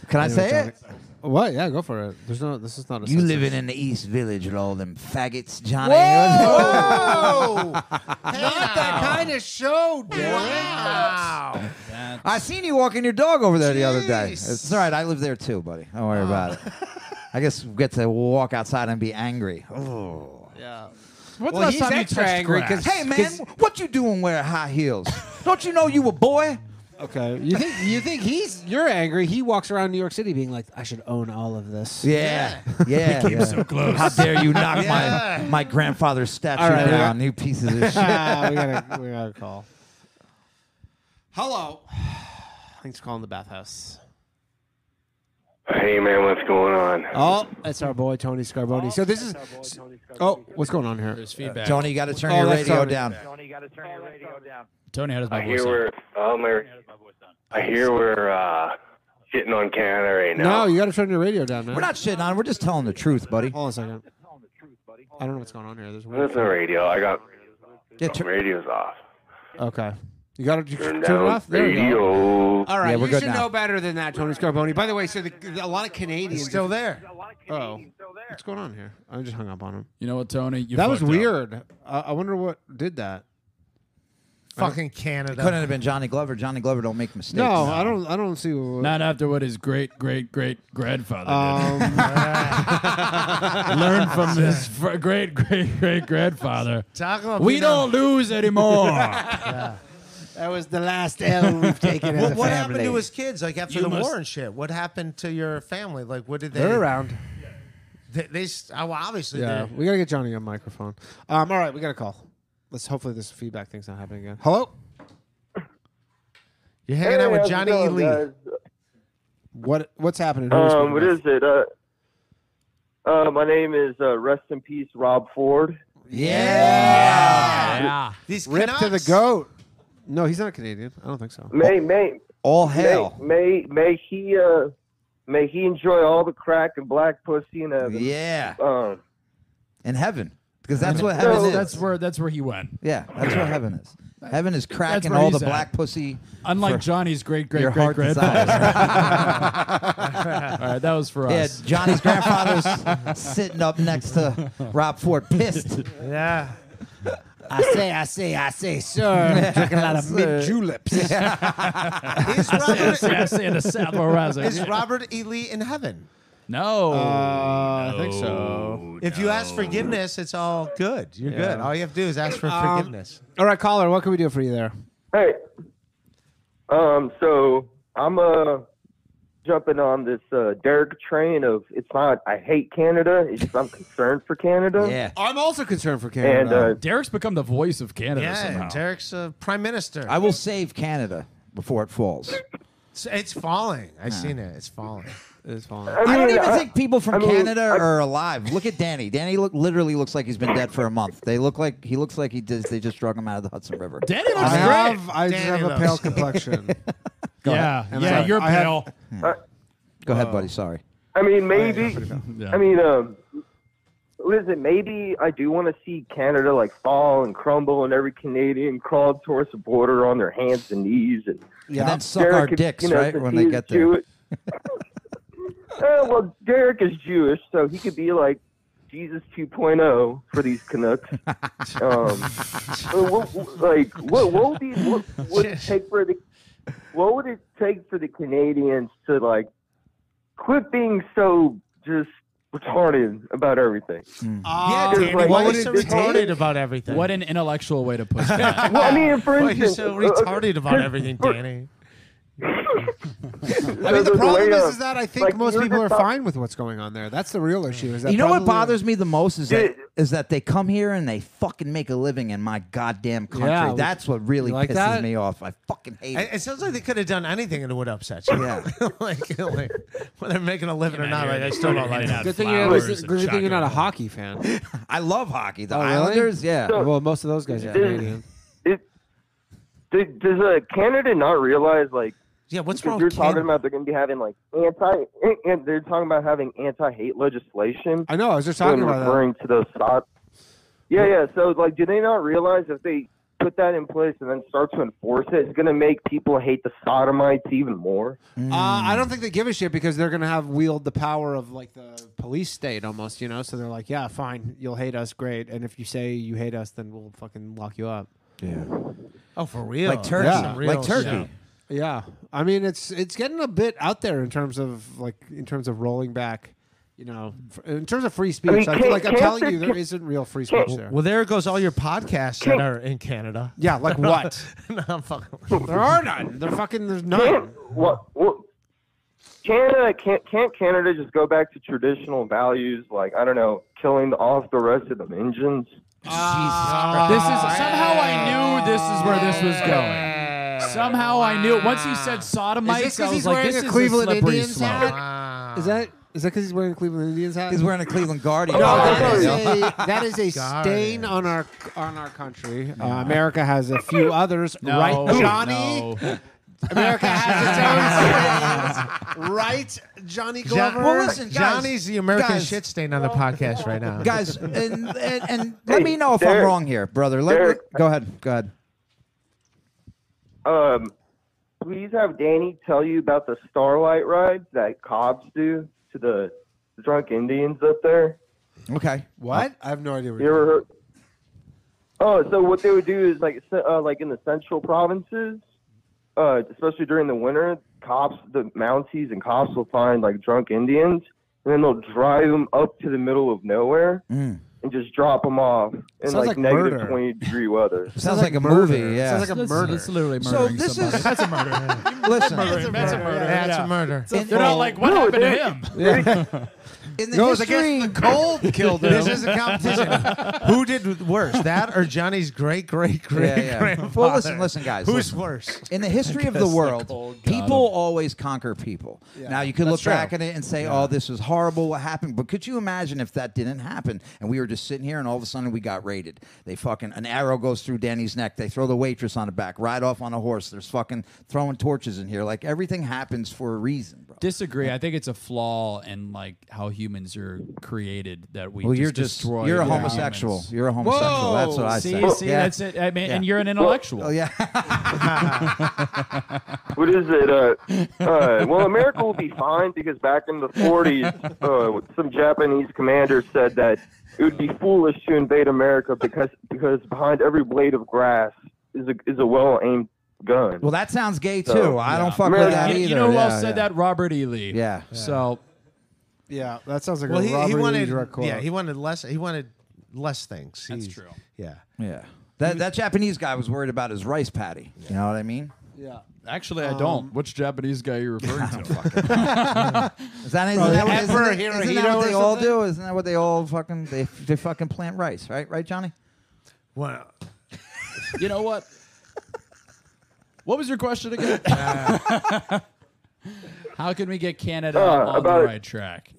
[SPEAKER 7] Can I say it?
[SPEAKER 5] What? Yeah, go for it. There's no. This is not
[SPEAKER 7] You
[SPEAKER 5] a. censored-
[SPEAKER 7] living in the East Village with all them faggots, Johnny.
[SPEAKER 5] Not that kind of show, Derek.
[SPEAKER 7] I seen you walking your dog over there the other day. It's all right. I live there too, buddy. Don't worry about it.
[SPEAKER 5] Uh.
[SPEAKER 7] I guess we get to walk outside and be angry. Oh.
[SPEAKER 6] Yeah.
[SPEAKER 3] What's
[SPEAKER 5] Well, he's extra angry 'cause-
[SPEAKER 7] Hey man, what you doing wearing high heels? Don't you know you a boy?
[SPEAKER 5] Okay. You think you think he's you're angry? He walks around New York City being like, I should own all of this.
[SPEAKER 7] Yeah, yeah.
[SPEAKER 3] He came
[SPEAKER 7] yeah.
[SPEAKER 3] so close.
[SPEAKER 7] How dare you knock
[SPEAKER 6] Yeah.
[SPEAKER 7] my my grandfather's statue
[SPEAKER 5] All right, we
[SPEAKER 7] down? You pieces of shit.
[SPEAKER 5] we gotta we gotta call.
[SPEAKER 6] Hello. Thanks for calling the bathhouse.
[SPEAKER 15] Hey man, what's going on?
[SPEAKER 5] Oh, that's our boy Tony Scarboni. so this is. Oh, what's going on here?
[SPEAKER 3] There's feedback.
[SPEAKER 7] Tony, you got to turn
[SPEAKER 5] Oh,
[SPEAKER 7] your
[SPEAKER 5] that's
[SPEAKER 7] radio
[SPEAKER 5] Tony.
[SPEAKER 7] down.
[SPEAKER 15] Tony, you got to turn your radio down.
[SPEAKER 3] Tony, how does
[SPEAKER 15] I
[SPEAKER 3] my voice
[SPEAKER 15] hear
[SPEAKER 3] sound?
[SPEAKER 15] we're, um, we're I hear we're uh, shitting on Canada right
[SPEAKER 5] No,
[SPEAKER 15] now.
[SPEAKER 5] you gotta turn your radio down, man.
[SPEAKER 7] We're not shitting on. it, We're just telling the truth, buddy.
[SPEAKER 5] Hold on a second. I don't know what's going on here. There's
[SPEAKER 15] There's no radio. I got
[SPEAKER 7] Yeah,
[SPEAKER 15] my
[SPEAKER 7] tur-
[SPEAKER 15] radio's off.
[SPEAKER 5] Okay. You gotta you
[SPEAKER 15] Turn
[SPEAKER 5] turn,
[SPEAKER 15] down
[SPEAKER 5] it off. There we go.
[SPEAKER 15] radio.
[SPEAKER 5] All right,
[SPEAKER 7] Yeah, we're
[SPEAKER 5] you
[SPEAKER 7] good
[SPEAKER 5] should
[SPEAKER 7] now.
[SPEAKER 5] know better than that, Tony Scarboni. By the way, so the, the- a lot of Canadians
[SPEAKER 6] Still there.
[SPEAKER 5] Oh, what's going on here? I just hung up on him.
[SPEAKER 3] You know what, Tony? You
[SPEAKER 5] that was
[SPEAKER 3] fucked up.
[SPEAKER 5] weird. Uh, I wonder what did that.
[SPEAKER 6] Fucking
[SPEAKER 7] It couldn't
[SPEAKER 6] Canada.
[SPEAKER 7] have been Johnny Glover. Johnny Glover don't make mistakes.
[SPEAKER 5] No, I don't. I don't see. What,
[SPEAKER 3] Not after what his great great great grandfather
[SPEAKER 5] Um,
[SPEAKER 3] did. Learn from this fr- great great great grandfather.
[SPEAKER 6] Talk about
[SPEAKER 3] We
[SPEAKER 6] being
[SPEAKER 3] don't lose anymore.
[SPEAKER 5] that was the last L we've taken.
[SPEAKER 6] What, what happened to his kids? Like after
[SPEAKER 3] You
[SPEAKER 6] the
[SPEAKER 3] must-
[SPEAKER 6] war and shit. What happened to your family? Like what did they?
[SPEAKER 5] They're around.
[SPEAKER 6] They, they s- oh, well, obviously.
[SPEAKER 5] Yeah,
[SPEAKER 6] Yeah.
[SPEAKER 5] we gotta get Johnny a microphone. Um, all right, we gotta call. Let's hopefully this feedback thing's not happening again. Hello.
[SPEAKER 6] You're hanging out with Johnny E. Lee.
[SPEAKER 5] What what's happening? Who was
[SPEAKER 15] Um, what
[SPEAKER 5] speaking
[SPEAKER 15] is it? Uh, uh, my name is uh, rest in peace, Rob Ford.
[SPEAKER 7] Yeah.
[SPEAKER 3] yeah.
[SPEAKER 6] These
[SPEAKER 5] with? Rip to the
[SPEAKER 6] Canucks.
[SPEAKER 5] goat. No, he's not Canadian. I don't think so.
[SPEAKER 15] May may
[SPEAKER 7] All hell.
[SPEAKER 15] may may, may he uh, may he enjoy all the crack and black pussy and heaven.
[SPEAKER 7] Yeah.
[SPEAKER 15] Um,
[SPEAKER 7] In heaven, because that's what heaven
[SPEAKER 3] That's,
[SPEAKER 7] is.
[SPEAKER 3] that's where that's where he went.
[SPEAKER 7] yeah, that's what heaven is. Heaven is cracking
[SPEAKER 3] where
[SPEAKER 7] all
[SPEAKER 3] he's
[SPEAKER 7] the
[SPEAKER 3] at.
[SPEAKER 7] black pussy.
[SPEAKER 3] Unlike
[SPEAKER 7] for
[SPEAKER 3] Johnny's great great
[SPEAKER 7] your
[SPEAKER 3] great
[SPEAKER 7] heart desires.
[SPEAKER 3] grandfather. All right, that was for
[SPEAKER 7] Yeah,
[SPEAKER 3] us.
[SPEAKER 7] Johnny's grandfather's sitting up next to Rob Ford, pissed.
[SPEAKER 6] Yeah.
[SPEAKER 5] I say, I say, I say, sir. Drinking a lot of mint juleps. is
[SPEAKER 3] I say, I say, the South rising.
[SPEAKER 6] Is Robert E. Lee in heaven?
[SPEAKER 5] Oh.
[SPEAKER 3] No.
[SPEAKER 6] I
[SPEAKER 5] Uh,
[SPEAKER 6] think so. If you ask forgiveness, it's all good. You're
[SPEAKER 5] Yeah.
[SPEAKER 6] good. All you have to do is ask for
[SPEAKER 5] Um,
[SPEAKER 6] forgiveness.
[SPEAKER 5] All right, caller, what can we do for you there?
[SPEAKER 15] Hey. Um, so I'm uh jumping on this uh Derek train of it's not I hate Canada, it's just I'm concerned for Canada.
[SPEAKER 5] I'm also concerned for
[SPEAKER 15] Canada. And, uh,
[SPEAKER 3] Derek's become the voice of Canada
[SPEAKER 6] Yeah,
[SPEAKER 3] somehow.
[SPEAKER 6] Derek's uh, prime minister.
[SPEAKER 7] I will save Canada before it falls.
[SPEAKER 6] It's, it's falling. I've
[SPEAKER 7] Yeah.
[SPEAKER 6] seen it. It's falling.
[SPEAKER 5] It's falling.
[SPEAKER 7] I, don't even
[SPEAKER 6] I-
[SPEAKER 7] think people from
[SPEAKER 6] I mean,
[SPEAKER 7] Canada
[SPEAKER 6] I-
[SPEAKER 7] are alive. Look at Danny. Danny look, literally looks like he's been dead for a month. They look like he looks like he did, they just drug him out of the Hudson River.
[SPEAKER 3] Danny looks
[SPEAKER 7] I
[SPEAKER 3] great.
[SPEAKER 7] have-
[SPEAKER 5] I just
[SPEAKER 3] Danny
[SPEAKER 5] have a
[SPEAKER 3] looks-
[SPEAKER 5] pale complexion.
[SPEAKER 7] Go
[SPEAKER 3] yeah,
[SPEAKER 7] ahead. I'm
[SPEAKER 3] yeah,
[SPEAKER 7] sorry.
[SPEAKER 3] you're
[SPEAKER 7] I have-
[SPEAKER 3] pale.
[SPEAKER 7] Yeah. Go ahead, buddy. Sorry.
[SPEAKER 15] I mean maybe
[SPEAKER 3] Yeah.
[SPEAKER 15] I mean um listen, maybe I do want to see Canada like fall and crumble and every Canadian crawl towards the border on their hands and knees and
[SPEAKER 7] Yeah. And then suck our
[SPEAKER 15] is,
[SPEAKER 7] dicks,
[SPEAKER 15] you know,
[SPEAKER 7] right,
[SPEAKER 15] since
[SPEAKER 7] when
[SPEAKER 15] he
[SPEAKER 7] they
[SPEAKER 15] is
[SPEAKER 7] get there.
[SPEAKER 15] Jewish- Eh, well, Derek is Jewish, so he could be like Jesus 2.0 for these Canucks. um, so what, like, what, what would be what would it take for the what would it take for the Canadians to like quit being so just retarded about everything?
[SPEAKER 6] Hmm.
[SPEAKER 3] Ah.
[SPEAKER 6] Yeah,
[SPEAKER 15] Just
[SPEAKER 6] Danny,
[SPEAKER 15] like-
[SPEAKER 6] why are you so
[SPEAKER 15] just hate-
[SPEAKER 6] retarded about everything?
[SPEAKER 3] What an intellectual way to put that.
[SPEAKER 15] well, I mean, for
[SPEAKER 6] Why are you
[SPEAKER 15] instance,
[SPEAKER 6] so
[SPEAKER 15] uh, uh,
[SPEAKER 6] retarded about
[SPEAKER 15] just-
[SPEAKER 6] everything,
[SPEAKER 15] for-
[SPEAKER 6] Danny?
[SPEAKER 5] I mean,
[SPEAKER 15] So
[SPEAKER 5] the
[SPEAKER 15] the
[SPEAKER 5] problem
[SPEAKER 15] way,
[SPEAKER 5] is,
[SPEAKER 15] uh,
[SPEAKER 5] is that I think
[SPEAKER 15] like,
[SPEAKER 5] most
[SPEAKER 15] you're
[SPEAKER 5] people are
[SPEAKER 15] just talk-
[SPEAKER 5] fine with what's going on there. That's the real issue. Is that
[SPEAKER 7] You know what
[SPEAKER 5] probably-
[SPEAKER 7] bothers me the most is that is that they come here and they fucking make a living in my goddamn country.
[SPEAKER 6] Yeah.
[SPEAKER 7] That's what really
[SPEAKER 6] You like
[SPEAKER 7] pisses
[SPEAKER 6] that?
[SPEAKER 7] me off. I fucking hate
[SPEAKER 6] It,
[SPEAKER 7] it.
[SPEAKER 6] it sounds like they could have done anything and it would upset you.
[SPEAKER 7] Yeah.
[SPEAKER 6] like, like, whether they're making a living or
[SPEAKER 5] Yeah,
[SPEAKER 6] not,
[SPEAKER 5] yeah,
[SPEAKER 6] like, I
[SPEAKER 5] yeah.
[SPEAKER 6] still don't like
[SPEAKER 5] Good
[SPEAKER 6] it.
[SPEAKER 5] thing you're, good thing you're not a hockey fan.
[SPEAKER 7] I love hockey. The
[SPEAKER 5] Oh, really?
[SPEAKER 7] Islanders, yeah.
[SPEAKER 15] So-
[SPEAKER 5] well, most of those guys are
[SPEAKER 15] Yeah.
[SPEAKER 5] Canadian.
[SPEAKER 15] Does, does uh, Canada not realize like?
[SPEAKER 6] Yeah, what's
[SPEAKER 15] because
[SPEAKER 6] wrong
[SPEAKER 15] You're
[SPEAKER 6] with
[SPEAKER 15] talking
[SPEAKER 6] Canada?
[SPEAKER 15] about they're going to be having like anti, and they're talking about having anti-hate legislation.
[SPEAKER 5] I know. I was just Oh, talking
[SPEAKER 15] when
[SPEAKER 5] about that.
[SPEAKER 15] referring to those thoughts. Yeah, yeah. So like, do they not realize if they put that in place and then start to enforce it, it's going to make people hate the sodomites even more?
[SPEAKER 5] Uh, I
[SPEAKER 6] Mm.
[SPEAKER 5] don't think they give a shit because they're gonna have wield the power of like the police state almost, you know. So they're like, yeah, fine, you'll hate us, great, and if you say you hate us, then we'll fucking lock you up.
[SPEAKER 7] Yeah.
[SPEAKER 6] Oh, for real?
[SPEAKER 5] Like Turkey.
[SPEAKER 6] Some real
[SPEAKER 5] Like Turkey.
[SPEAKER 6] shit.
[SPEAKER 5] Yeah, I mean it's it's getting a bit out there in terms of like in terms of rolling back, you know, f- in terms of free speech. I,
[SPEAKER 6] mean,
[SPEAKER 5] feel
[SPEAKER 6] can't-
[SPEAKER 5] like I'm
[SPEAKER 6] can't
[SPEAKER 5] telling
[SPEAKER 6] the-
[SPEAKER 5] you, there
[SPEAKER 6] can't-
[SPEAKER 5] isn't real free speech there.
[SPEAKER 6] Well, there goes all your podcasts that are in Canada.
[SPEAKER 5] Yeah, like what?
[SPEAKER 6] no, I'm fucking.
[SPEAKER 5] there are none. There fucking there's
[SPEAKER 15] Can't,
[SPEAKER 5] none.
[SPEAKER 15] what, what, Canada can't can't Canada just go back to traditional values like I don't know, killing off the rest of the engines?
[SPEAKER 7] Ah,
[SPEAKER 3] This is somehow I knew this is where this was going. Somehow I knew once he said sodomites,
[SPEAKER 5] Is this 'cause
[SPEAKER 3] I was
[SPEAKER 5] he's
[SPEAKER 3] like,
[SPEAKER 5] wearing
[SPEAKER 3] this
[SPEAKER 5] a
[SPEAKER 3] is
[SPEAKER 5] Cleveland
[SPEAKER 3] a slippery
[SPEAKER 5] Indians
[SPEAKER 3] slope.
[SPEAKER 5] hat? Is that is that because he's wearing a Cleveland Indians hat?
[SPEAKER 7] He's wearing a Cleveland Guardian.
[SPEAKER 5] No, that
[SPEAKER 7] hat.
[SPEAKER 5] is
[SPEAKER 7] Yeah.
[SPEAKER 5] a that is a stain on our on our country. Uh, America has a few others,
[SPEAKER 3] No,
[SPEAKER 5] right, Johnny?
[SPEAKER 3] no.
[SPEAKER 5] America has its own stains, right, Johnny Glover?
[SPEAKER 7] Well, listen, guys,
[SPEAKER 6] Johnny's the American
[SPEAKER 7] guys.
[SPEAKER 6] shit stain on the podcast right now.
[SPEAKER 7] guys, and, and, and let me
[SPEAKER 15] Hey,
[SPEAKER 7] know if I'm
[SPEAKER 15] Derek.
[SPEAKER 7] wrong here, brother. Let,
[SPEAKER 15] Derek.
[SPEAKER 7] let- go ahead. Go ahead.
[SPEAKER 15] Um, please have Danny tell you about the starlight ride that cops do to the drunk Indians up there.
[SPEAKER 7] Okay.
[SPEAKER 5] What? I have no idea. What
[SPEAKER 15] You ever heard? Oh, so what they would do is like, se- uh, like in the central provinces, uh, especially during the winter, cops, the Mounties and cops will find like drunk Indians, and then they'll drive them up to the middle of nowhere
[SPEAKER 7] Mm.
[SPEAKER 15] and just drop them off in
[SPEAKER 7] Sounds
[SPEAKER 15] like,
[SPEAKER 7] like
[SPEAKER 15] negative
[SPEAKER 7] murder.
[SPEAKER 15] twenty degree weather.
[SPEAKER 7] Sounds, like, a movie. Yeah.
[SPEAKER 5] Sounds like a murder.
[SPEAKER 3] It's literally
[SPEAKER 7] so
[SPEAKER 3] murdering
[SPEAKER 7] this
[SPEAKER 3] somebody.
[SPEAKER 7] is
[SPEAKER 3] that's a murder.
[SPEAKER 7] listen.
[SPEAKER 3] That's a murder.
[SPEAKER 6] That's a murder.
[SPEAKER 3] They're not like what happened to him.
[SPEAKER 7] In the
[SPEAKER 6] Goes
[SPEAKER 7] history,
[SPEAKER 6] against the cold killed him. This is a competition. Who did worse, that or Johnny's great great great
[SPEAKER 7] Yeah, yeah.
[SPEAKER 6] grandfather?
[SPEAKER 7] Well, listen, listen, guys,
[SPEAKER 6] Who's
[SPEAKER 7] listen.
[SPEAKER 6] worse?
[SPEAKER 7] in the history of
[SPEAKER 6] Guess
[SPEAKER 7] the
[SPEAKER 6] the
[SPEAKER 7] world,
[SPEAKER 6] cold god
[SPEAKER 7] people always conquer people. Now you could
[SPEAKER 6] That's
[SPEAKER 7] look
[SPEAKER 6] true.
[SPEAKER 7] back at it and say, "Oh, this was horrible. What happened?" But could you imagine if that didn't happen and we were just sitting here and all of a sudden we got raided? They fucking an arrow goes through Danny's neck. They throw the waitress on the back. Ride off on a horse. There's fucking throwing torches in here. Like everything happens for a reason, bro.
[SPEAKER 3] Disagree. I think it's a flaw in like how humans are created that we
[SPEAKER 7] Well,
[SPEAKER 3] just
[SPEAKER 7] you're just-
[SPEAKER 3] destroy.
[SPEAKER 7] you're a
[SPEAKER 3] other
[SPEAKER 7] homosexual.
[SPEAKER 3] humans.
[SPEAKER 7] You're a homosexual. Whoa! That's what I
[SPEAKER 3] see,
[SPEAKER 7] said.
[SPEAKER 3] See,
[SPEAKER 7] Yeah.
[SPEAKER 3] that's it. I mean, and
[SPEAKER 7] Yeah.
[SPEAKER 3] you're an
[SPEAKER 7] Well-
[SPEAKER 3] intellectual.
[SPEAKER 7] Oh, yeah.
[SPEAKER 15] what is it? Uh, uh, well, America will be fine because back in the 40s, uh, some Japanese commander said that it would be foolish to invade America because because behind every blade of grass is a is a well aimed gun.
[SPEAKER 7] Well, that sounds gay too.
[SPEAKER 15] So,
[SPEAKER 7] I
[SPEAKER 15] yeah.
[SPEAKER 7] don't fuck
[SPEAKER 15] America-
[SPEAKER 7] with that
[SPEAKER 15] You-
[SPEAKER 7] either.
[SPEAKER 15] you know who
[SPEAKER 7] yeah,
[SPEAKER 15] else said
[SPEAKER 7] yeah.
[SPEAKER 3] that Robert E. Lee.
[SPEAKER 7] Yeah.
[SPEAKER 3] So
[SPEAKER 5] Yeah, that sounds like
[SPEAKER 6] well,
[SPEAKER 5] a
[SPEAKER 6] he,
[SPEAKER 5] Robert
[SPEAKER 6] he
[SPEAKER 5] E. Lee
[SPEAKER 6] wanted,
[SPEAKER 5] direct quote.
[SPEAKER 6] yeah, he wanted less. He wanted less things.
[SPEAKER 7] That's
[SPEAKER 6] He's-
[SPEAKER 7] true.
[SPEAKER 6] Yeah.
[SPEAKER 7] Yeah. That that Japanese guy was worried about his rice patty. You know what I mean?
[SPEAKER 5] Yeah.
[SPEAKER 3] Actually, I don't.
[SPEAKER 7] Um,
[SPEAKER 3] Which Japanese guy are you referring
[SPEAKER 7] to? Is that, isn't that, what- isn't, it- isn't that what they all do? Isn't that what they all fucking they, they fucking plant rice, right? Right, Johnny?
[SPEAKER 6] Well,
[SPEAKER 3] you know what? What was your question again?
[SPEAKER 5] Uh,
[SPEAKER 3] How can we get Canada
[SPEAKER 15] Uh,
[SPEAKER 3] on the
[SPEAKER 15] about-
[SPEAKER 3] right track?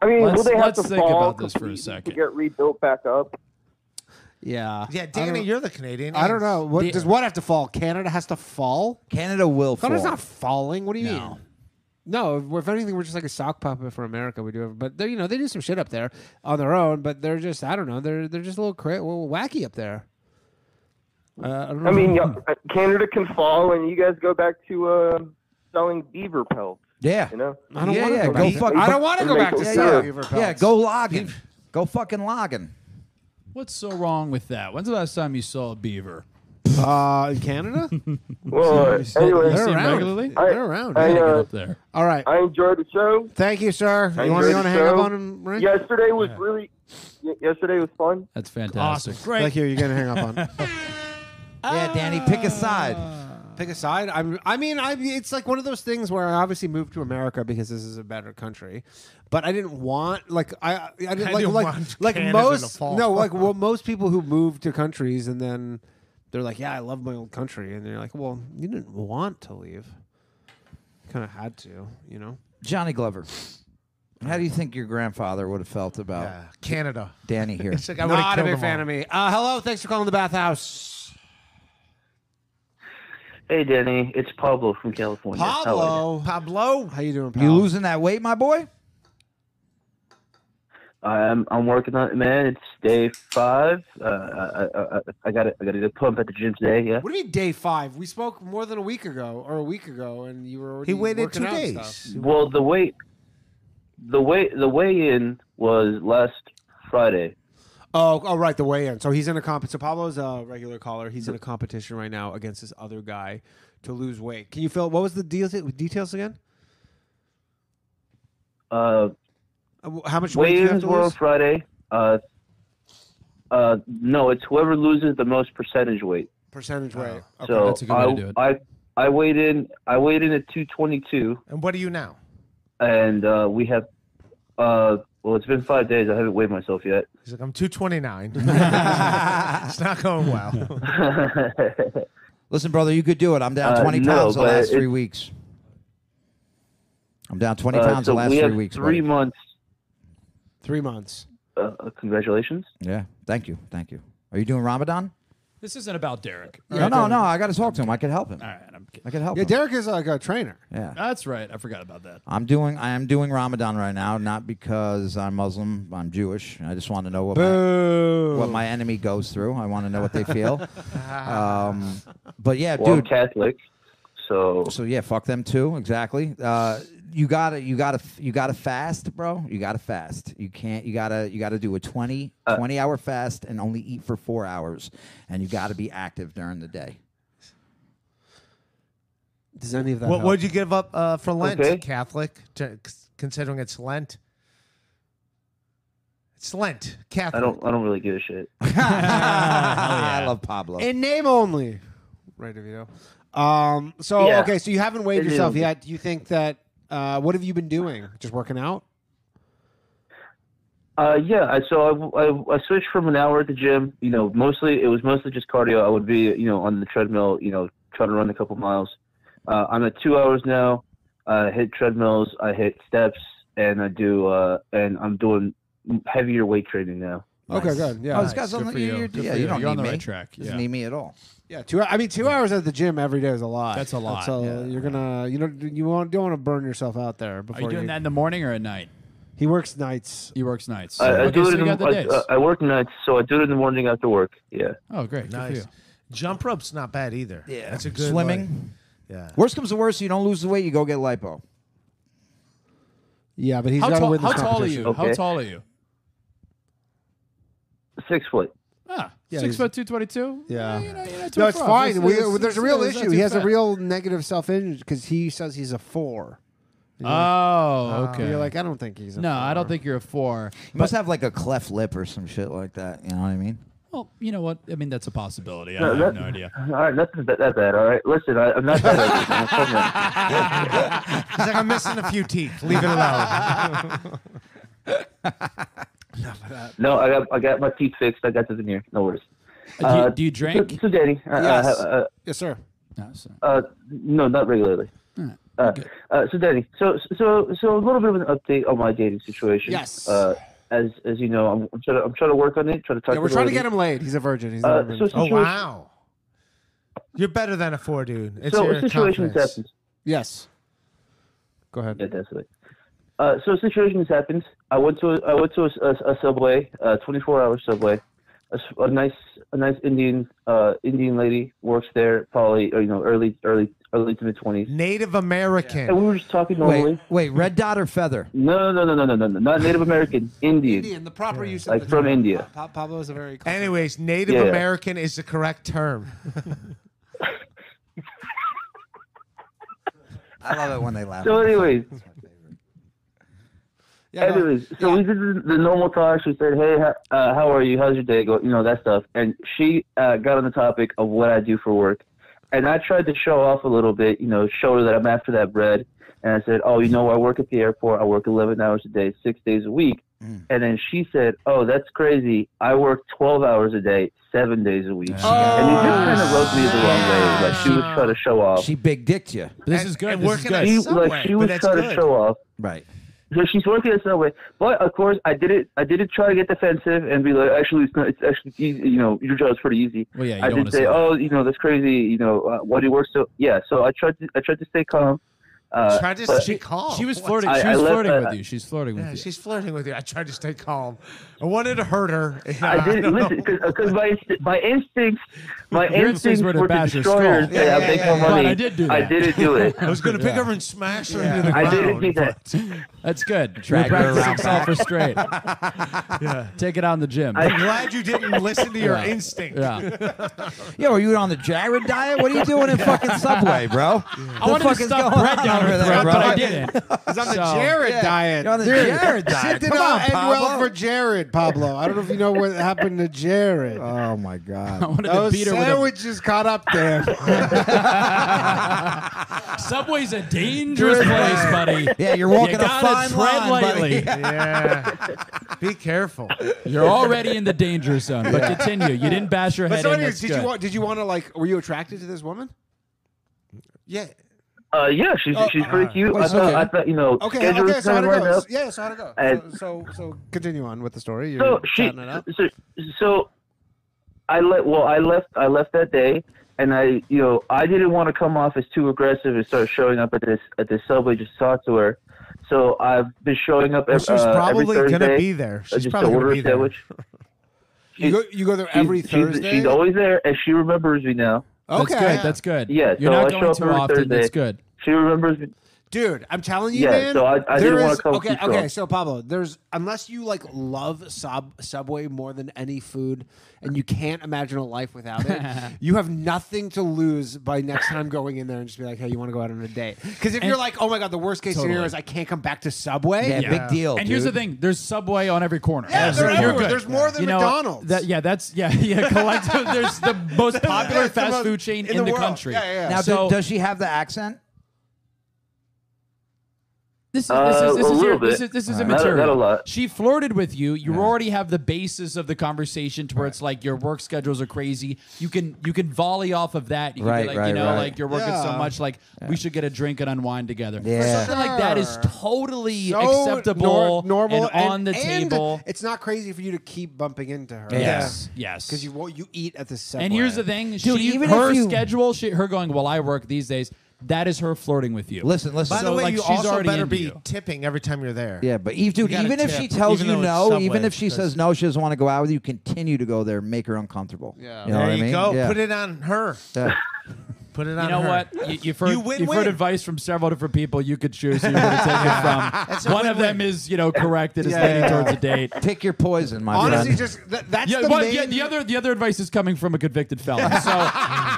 [SPEAKER 15] I mean, will
[SPEAKER 3] Let's-
[SPEAKER 15] they have
[SPEAKER 3] let's
[SPEAKER 15] to
[SPEAKER 3] think
[SPEAKER 15] fall
[SPEAKER 3] about this for a
[SPEAKER 15] completely
[SPEAKER 3] second.
[SPEAKER 15] to get rebuilt back up?
[SPEAKER 5] Yeah.
[SPEAKER 6] Yeah,
[SPEAKER 5] I
[SPEAKER 6] Danny,
[SPEAKER 5] don't-
[SPEAKER 6] you're the Canadian.
[SPEAKER 5] I don't know. What, does what have to fall? Canada has to fall?
[SPEAKER 7] Canada will
[SPEAKER 5] Canada's
[SPEAKER 7] fall.
[SPEAKER 5] not falling. What do you mean? No, if- if anything, we're just like a sock puppet for America. We do, it. but they, you know, they do some shit up there on their own. But they're just, I don't know, they're they're just a little cra- well, wacky up there. Uh, I, don't
[SPEAKER 15] I
[SPEAKER 5] know.
[SPEAKER 15] mean, y'all- Canada can fall, and you guys go back to uh, selling beaver pelts.
[SPEAKER 7] Yeah.
[SPEAKER 15] You know,
[SPEAKER 7] I don't wanna go back- I don't wanna go back to selling beaver pelts. Yeah, go logging. Go fucking logging.
[SPEAKER 3] What's so wrong with that? When's the last time you saw a beaver?
[SPEAKER 5] Uh, in Canada?
[SPEAKER 15] Well,
[SPEAKER 3] You see 'em-
[SPEAKER 15] anyway,
[SPEAKER 3] you see 'em regularly?
[SPEAKER 15] I-
[SPEAKER 5] They're around.
[SPEAKER 15] I,
[SPEAKER 5] Yeah, get
[SPEAKER 15] uh,
[SPEAKER 5] up
[SPEAKER 3] there.
[SPEAKER 5] All right.
[SPEAKER 15] I enjoyed the show.
[SPEAKER 5] Thank you, sir.
[SPEAKER 15] I
[SPEAKER 5] You want, you
[SPEAKER 15] enjoyed
[SPEAKER 5] want to
[SPEAKER 15] the
[SPEAKER 5] hang up
[SPEAKER 15] show.
[SPEAKER 5] on him, Rick?
[SPEAKER 15] Yesterday was really. y- Yesterday was fun.
[SPEAKER 3] That's fantastic.
[SPEAKER 5] Awesome. Great. Thank you. You're gonna hang up on.
[SPEAKER 7] yeah, Danny, pick a side.
[SPEAKER 5] Ah. Pick a side. I'm, I mean, I, it's like one of those things where I obviously moved to America because this is a better country, but I didn't want like I, I didn't
[SPEAKER 6] I
[SPEAKER 5] like
[SPEAKER 6] didn't
[SPEAKER 5] like,
[SPEAKER 6] want
[SPEAKER 5] like
[SPEAKER 6] Canada to
[SPEAKER 5] most
[SPEAKER 6] fall.
[SPEAKER 5] no like well most people who move to countries and then they're like yeah I love my old country and they're like well you didn't want to leave, kind of had to you know
[SPEAKER 7] Johnny Glover. How do you think your grandfather would have felt about
[SPEAKER 6] Canada?
[SPEAKER 7] Danny here.
[SPEAKER 6] It's like I would've
[SPEAKER 5] not a
[SPEAKER 6] killed them
[SPEAKER 5] big fan
[SPEAKER 6] all.
[SPEAKER 5] of me. Uh, hello, thanks for calling the bathhouse.
[SPEAKER 16] Hey, Danny, it's Pablo from California. How are you?
[SPEAKER 5] Pablo, how you doing?
[SPEAKER 7] You losing that weight, my boy?
[SPEAKER 16] I'm I'm working on it, man. It's day five. Uh, I, I, I, I got a, I got a good pump at the gym today. Yeah.
[SPEAKER 5] What do you mean day five? We spoke more than a week ago or a week ago, and you were already
[SPEAKER 16] He waited
[SPEAKER 5] working
[SPEAKER 16] two
[SPEAKER 5] out
[SPEAKER 16] days.
[SPEAKER 5] stuff.
[SPEAKER 16] Well, the weight, the weight, the weigh-in was last Friday.
[SPEAKER 5] Oh, oh, right, the weigh-in. So he's in a comp. So Pablo's a regular caller. He's in a competition right now against this other guy to lose weight. Can you fill? What was the deal, details again?
[SPEAKER 16] Uh,
[SPEAKER 5] Uh, wh- How much weight do you have
[SPEAKER 16] weigh-ins
[SPEAKER 5] to
[SPEAKER 16] were on
[SPEAKER 5] lose?
[SPEAKER 16] Friday. Uh, uh, no, it's whoever loses the most percentage weight.
[SPEAKER 5] Percentage weight.
[SPEAKER 16] so
[SPEAKER 5] That's a good
[SPEAKER 16] I,
[SPEAKER 5] way to do it.
[SPEAKER 16] I I weighed in I weighed in at 222.
[SPEAKER 6] And what are you now?
[SPEAKER 16] and uh, we have uh, well it's been five days i haven't weighed myself yet
[SPEAKER 6] He's like, I'm 229. it's not going well.
[SPEAKER 7] Listen, brother, you could do it. I'm down
[SPEAKER 16] Uh,
[SPEAKER 7] 20
[SPEAKER 16] no,
[SPEAKER 7] pounds the
[SPEAKER 16] but
[SPEAKER 7] last three
[SPEAKER 16] it-
[SPEAKER 7] weeks. I'm down 20
[SPEAKER 16] Uh,
[SPEAKER 7] pounds
[SPEAKER 16] so
[SPEAKER 7] the last
[SPEAKER 16] we
[SPEAKER 7] three
[SPEAKER 16] have
[SPEAKER 7] weeks.
[SPEAKER 16] three
[SPEAKER 7] buddy.
[SPEAKER 16] months
[SPEAKER 5] three months
[SPEAKER 16] uh, congratulations
[SPEAKER 7] Yeah. Thank you. Thank you. Are you doing Ramadan?
[SPEAKER 3] This isn't about Derek.
[SPEAKER 7] no, no, no. I got to talk to him. I could help him. All
[SPEAKER 3] right. I'm
[SPEAKER 7] I could help
[SPEAKER 5] Yeah,
[SPEAKER 7] him.
[SPEAKER 5] Derek is like a trainer.
[SPEAKER 7] yeah.
[SPEAKER 3] That's right. I forgot about that.
[SPEAKER 7] I'm doing I am doing Ramadan right now, not because I'm Muslim. I'm Jewish. I just want to know what
[SPEAKER 5] my,
[SPEAKER 7] what my enemy goes through. I want to know what they feel.
[SPEAKER 5] Uh,
[SPEAKER 7] um, but yeah,
[SPEAKER 16] Well, I'm
[SPEAKER 7] dude,
[SPEAKER 16] Catholic. So
[SPEAKER 7] so yeah, fuck them too. Exactly. Uh, you gotta you gotta you gotta fast, bro. You gotta fast. You can't. You gotta you gotta do a 20,
[SPEAKER 16] Uh,
[SPEAKER 7] 20 hour fast and only eat for four hours, and you gotta be active during the day.
[SPEAKER 5] Does any of
[SPEAKER 6] What would you give up uh, for Lent?
[SPEAKER 7] Okay.
[SPEAKER 6] Catholic, to, considering it's Lent. It's Lent. Catholic. Oh,
[SPEAKER 16] i don't i don't really give a shit
[SPEAKER 7] I love Pablo.
[SPEAKER 5] In name only, right, DeVito. Um. So
[SPEAKER 16] Yeah.
[SPEAKER 5] okay, so you haven't weighed
[SPEAKER 16] In name
[SPEAKER 5] yourself
[SPEAKER 16] only.
[SPEAKER 5] yet. Do you think that? Uh, what have you been doing? Just working out.
[SPEAKER 16] uh, yeah I, so I, I, I switched from an hour at the gym you know mostly it was mostly just cardio i would be you know on the treadmill you know trying to run a couple miles uh, i'm at two hours now i hit treadmills i hit steps and i do uh, and i'm doing heavier weight training now
[SPEAKER 5] Okay, good. Yeah.
[SPEAKER 7] Oh, this guy's on the, you. are yeah, you don't need me. Doesn't need me at all.
[SPEAKER 5] Yeah, two. I mean, two hours at the gym every day is a lot.
[SPEAKER 3] That's a lot,
[SPEAKER 5] So you're gonna, you know, you won't, don't want to burn yourself out there.
[SPEAKER 3] Are
[SPEAKER 5] Before
[SPEAKER 3] you doing
[SPEAKER 5] you-
[SPEAKER 3] that in the morning or at night?
[SPEAKER 5] He works nights.
[SPEAKER 3] He works nights.
[SPEAKER 16] I, I
[SPEAKER 3] Okay,
[SPEAKER 16] do
[SPEAKER 3] so
[SPEAKER 16] it
[SPEAKER 3] you
[SPEAKER 16] in
[SPEAKER 3] got
[SPEAKER 16] the,
[SPEAKER 3] the days.
[SPEAKER 16] I, I work nights, so I do it in the morning after work. Yeah.
[SPEAKER 3] Oh, great.
[SPEAKER 16] for
[SPEAKER 6] Nice.
[SPEAKER 16] you.
[SPEAKER 6] Jump rope's not bad either. Yeah. That's a good
[SPEAKER 7] Swimming?
[SPEAKER 6] like- yeah.
[SPEAKER 7] Worst comes to worst, you don't lose the weight, you go get lipo.
[SPEAKER 5] Yeah, but he's
[SPEAKER 3] How
[SPEAKER 5] got to
[SPEAKER 3] tall-
[SPEAKER 5] win this
[SPEAKER 3] how tall are
[SPEAKER 5] competition.
[SPEAKER 3] you? How Okay. tall are you?
[SPEAKER 16] Six foot.
[SPEAKER 3] Ah,
[SPEAKER 5] Yeah,
[SPEAKER 3] six
[SPEAKER 5] he's-
[SPEAKER 3] foot two twenty two.
[SPEAKER 5] Yeah.
[SPEAKER 3] yeah, too
[SPEAKER 5] no, it's
[SPEAKER 3] far.
[SPEAKER 5] fine.
[SPEAKER 3] It's-
[SPEAKER 5] we,
[SPEAKER 3] it's-
[SPEAKER 5] there's a
[SPEAKER 3] it's-
[SPEAKER 5] real
[SPEAKER 3] it's not
[SPEAKER 5] issue.
[SPEAKER 3] too
[SPEAKER 5] He has
[SPEAKER 3] fat.
[SPEAKER 5] a real negative self image because he says he's a four. You know?
[SPEAKER 3] Oh, okay.
[SPEAKER 5] Uh, You're like, I don't think he's a
[SPEAKER 3] No,
[SPEAKER 5] four.
[SPEAKER 3] I don't think you're a four.
[SPEAKER 7] You must have like a cleft lip or some shit like that. You know what I mean?
[SPEAKER 3] Well, you know what? I mean, that's a possibility. I
[SPEAKER 7] No,
[SPEAKER 3] have
[SPEAKER 7] that-
[SPEAKER 3] no idea.
[SPEAKER 16] All right, nothing's that, that bad. All right, listen, I, I'm not that ugly. I'm pregnant.
[SPEAKER 6] He's like, I'm missing a few teeth. Leave it alone.
[SPEAKER 16] No, I got I got my teeth fixed. I got to the near. No worries.
[SPEAKER 3] Uh,
[SPEAKER 16] Uh,
[SPEAKER 3] do you- do you drink?
[SPEAKER 16] So, so Daddy, uh,
[SPEAKER 3] Yes.
[SPEAKER 16] uh, uh,
[SPEAKER 5] yes, sir.
[SPEAKER 16] Uh, no, not regularly.
[SPEAKER 3] Alright,
[SPEAKER 16] Uh, uh, so, Danny, so so so a little bit of an update on my dating situation.
[SPEAKER 5] Yes.
[SPEAKER 16] Uh, as as you know, I'm, I'm trying to I'm trying to work on it. Trying to talk.
[SPEAKER 5] Yeah, we're
[SPEAKER 16] the
[SPEAKER 5] trying to
[SPEAKER 16] lady.
[SPEAKER 5] get him laid. He's a virgin. He's
[SPEAKER 16] Uh,
[SPEAKER 5] never been.
[SPEAKER 16] so
[SPEAKER 6] oh,
[SPEAKER 16] situation-
[SPEAKER 6] wow. You're better than a four, dude. It's
[SPEAKER 16] so
[SPEAKER 6] your
[SPEAKER 16] situations
[SPEAKER 6] confidence.
[SPEAKER 16] happens.
[SPEAKER 5] Yes. Go ahead.
[SPEAKER 16] Yeah, that's right. Uh, so situations happens. I went to a, I went to a, a- a subway, a 24 hour subway. A, s- a nice a nice Indian uh, Indian lady works there, probably or, you know early early early to mid 20s.
[SPEAKER 6] Native American.
[SPEAKER 16] And we were just talking normally.
[SPEAKER 7] Wait, wait, red dot or feather?
[SPEAKER 16] No, no, no, no, no, no, no, not Native American, Indian.
[SPEAKER 5] Indian, the proper use of
[SPEAKER 16] like
[SPEAKER 5] the
[SPEAKER 16] from
[SPEAKER 5] term.
[SPEAKER 16] India.
[SPEAKER 5] Pa- Pablo is a very.
[SPEAKER 6] Anyways, Native
[SPEAKER 16] Yeah.
[SPEAKER 6] American is the correct term.
[SPEAKER 7] I love it when they laugh.
[SPEAKER 16] So, anyways.
[SPEAKER 5] Yeah,
[SPEAKER 7] no,
[SPEAKER 16] Anyways, so we did the- the normal talk. She said, "Hey, ho- uh, how are you? How's your day going? You know that stuff." And she uh, got on the topic of what I do for work, and I tried to show off a little bit. You know, show her that I'm after that bread. And I said, "Oh, you know, I work at the airport. I work 11 hours a day, six days a week." And then she said, "Oh, that's crazy. I work 12 hours a day, seven days a week." and it just kind
[SPEAKER 3] Oh.
[SPEAKER 16] of rubbed me the wrong way. Like she was trying to show off.
[SPEAKER 7] She big dicked you.
[SPEAKER 3] This is good.
[SPEAKER 16] And
[SPEAKER 3] This is
[SPEAKER 16] working
[SPEAKER 3] good.
[SPEAKER 16] at She- Subway, like, she but was that's trying to good. show off.
[SPEAKER 7] Right.
[SPEAKER 16] So she's working at Subway, but of course I didn't. I didn't try to get defensive and be like, actually, it's not. It's actually easy. You know, your job's pretty easy.
[SPEAKER 3] Well, yeah, you
[SPEAKER 16] I
[SPEAKER 3] don't
[SPEAKER 16] didn't
[SPEAKER 3] wanna
[SPEAKER 16] say,
[SPEAKER 3] say that.
[SPEAKER 16] oh, you know, that's crazy. You know, uh, why do you work so? Yeah. So I tried to. I tried to stay calm. Uh,
[SPEAKER 6] Tried to
[SPEAKER 16] but-
[SPEAKER 6] stay calm.
[SPEAKER 3] She was
[SPEAKER 6] What?
[SPEAKER 3] flirting.
[SPEAKER 16] I-
[SPEAKER 3] she
[SPEAKER 16] I
[SPEAKER 3] was
[SPEAKER 16] left-
[SPEAKER 3] flirting
[SPEAKER 16] I-
[SPEAKER 3] with you. She's flirting with
[SPEAKER 6] Yeah,
[SPEAKER 3] you.
[SPEAKER 6] she's flirting with you. I tried to stay calm. I wanted to hurt her.
[SPEAKER 16] I didn't
[SPEAKER 6] don't know.
[SPEAKER 16] listen because my inst- my instincts my
[SPEAKER 6] Your
[SPEAKER 16] instincts,
[SPEAKER 6] instincts were
[SPEAKER 16] were
[SPEAKER 6] to
[SPEAKER 16] to
[SPEAKER 6] bash her
[SPEAKER 16] destroy her and
[SPEAKER 6] skull.
[SPEAKER 16] say
[SPEAKER 6] Yeah,
[SPEAKER 16] I'll
[SPEAKER 6] yeah,
[SPEAKER 16] make
[SPEAKER 6] yeah,
[SPEAKER 16] more
[SPEAKER 6] yeah.
[SPEAKER 16] money.
[SPEAKER 6] But I did do
[SPEAKER 16] I
[SPEAKER 6] that.
[SPEAKER 16] didn't do it.
[SPEAKER 6] I was going to pick her and smash her into the
[SPEAKER 16] I
[SPEAKER 6] ground.
[SPEAKER 16] didn't do that.
[SPEAKER 3] That's good. You're
[SPEAKER 6] Drag her around
[SPEAKER 3] practicing
[SPEAKER 6] back.
[SPEAKER 3] self-restraint. Take it out in the gym.
[SPEAKER 6] I'm glad you didn't listen to your
[SPEAKER 3] Yeah.
[SPEAKER 6] instinct.
[SPEAKER 3] Yeah.
[SPEAKER 7] Yo, are you on the Jared diet? What are you doing in fucking Subway, bro?
[SPEAKER 3] I wanted to stop bread down her throat, but I didn't.
[SPEAKER 5] He's on the
[SPEAKER 3] So-
[SPEAKER 5] Jared
[SPEAKER 7] Yeah,
[SPEAKER 5] diet.
[SPEAKER 7] you're on the
[SPEAKER 5] Dude,
[SPEAKER 7] Jared diet.
[SPEAKER 5] Shit did
[SPEAKER 7] Come
[SPEAKER 5] not
[SPEAKER 7] on,
[SPEAKER 5] end well
[SPEAKER 7] Pablo.
[SPEAKER 5] for Jared, Pablo. I don't know if you know what happened to Jared.
[SPEAKER 7] Oh my god. I
[SPEAKER 3] wanted to
[SPEAKER 5] Those
[SPEAKER 3] beat her with a-
[SPEAKER 5] sandwiches caught up there.
[SPEAKER 3] Subway's a dangerous place, buddy.
[SPEAKER 7] Yeah, you're
[SPEAKER 3] You
[SPEAKER 7] walking a
[SPEAKER 3] gotta
[SPEAKER 7] fine
[SPEAKER 3] tread
[SPEAKER 7] line, buddy.
[SPEAKER 3] lightly.
[SPEAKER 6] Yeah. Be careful.
[SPEAKER 3] You're already in the danger zone. But
[SPEAKER 5] Yeah.
[SPEAKER 3] continue. You didn't bash her
[SPEAKER 5] But
[SPEAKER 3] head
[SPEAKER 5] so
[SPEAKER 3] in.
[SPEAKER 5] anyways,
[SPEAKER 3] That's
[SPEAKER 5] did
[SPEAKER 3] good.
[SPEAKER 5] you want? Did you want to like? Were you attracted to this woman? Yeah.
[SPEAKER 16] Uh, yeah, she's
[SPEAKER 5] Oh,
[SPEAKER 16] she's pretty
[SPEAKER 5] uh,
[SPEAKER 16] cute.
[SPEAKER 5] wait,
[SPEAKER 16] I
[SPEAKER 5] so-
[SPEAKER 16] thought, I
[SPEAKER 5] okay.
[SPEAKER 16] thought you know
[SPEAKER 5] Okay.
[SPEAKER 16] schedule
[SPEAKER 5] Okay. So
[SPEAKER 16] kind
[SPEAKER 5] how'd it
[SPEAKER 16] of lined
[SPEAKER 5] go?
[SPEAKER 16] up.
[SPEAKER 5] Yeah. So how'd it go?
[SPEAKER 16] And-
[SPEAKER 5] so, so so continue on with the story. You're
[SPEAKER 16] so she
[SPEAKER 5] chatting it up.
[SPEAKER 16] so, so I let well I left I left that day and I you know I didn't want to come off as too aggressive and start showing up at this at this subway just to talk to her. So I've been showing up
[SPEAKER 6] Well,
[SPEAKER 16] ev-
[SPEAKER 6] she's
[SPEAKER 16] uh,
[SPEAKER 6] probably
[SPEAKER 16] every
[SPEAKER 6] gonna
[SPEAKER 16] Thursday.
[SPEAKER 6] be there.
[SPEAKER 16] uh,
[SPEAKER 6] She's
[SPEAKER 16] just
[SPEAKER 6] probably
[SPEAKER 16] to
[SPEAKER 6] gonna
[SPEAKER 16] order
[SPEAKER 6] be
[SPEAKER 16] a
[SPEAKER 6] there.
[SPEAKER 16] sandwich.
[SPEAKER 5] You go. You go there every
[SPEAKER 16] she's,
[SPEAKER 5] Thursday.
[SPEAKER 16] She's always there and she remembers me now.
[SPEAKER 3] That's
[SPEAKER 5] Okay.
[SPEAKER 3] good. That's good.
[SPEAKER 16] Yeah,
[SPEAKER 3] You're
[SPEAKER 16] so
[SPEAKER 3] not
[SPEAKER 16] I show
[SPEAKER 3] going
[SPEAKER 16] up
[SPEAKER 3] too
[SPEAKER 16] every
[SPEAKER 3] often.
[SPEAKER 16] Thursday.
[SPEAKER 3] That's good.
[SPEAKER 16] She remembers me.
[SPEAKER 5] Dude, I'm telling you,
[SPEAKER 16] Yeah,
[SPEAKER 5] man.
[SPEAKER 16] so I- I
[SPEAKER 5] there
[SPEAKER 16] didn't wanna
[SPEAKER 5] is-
[SPEAKER 16] come
[SPEAKER 5] okay,
[SPEAKER 16] too strong.
[SPEAKER 5] okay. So Pablo, there's unless you like love sub Subway more than any food, and you can't imagine a life without it, you have nothing to lose by next time going in there and just be like, hey, you want to go out on a date? Because if
[SPEAKER 3] And-
[SPEAKER 5] you're like, oh my god, the worst case scenario
[SPEAKER 3] Totally.
[SPEAKER 5] is I can't come back to Subway.
[SPEAKER 3] And here's the thing: there's Subway on every corner.
[SPEAKER 5] Yeah, they're
[SPEAKER 3] You're
[SPEAKER 5] everywhere.
[SPEAKER 3] good.
[SPEAKER 5] There's more than
[SPEAKER 3] You know,
[SPEAKER 5] McDonald's.
[SPEAKER 3] that- yeah, that's yeah, yeah. Collective. there's the most popular
[SPEAKER 5] That's the
[SPEAKER 3] fast
[SPEAKER 5] most-
[SPEAKER 3] food chain
[SPEAKER 5] in
[SPEAKER 3] in,
[SPEAKER 5] the
[SPEAKER 3] the,
[SPEAKER 5] world.
[SPEAKER 3] country.
[SPEAKER 5] Yeah, yeah, yeah.
[SPEAKER 7] Now,
[SPEAKER 3] so
[SPEAKER 7] do, does she have the accent?
[SPEAKER 3] This is this
[SPEAKER 16] Uh,
[SPEAKER 3] is this
[SPEAKER 16] a
[SPEAKER 3] is,
[SPEAKER 16] little
[SPEAKER 3] your, this
[SPEAKER 16] bit. Uh,
[SPEAKER 3] is this is
[SPEAKER 16] Not-
[SPEAKER 3] immaterial.
[SPEAKER 16] not a lot.
[SPEAKER 3] She flirted with you. You already have the basis of the conversation to where it's like your work schedules are crazy. You can you can volley off of that. You can
[SPEAKER 7] Right,
[SPEAKER 3] be like,
[SPEAKER 7] right,
[SPEAKER 3] you know,
[SPEAKER 7] right.
[SPEAKER 3] like you're working so
[SPEAKER 7] Yeah.
[SPEAKER 3] much, like we should get a drink and unwind together.
[SPEAKER 7] Yeah.
[SPEAKER 3] Something like that is totally
[SPEAKER 5] So
[SPEAKER 3] acceptable
[SPEAKER 5] nor- normal,
[SPEAKER 3] and on the
[SPEAKER 5] and
[SPEAKER 3] table.
[SPEAKER 5] It's not crazy for you to keep bumping into her.
[SPEAKER 3] Yes, yes.
[SPEAKER 5] Because you won't- you eat at the subway.
[SPEAKER 3] And here's the thing,
[SPEAKER 5] Dude,
[SPEAKER 3] she,
[SPEAKER 5] even
[SPEAKER 3] her
[SPEAKER 5] if you-
[SPEAKER 3] schedule, she, her going, well, I work these days. That is her flirting with you.
[SPEAKER 7] Listen, listen.
[SPEAKER 3] By
[SPEAKER 7] By
[SPEAKER 3] the
[SPEAKER 7] the
[SPEAKER 3] way,
[SPEAKER 7] way,
[SPEAKER 3] like,
[SPEAKER 7] you
[SPEAKER 3] she's
[SPEAKER 7] also
[SPEAKER 3] already
[SPEAKER 7] better
[SPEAKER 3] into
[SPEAKER 7] be
[SPEAKER 3] you.
[SPEAKER 6] tipping every time you're there.
[SPEAKER 7] Yeah, but Eve, dude,
[SPEAKER 6] You gotta
[SPEAKER 7] even if she
[SPEAKER 6] tip,
[SPEAKER 7] tells
[SPEAKER 6] even
[SPEAKER 7] you
[SPEAKER 6] though it's
[SPEAKER 7] no,
[SPEAKER 6] Subway,
[SPEAKER 7] even if she
[SPEAKER 6] because-
[SPEAKER 7] says no, she doesn't want to go out with you, continue to go there, make her uncomfortable.
[SPEAKER 6] Yeah.
[SPEAKER 7] You know
[SPEAKER 6] there
[SPEAKER 7] what I
[SPEAKER 6] you
[SPEAKER 7] mean?
[SPEAKER 6] go.
[SPEAKER 7] Yeah.
[SPEAKER 6] Put it on her.
[SPEAKER 7] Yeah.
[SPEAKER 6] Put it
[SPEAKER 3] You
[SPEAKER 6] on
[SPEAKER 3] know
[SPEAKER 6] her.
[SPEAKER 3] what? You, you've heard,
[SPEAKER 6] You win,
[SPEAKER 3] you've
[SPEAKER 6] win.
[SPEAKER 3] heard advice from several different people you could choose who you're going to take it
[SPEAKER 6] That's
[SPEAKER 3] from.
[SPEAKER 6] a
[SPEAKER 3] One of them is, you know, correct. It is leading towards a date.
[SPEAKER 7] Pick your poison, my
[SPEAKER 5] Honestly,
[SPEAKER 7] friend.
[SPEAKER 5] just that, that's
[SPEAKER 3] yeah,
[SPEAKER 5] the
[SPEAKER 3] but
[SPEAKER 5] main.
[SPEAKER 3] yeah, the other the other advice is coming from a convicted felon. So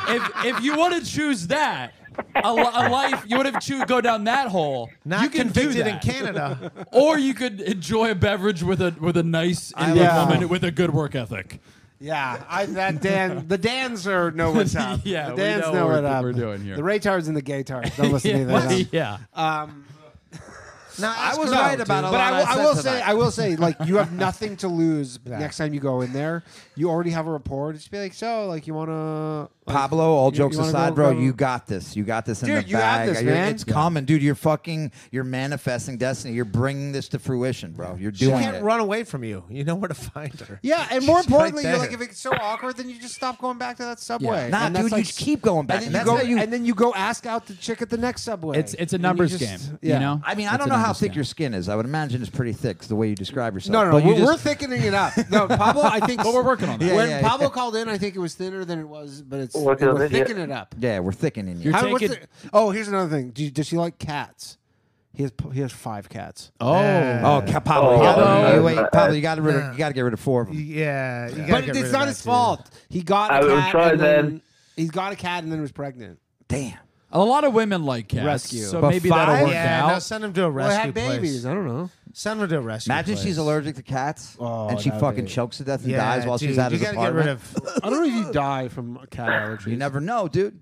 [SPEAKER 3] if if you want to choose that, a, li- a life you would have to go down that hole.
[SPEAKER 6] Not
[SPEAKER 3] you can do
[SPEAKER 6] convicted in
[SPEAKER 3] that.
[SPEAKER 6] Canada.
[SPEAKER 3] or you could enjoy a beverage with a with a nice Indian
[SPEAKER 5] love-
[SPEAKER 3] woman with a good work ethic.
[SPEAKER 5] yeah, I, that Dan, the Dans are know what's up.
[SPEAKER 3] Yeah,
[SPEAKER 5] the
[SPEAKER 3] we
[SPEAKER 5] Dans
[SPEAKER 3] know
[SPEAKER 5] know,
[SPEAKER 3] what
[SPEAKER 5] what up.
[SPEAKER 3] we're doing here.
[SPEAKER 5] The Raytards and the Gaytards. Don't listen to
[SPEAKER 3] Yeah.
[SPEAKER 5] either of them.
[SPEAKER 3] Yeah.
[SPEAKER 5] Um,
[SPEAKER 6] No,
[SPEAKER 5] I
[SPEAKER 6] that's
[SPEAKER 5] was
[SPEAKER 6] correct,
[SPEAKER 5] right about
[SPEAKER 6] dude.
[SPEAKER 5] a
[SPEAKER 6] But
[SPEAKER 5] lot.
[SPEAKER 6] I
[SPEAKER 5] I
[SPEAKER 6] will-
[SPEAKER 5] will,
[SPEAKER 6] I will
[SPEAKER 5] say,
[SPEAKER 6] say-
[SPEAKER 5] I will say, like you have nothing to lose
[SPEAKER 6] Yeah.
[SPEAKER 5] next time you go in there. You already have a rapport. Just be like, so, like you want to
[SPEAKER 7] Pablo, all
[SPEAKER 5] You-
[SPEAKER 7] jokes
[SPEAKER 5] you wanna
[SPEAKER 7] aside,
[SPEAKER 5] go-
[SPEAKER 7] bro,
[SPEAKER 5] go-
[SPEAKER 7] you got this. You got this in
[SPEAKER 5] Dude,
[SPEAKER 7] the
[SPEAKER 5] you have
[SPEAKER 7] bag.
[SPEAKER 5] this,
[SPEAKER 7] You're-
[SPEAKER 5] man.
[SPEAKER 7] It's coming, dude. You're fucking. You're manifesting destiny. You're bringing this to fruition, bro. You're
[SPEAKER 6] She
[SPEAKER 7] doing
[SPEAKER 6] can't
[SPEAKER 7] it.
[SPEAKER 6] run away from you. You know where to find her.
[SPEAKER 5] Yeah, and more
[SPEAKER 6] She's
[SPEAKER 5] importantly,
[SPEAKER 6] right
[SPEAKER 5] you're like,
[SPEAKER 6] there.
[SPEAKER 5] if it's so awkward, then you just stop going back to that subway.
[SPEAKER 7] Nah,
[SPEAKER 5] And that's
[SPEAKER 7] dude,
[SPEAKER 5] like-
[SPEAKER 7] you just keep going back.
[SPEAKER 5] And then
[SPEAKER 7] And
[SPEAKER 5] you
[SPEAKER 7] that's
[SPEAKER 5] go,
[SPEAKER 7] how you-
[SPEAKER 5] and then you go ask out the chick at the next subway.
[SPEAKER 3] It's- it's a
[SPEAKER 5] And you
[SPEAKER 3] numbers
[SPEAKER 5] just-
[SPEAKER 3] game, you know?
[SPEAKER 7] I mean, I
[SPEAKER 3] It's
[SPEAKER 7] don't
[SPEAKER 3] a
[SPEAKER 7] know how
[SPEAKER 3] numbers
[SPEAKER 7] thick your skin is. I would imagine it's pretty thick. the way you describe yourself.
[SPEAKER 5] No, no, no.
[SPEAKER 7] But you
[SPEAKER 5] We're, we're
[SPEAKER 7] just-
[SPEAKER 5] thickening it up. No, Pablo, I think.
[SPEAKER 7] But we're working on that. Yeah,
[SPEAKER 5] When
[SPEAKER 7] yeah,
[SPEAKER 5] Pablo
[SPEAKER 7] yeah.
[SPEAKER 5] called in, I think it was thinner than it was, but it's
[SPEAKER 7] We're working on
[SPEAKER 5] we're
[SPEAKER 7] it, yeah.
[SPEAKER 5] thickening it up.
[SPEAKER 7] Yeah, we're thickening you.
[SPEAKER 5] How- what's the- oh, here's another thing. Do you, does she like cats? He has he has five cats.
[SPEAKER 7] Oh, oh, Ca- Pablo, you gotta-
[SPEAKER 5] Pablo.
[SPEAKER 7] you- wait, Pablo, you got to rid of, you got to get rid of four of them.
[SPEAKER 6] Yeah, you gotta
[SPEAKER 5] but
[SPEAKER 6] get rid
[SPEAKER 5] it's
[SPEAKER 6] of
[SPEAKER 5] not
[SPEAKER 6] that
[SPEAKER 5] his
[SPEAKER 6] too.
[SPEAKER 5] fault. He got. a
[SPEAKER 6] I will
[SPEAKER 5] cat
[SPEAKER 6] try
[SPEAKER 5] and then-
[SPEAKER 6] then.
[SPEAKER 5] He's got a cat and then was pregnant.
[SPEAKER 7] Damn.
[SPEAKER 3] A lot of women like cats,
[SPEAKER 5] Rescue.
[SPEAKER 3] so
[SPEAKER 5] But
[SPEAKER 3] maybe
[SPEAKER 5] five?
[SPEAKER 3] that'll work
[SPEAKER 6] Yeah,
[SPEAKER 3] out.
[SPEAKER 6] no, send him to a
[SPEAKER 5] Well, it
[SPEAKER 6] rescue
[SPEAKER 5] had babies,
[SPEAKER 6] place.
[SPEAKER 5] I don't know.
[SPEAKER 6] Send him to a rescue
[SPEAKER 7] Imagine
[SPEAKER 6] place.
[SPEAKER 7] she's allergic to cats, and she
[SPEAKER 5] Oh, that'd
[SPEAKER 7] fucking
[SPEAKER 5] be-
[SPEAKER 7] chokes to death and
[SPEAKER 6] Yeah,
[SPEAKER 7] dies while she's
[SPEAKER 6] dude,
[SPEAKER 7] out
[SPEAKER 6] you
[SPEAKER 7] of the
[SPEAKER 6] gotta get rid
[SPEAKER 7] apartment.
[SPEAKER 5] I don't know if you die from a cat allergy.
[SPEAKER 7] You never know, dude.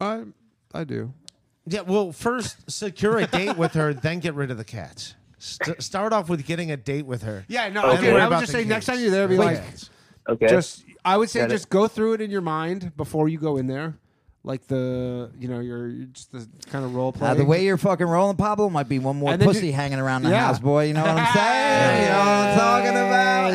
[SPEAKER 5] I I do.
[SPEAKER 6] Yeah, well, first secure a date with her, then get rid of the cats. St- start off with getting a date with her.
[SPEAKER 5] Yeah, no.
[SPEAKER 6] Don't
[SPEAKER 5] I,
[SPEAKER 6] worry
[SPEAKER 5] mean, I would
[SPEAKER 6] about
[SPEAKER 5] just
[SPEAKER 6] the
[SPEAKER 5] say next
[SPEAKER 6] kids.
[SPEAKER 5] time you're there, be
[SPEAKER 6] Wait.
[SPEAKER 5] like,
[SPEAKER 6] Okay.
[SPEAKER 5] Just I would say
[SPEAKER 6] Got it.
[SPEAKER 5] just go through it in your mind before you go in there, like the you know your just the kind of role play.
[SPEAKER 7] Now, the way you're fucking rolling, Pablo, might be one more
[SPEAKER 5] And then
[SPEAKER 7] pussy
[SPEAKER 5] you-
[SPEAKER 7] hanging around the
[SPEAKER 5] Yeah.
[SPEAKER 7] house, boy. You know what I'm saying? You know what I'm talking about?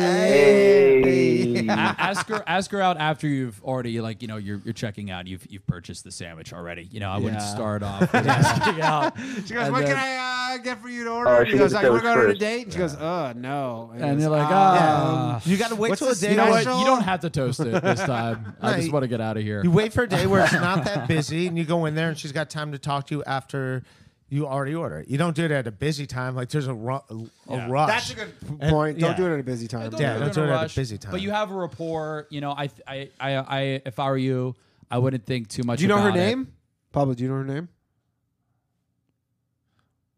[SPEAKER 3] A-
[SPEAKER 7] Hey.
[SPEAKER 3] ask her ask her out after you've already like you know you're you're checking out you've you've purchased the sandwich already you know I wouldn't
[SPEAKER 5] Yeah.
[SPEAKER 3] start off with asking out
[SPEAKER 5] she goes,
[SPEAKER 3] And
[SPEAKER 5] what
[SPEAKER 3] then-
[SPEAKER 5] can I uh, get for you to order?
[SPEAKER 3] Oh,
[SPEAKER 5] And
[SPEAKER 3] she
[SPEAKER 5] he goes,
[SPEAKER 3] gets
[SPEAKER 5] like, we're
[SPEAKER 3] those
[SPEAKER 5] going on a
[SPEAKER 3] first.
[SPEAKER 5] date. She goes, uh, no.
[SPEAKER 3] And you're like,
[SPEAKER 5] "Ah,
[SPEAKER 3] ah.
[SPEAKER 6] You gotta wait
[SPEAKER 5] what's
[SPEAKER 6] till the
[SPEAKER 5] this
[SPEAKER 6] day
[SPEAKER 3] you know what
[SPEAKER 6] special?
[SPEAKER 3] you don't have to toast it this time I
[SPEAKER 6] No,
[SPEAKER 3] just
[SPEAKER 6] you-
[SPEAKER 3] want to get out of here
[SPEAKER 6] You wait for a day where it's not that busy, and you go in there, and she's got time to talk to you after you already order it. You don't do it at a busy time. Like there's a, ru- a
[SPEAKER 3] Yeah.
[SPEAKER 6] rush.
[SPEAKER 5] That's a good p-
[SPEAKER 6] And-
[SPEAKER 5] point. Don't
[SPEAKER 6] yeah.
[SPEAKER 5] do it at a busy time.
[SPEAKER 6] Yeah, don't do it at a busy time.
[SPEAKER 3] but you have a rapport you know I I I, I if I were you I wouldn't think too much
[SPEAKER 5] Do you know her
[SPEAKER 3] about it.
[SPEAKER 5] name? Pablo, do you know her name?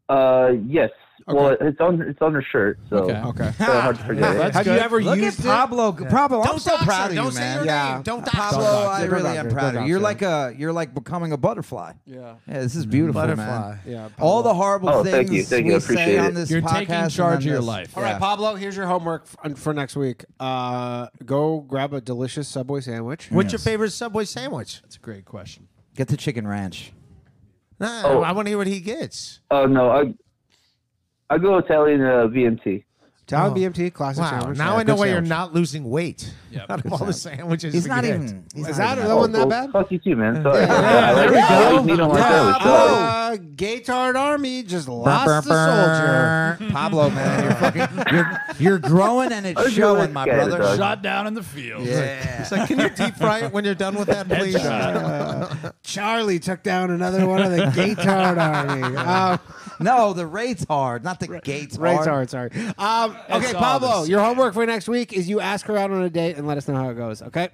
[SPEAKER 16] Uh, yes. Well, it's on it's on her shirt, so
[SPEAKER 5] Okay. Okay.
[SPEAKER 16] so hard to forget. it.
[SPEAKER 5] Have you ever
[SPEAKER 7] Look
[SPEAKER 5] used
[SPEAKER 7] at Pablo.
[SPEAKER 5] It?
[SPEAKER 7] Pablo, I'm
[SPEAKER 5] Don't
[SPEAKER 7] so
[SPEAKER 5] dox
[SPEAKER 7] proud
[SPEAKER 5] her.
[SPEAKER 7] of you,
[SPEAKER 5] Don't say
[SPEAKER 7] man.
[SPEAKER 5] her
[SPEAKER 7] yeah.
[SPEAKER 5] name. Don't dox her.
[SPEAKER 7] Pablo,
[SPEAKER 5] Don't dox
[SPEAKER 7] I
[SPEAKER 5] her.
[SPEAKER 7] really
[SPEAKER 5] Don't
[SPEAKER 7] am
[SPEAKER 5] dox
[SPEAKER 7] proud
[SPEAKER 5] her.
[SPEAKER 7] of you. You're like a, you're like becoming a butterfly.
[SPEAKER 5] Yeah.
[SPEAKER 7] Yeah, this is beautiful,
[SPEAKER 5] Butterfly.
[SPEAKER 7] man.
[SPEAKER 5] Yeah,
[SPEAKER 7] All the horrible
[SPEAKER 16] Oh,
[SPEAKER 7] things
[SPEAKER 16] thank you, thank you, I
[SPEAKER 7] we say
[SPEAKER 16] appreciate
[SPEAKER 7] on
[SPEAKER 16] it.
[SPEAKER 7] this
[SPEAKER 3] You're
[SPEAKER 7] podcast.
[SPEAKER 3] taking
[SPEAKER 7] and
[SPEAKER 3] charge
[SPEAKER 7] on
[SPEAKER 3] of your
[SPEAKER 7] this.
[SPEAKER 3] life.
[SPEAKER 5] All right, Pablo, here's your homework f- for next week. Uh, go grab a delicious Subway sandwich.
[SPEAKER 6] What's your favorite Subway sandwich?
[SPEAKER 3] That's a great question.
[SPEAKER 7] Get the chicken ranch.
[SPEAKER 6] No,
[SPEAKER 16] Oh.
[SPEAKER 6] I want to hear what he gets.
[SPEAKER 16] Oh no, I I go Italian uh, VMT.
[SPEAKER 5] Town BMT
[SPEAKER 6] Oh.
[SPEAKER 5] classic
[SPEAKER 6] Wow,
[SPEAKER 5] sandwich.
[SPEAKER 6] now
[SPEAKER 5] Yeah,
[SPEAKER 6] I know
[SPEAKER 5] good
[SPEAKER 6] why you're
[SPEAKER 5] sandwich.
[SPEAKER 6] not losing weight.
[SPEAKER 3] Yeah,
[SPEAKER 6] out of all the sandwiches.
[SPEAKER 5] He's
[SPEAKER 6] we
[SPEAKER 5] not
[SPEAKER 6] get.
[SPEAKER 5] even- he's Is not that even- that one that bad?
[SPEAKER 16] Fuck you too, man. Sorry.
[SPEAKER 5] Yeah,
[SPEAKER 16] I like,
[SPEAKER 5] there we
[SPEAKER 16] I like
[SPEAKER 5] go.
[SPEAKER 16] meat on my
[SPEAKER 5] Yeah,
[SPEAKER 16] sandwich. Sorry.
[SPEAKER 5] uh, Gaitard Army just
[SPEAKER 7] Burr,
[SPEAKER 5] lost
[SPEAKER 7] burr,
[SPEAKER 5] a soldier.
[SPEAKER 7] burr. Pablo, man, you're fucking, you're, you're growing and
[SPEAKER 6] I
[SPEAKER 7] it's
[SPEAKER 6] just really
[SPEAKER 7] showing, my
[SPEAKER 6] like it,
[SPEAKER 7] brother.
[SPEAKER 6] dog.
[SPEAKER 3] shot down in the field
[SPEAKER 7] Yeah.
[SPEAKER 6] It's like, can you deep fry it when you're done with that, please?
[SPEAKER 5] Charlie took down another one of the Gaitard Army. Uh,
[SPEAKER 7] No, the rate's hard, not the gates.
[SPEAKER 5] Rates hard, sorry. Um,
[SPEAKER 7] It's
[SPEAKER 5] okay,
[SPEAKER 7] all
[SPEAKER 5] Pablo,
[SPEAKER 7] this-
[SPEAKER 5] your homework for next week is you ask her out on a date and let us know how it goes. Okay.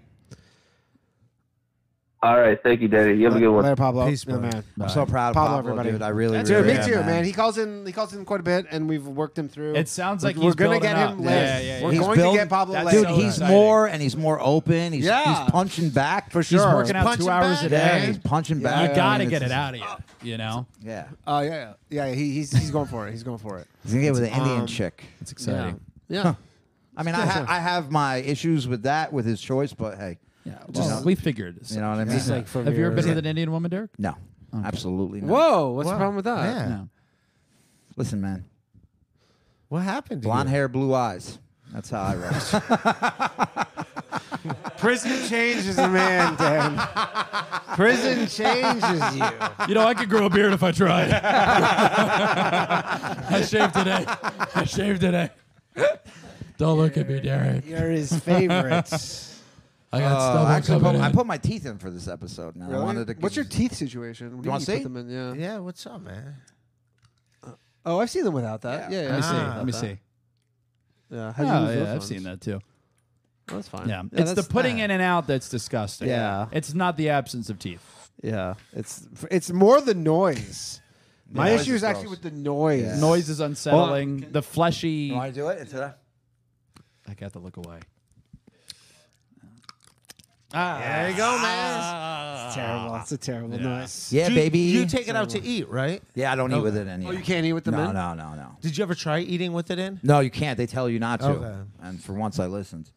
[SPEAKER 16] All right. Thank you, Danny. You have a good one.
[SPEAKER 5] Later, Pablo. Peace, You're the brother. man.
[SPEAKER 7] I'm so proud of Pablo, dude. I really,
[SPEAKER 5] That's
[SPEAKER 7] really
[SPEAKER 5] it.
[SPEAKER 7] am,
[SPEAKER 5] Me too, man. He calls in. He calls in quite a bit, and we've worked him through.
[SPEAKER 3] It sounds
[SPEAKER 5] We're-
[SPEAKER 3] like
[SPEAKER 5] we're
[SPEAKER 3] he's
[SPEAKER 5] gonna
[SPEAKER 3] building
[SPEAKER 5] get
[SPEAKER 3] up.
[SPEAKER 5] him later.
[SPEAKER 3] Yeah, yeah, yeah.
[SPEAKER 5] We're
[SPEAKER 7] He's
[SPEAKER 5] going
[SPEAKER 7] built-
[SPEAKER 5] to get Pablo
[SPEAKER 7] Dude,
[SPEAKER 5] later.
[SPEAKER 7] he's more and he's more open. He's,
[SPEAKER 5] Yeah.
[SPEAKER 7] he's punching back.
[SPEAKER 5] For
[SPEAKER 7] He's
[SPEAKER 5] sure.
[SPEAKER 7] working out
[SPEAKER 5] Punching
[SPEAKER 7] two hours
[SPEAKER 5] back.
[SPEAKER 7] a day.
[SPEAKER 5] Yeah.
[SPEAKER 7] He's punching
[SPEAKER 5] Yeah.
[SPEAKER 7] back.
[SPEAKER 5] You gotta
[SPEAKER 7] I mean,
[SPEAKER 5] get
[SPEAKER 7] it's-
[SPEAKER 5] it out
[SPEAKER 3] of you. You know.
[SPEAKER 7] Yeah.
[SPEAKER 5] Oh yeah, yeah. yeah, He, he's he's going for it. He's going for it.
[SPEAKER 7] He's gonna get with an Indian
[SPEAKER 5] Um,
[SPEAKER 7] chick.
[SPEAKER 3] It's
[SPEAKER 5] exciting. yeah. Yeah.
[SPEAKER 7] I mean, I, ha-
[SPEAKER 5] Yeah.
[SPEAKER 7] I have my issues with that with his choice, but hey,
[SPEAKER 3] yeah,
[SPEAKER 5] just-
[SPEAKER 3] we figured.
[SPEAKER 7] You know what I mean?
[SPEAKER 3] Just like from Have you ever your- been with an Indian woman, Derek?
[SPEAKER 7] No, absolutely not.
[SPEAKER 5] Whoa, what's the problem with that?
[SPEAKER 7] Yeah.
[SPEAKER 3] No.
[SPEAKER 7] Listen, man.
[SPEAKER 5] What happened? to
[SPEAKER 7] Blonde
[SPEAKER 5] you?
[SPEAKER 7] hair, blue eyes. That's how I roll.
[SPEAKER 5] Prison changes a man, Dan. Prison changes you.
[SPEAKER 3] You know, I could grow a beard if I tried. I shaved today. I shaved today. Don't look at me, Derek.
[SPEAKER 5] You're his favorites.
[SPEAKER 3] I got
[SPEAKER 7] Oh,
[SPEAKER 3] stubble
[SPEAKER 7] actually, I put,
[SPEAKER 3] coming
[SPEAKER 7] I
[SPEAKER 3] in.
[SPEAKER 7] put my teeth in for this episode. Now I
[SPEAKER 5] Really?
[SPEAKER 7] wanted to. give-
[SPEAKER 5] What's your teeth situation? What do
[SPEAKER 7] You want to
[SPEAKER 5] mean
[SPEAKER 7] see?
[SPEAKER 5] put them in? Yeah.
[SPEAKER 6] Yeah. What's up, man?
[SPEAKER 5] Oh, I've seen them without that. Yeah. yeah
[SPEAKER 3] Let me
[SPEAKER 5] I've
[SPEAKER 3] see.
[SPEAKER 5] seen them
[SPEAKER 3] Let me
[SPEAKER 5] without
[SPEAKER 3] see.
[SPEAKER 5] Ah, that. Yeah.
[SPEAKER 3] Oh,
[SPEAKER 5] how'd you lose
[SPEAKER 3] yeah,
[SPEAKER 5] those
[SPEAKER 3] I've
[SPEAKER 5] ones?
[SPEAKER 3] seen that too.
[SPEAKER 5] Well, that's fine.
[SPEAKER 3] Yeah, it's the
[SPEAKER 5] that's
[SPEAKER 3] putting
[SPEAKER 5] fine.
[SPEAKER 3] in and out that's disgusting.
[SPEAKER 5] Yeah.
[SPEAKER 3] it's not the absence of teeth.
[SPEAKER 5] Yeah, it's it's more the noise. My
[SPEAKER 3] Yeah.
[SPEAKER 5] issue is actually with the noise.
[SPEAKER 3] Noise is unsettling. the fleshy.
[SPEAKER 7] You want to do it? It's a-
[SPEAKER 3] I got to look away.
[SPEAKER 5] Ah.
[SPEAKER 6] there you go, man.
[SPEAKER 7] Ah.
[SPEAKER 5] It's terrible. It's a terrible noise.
[SPEAKER 7] Yeah,
[SPEAKER 6] Do you-
[SPEAKER 7] baby.
[SPEAKER 6] You take it out to eat, right?
[SPEAKER 7] Yeah, I don't eat with it
[SPEAKER 5] Oh,
[SPEAKER 7] anymore.
[SPEAKER 5] you can't eat with them
[SPEAKER 7] No,
[SPEAKER 5] in?
[SPEAKER 7] no, no, no.
[SPEAKER 6] Did you ever try eating with it in?
[SPEAKER 7] No, you can't. They tell you not to.
[SPEAKER 6] Okay.
[SPEAKER 7] And for once, I listened.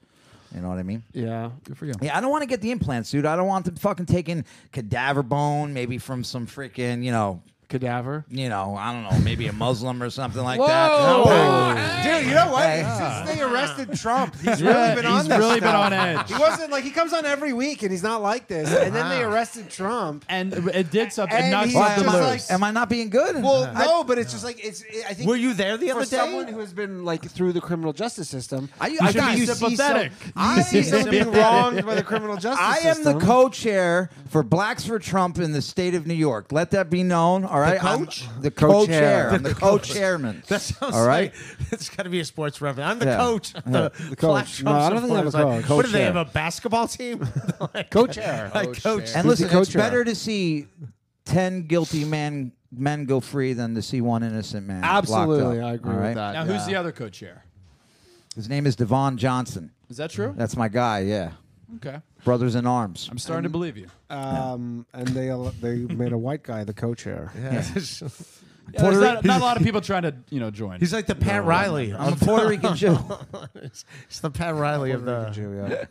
[SPEAKER 7] You know what I mean?
[SPEAKER 5] Yeah. Good for you.
[SPEAKER 7] Yeah, I don't want to get the implants, dude. I don't want them fucking taking cadaver bone, maybe from some freaking, you know,
[SPEAKER 5] cadaver.
[SPEAKER 7] You know, I don't know, maybe a Muslim or something like
[SPEAKER 5] Whoa.
[SPEAKER 7] that.
[SPEAKER 5] Dude, you know what?
[SPEAKER 7] Hey.
[SPEAKER 5] Since they arrested Trump, he's
[SPEAKER 7] Yeah,
[SPEAKER 5] really been on
[SPEAKER 7] he's
[SPEAKER 5] this
[SPEAKER 7] really been
[SPEAKER 5] now.
[SPEAKER 7] on edge.
[SPEAKER 5] He wasn't like he comes on every week and he's not like this. And then they
[SPEAKER 7] Wow.
[SPEAKER 5] arrested Trump.
[SPEAKER 3] And it did something.
[SPEAKER 5] And
[SPEAKER 3] knocked
[SPEAKER 5] he's
[SPEAKER 7] Why
[SPEAKER 5] just
[SPEAKER 7] am, I,
[SPEAKER 5] like
[SPEAKER 7] am I not being good?
[SPEAKER 5] Well, no, but it's just like it's. It, I think.
[SPEAKER 6] Were you there the
[SPEAKER 5] for
[SPEAKER 6] other day?
[SPEAKER 5] Someone who has been like through the criminal justice system.
[SPEAKER 7] I- I should be
[SPEAKER 5] see some-
[SPEAKER 7] sympathetic.
[SPEAKER 5] I see
[SPEAKER 7] You
[SPEAKER 5] someone
[SPEAKER 7] should
[SPEAKER 5] being
[SPEAKER 7] be-
[SPEAKER 5] wronged by the criminal justice.
[SPEAKER 7] I am the
[SPEAKER 5] system.
[SPEAKER 7] co-chair for Blacks for Trump in the state of New York. Let that be known. All right, I'm
[SPEAKER 6] coach?
[SPEAKER 7] the co-chair, I'm the co-chairman.
[SPEAKER 6] That sounds
[SPEAKER 7] all right.
[SPEAKER 6] like it's got to be a sports reference. I'm the
[SPEAKER 7] Yeah.
[SPEAKER 6] coach. of
[SPEAKER 7] Yeah.
[SPEAKER 6] The,
[SPEAKER 7] The
[SPEAKER 6] coach.
[SPEAKER 7] coach. No, I don't think they have a coach.
[SPEAKER 6] What do they
[SPEAKER 7] Co-chair.
[SPEAKER 6] have? A basketball team? like,
[SPEAKER 5] Co-chair.
[SPEAKER 6] Like coach.
[SPEAKER 7] And listen, it's better to see ten guilty men men go free than to see one innocent man. locked
[SPEAKER 5] Absolutely,
[SPEAKER 7] up,
[SPEAKER 5] I agree
[SPEAKER 7] all
[SPEAKER 5] with
[SPEAKER 7] right?
[SPEAKER 5] that.
[SPEAKER 3] Now, who's the other co-chair?
[SPEAKER 7] His name is Devon Johnson.
[SPEAKER 3] Is that true?
[SPEAKER 7] That's my guy. Yeah,
[SPEAKER 3] Okay,
[SPEAKER 7] brothers in arms.
[SPEAKER 3] I'm starting to believe you.
[SPEAKER 5] Um, and they they made a white guy the co-chair.
[SPEAKER 6] Yeah.
[SPEAKER 3] Yeah, there's
[SPEAKER 5] Puerto
[SPEAKER 3] not,
[SPEAKER 5] Rican-
[SPEAKER 3] not a lot of people trying to you know join.
[SPEAKER 6] He's like the Pat Riley.
[SPEAKER 7] I'm a
[SPEAKER 6] of-
[SPEAKER 7] Puerto Rican Jew.
[SPEAKER 6] it's, it's the Pat Riley of the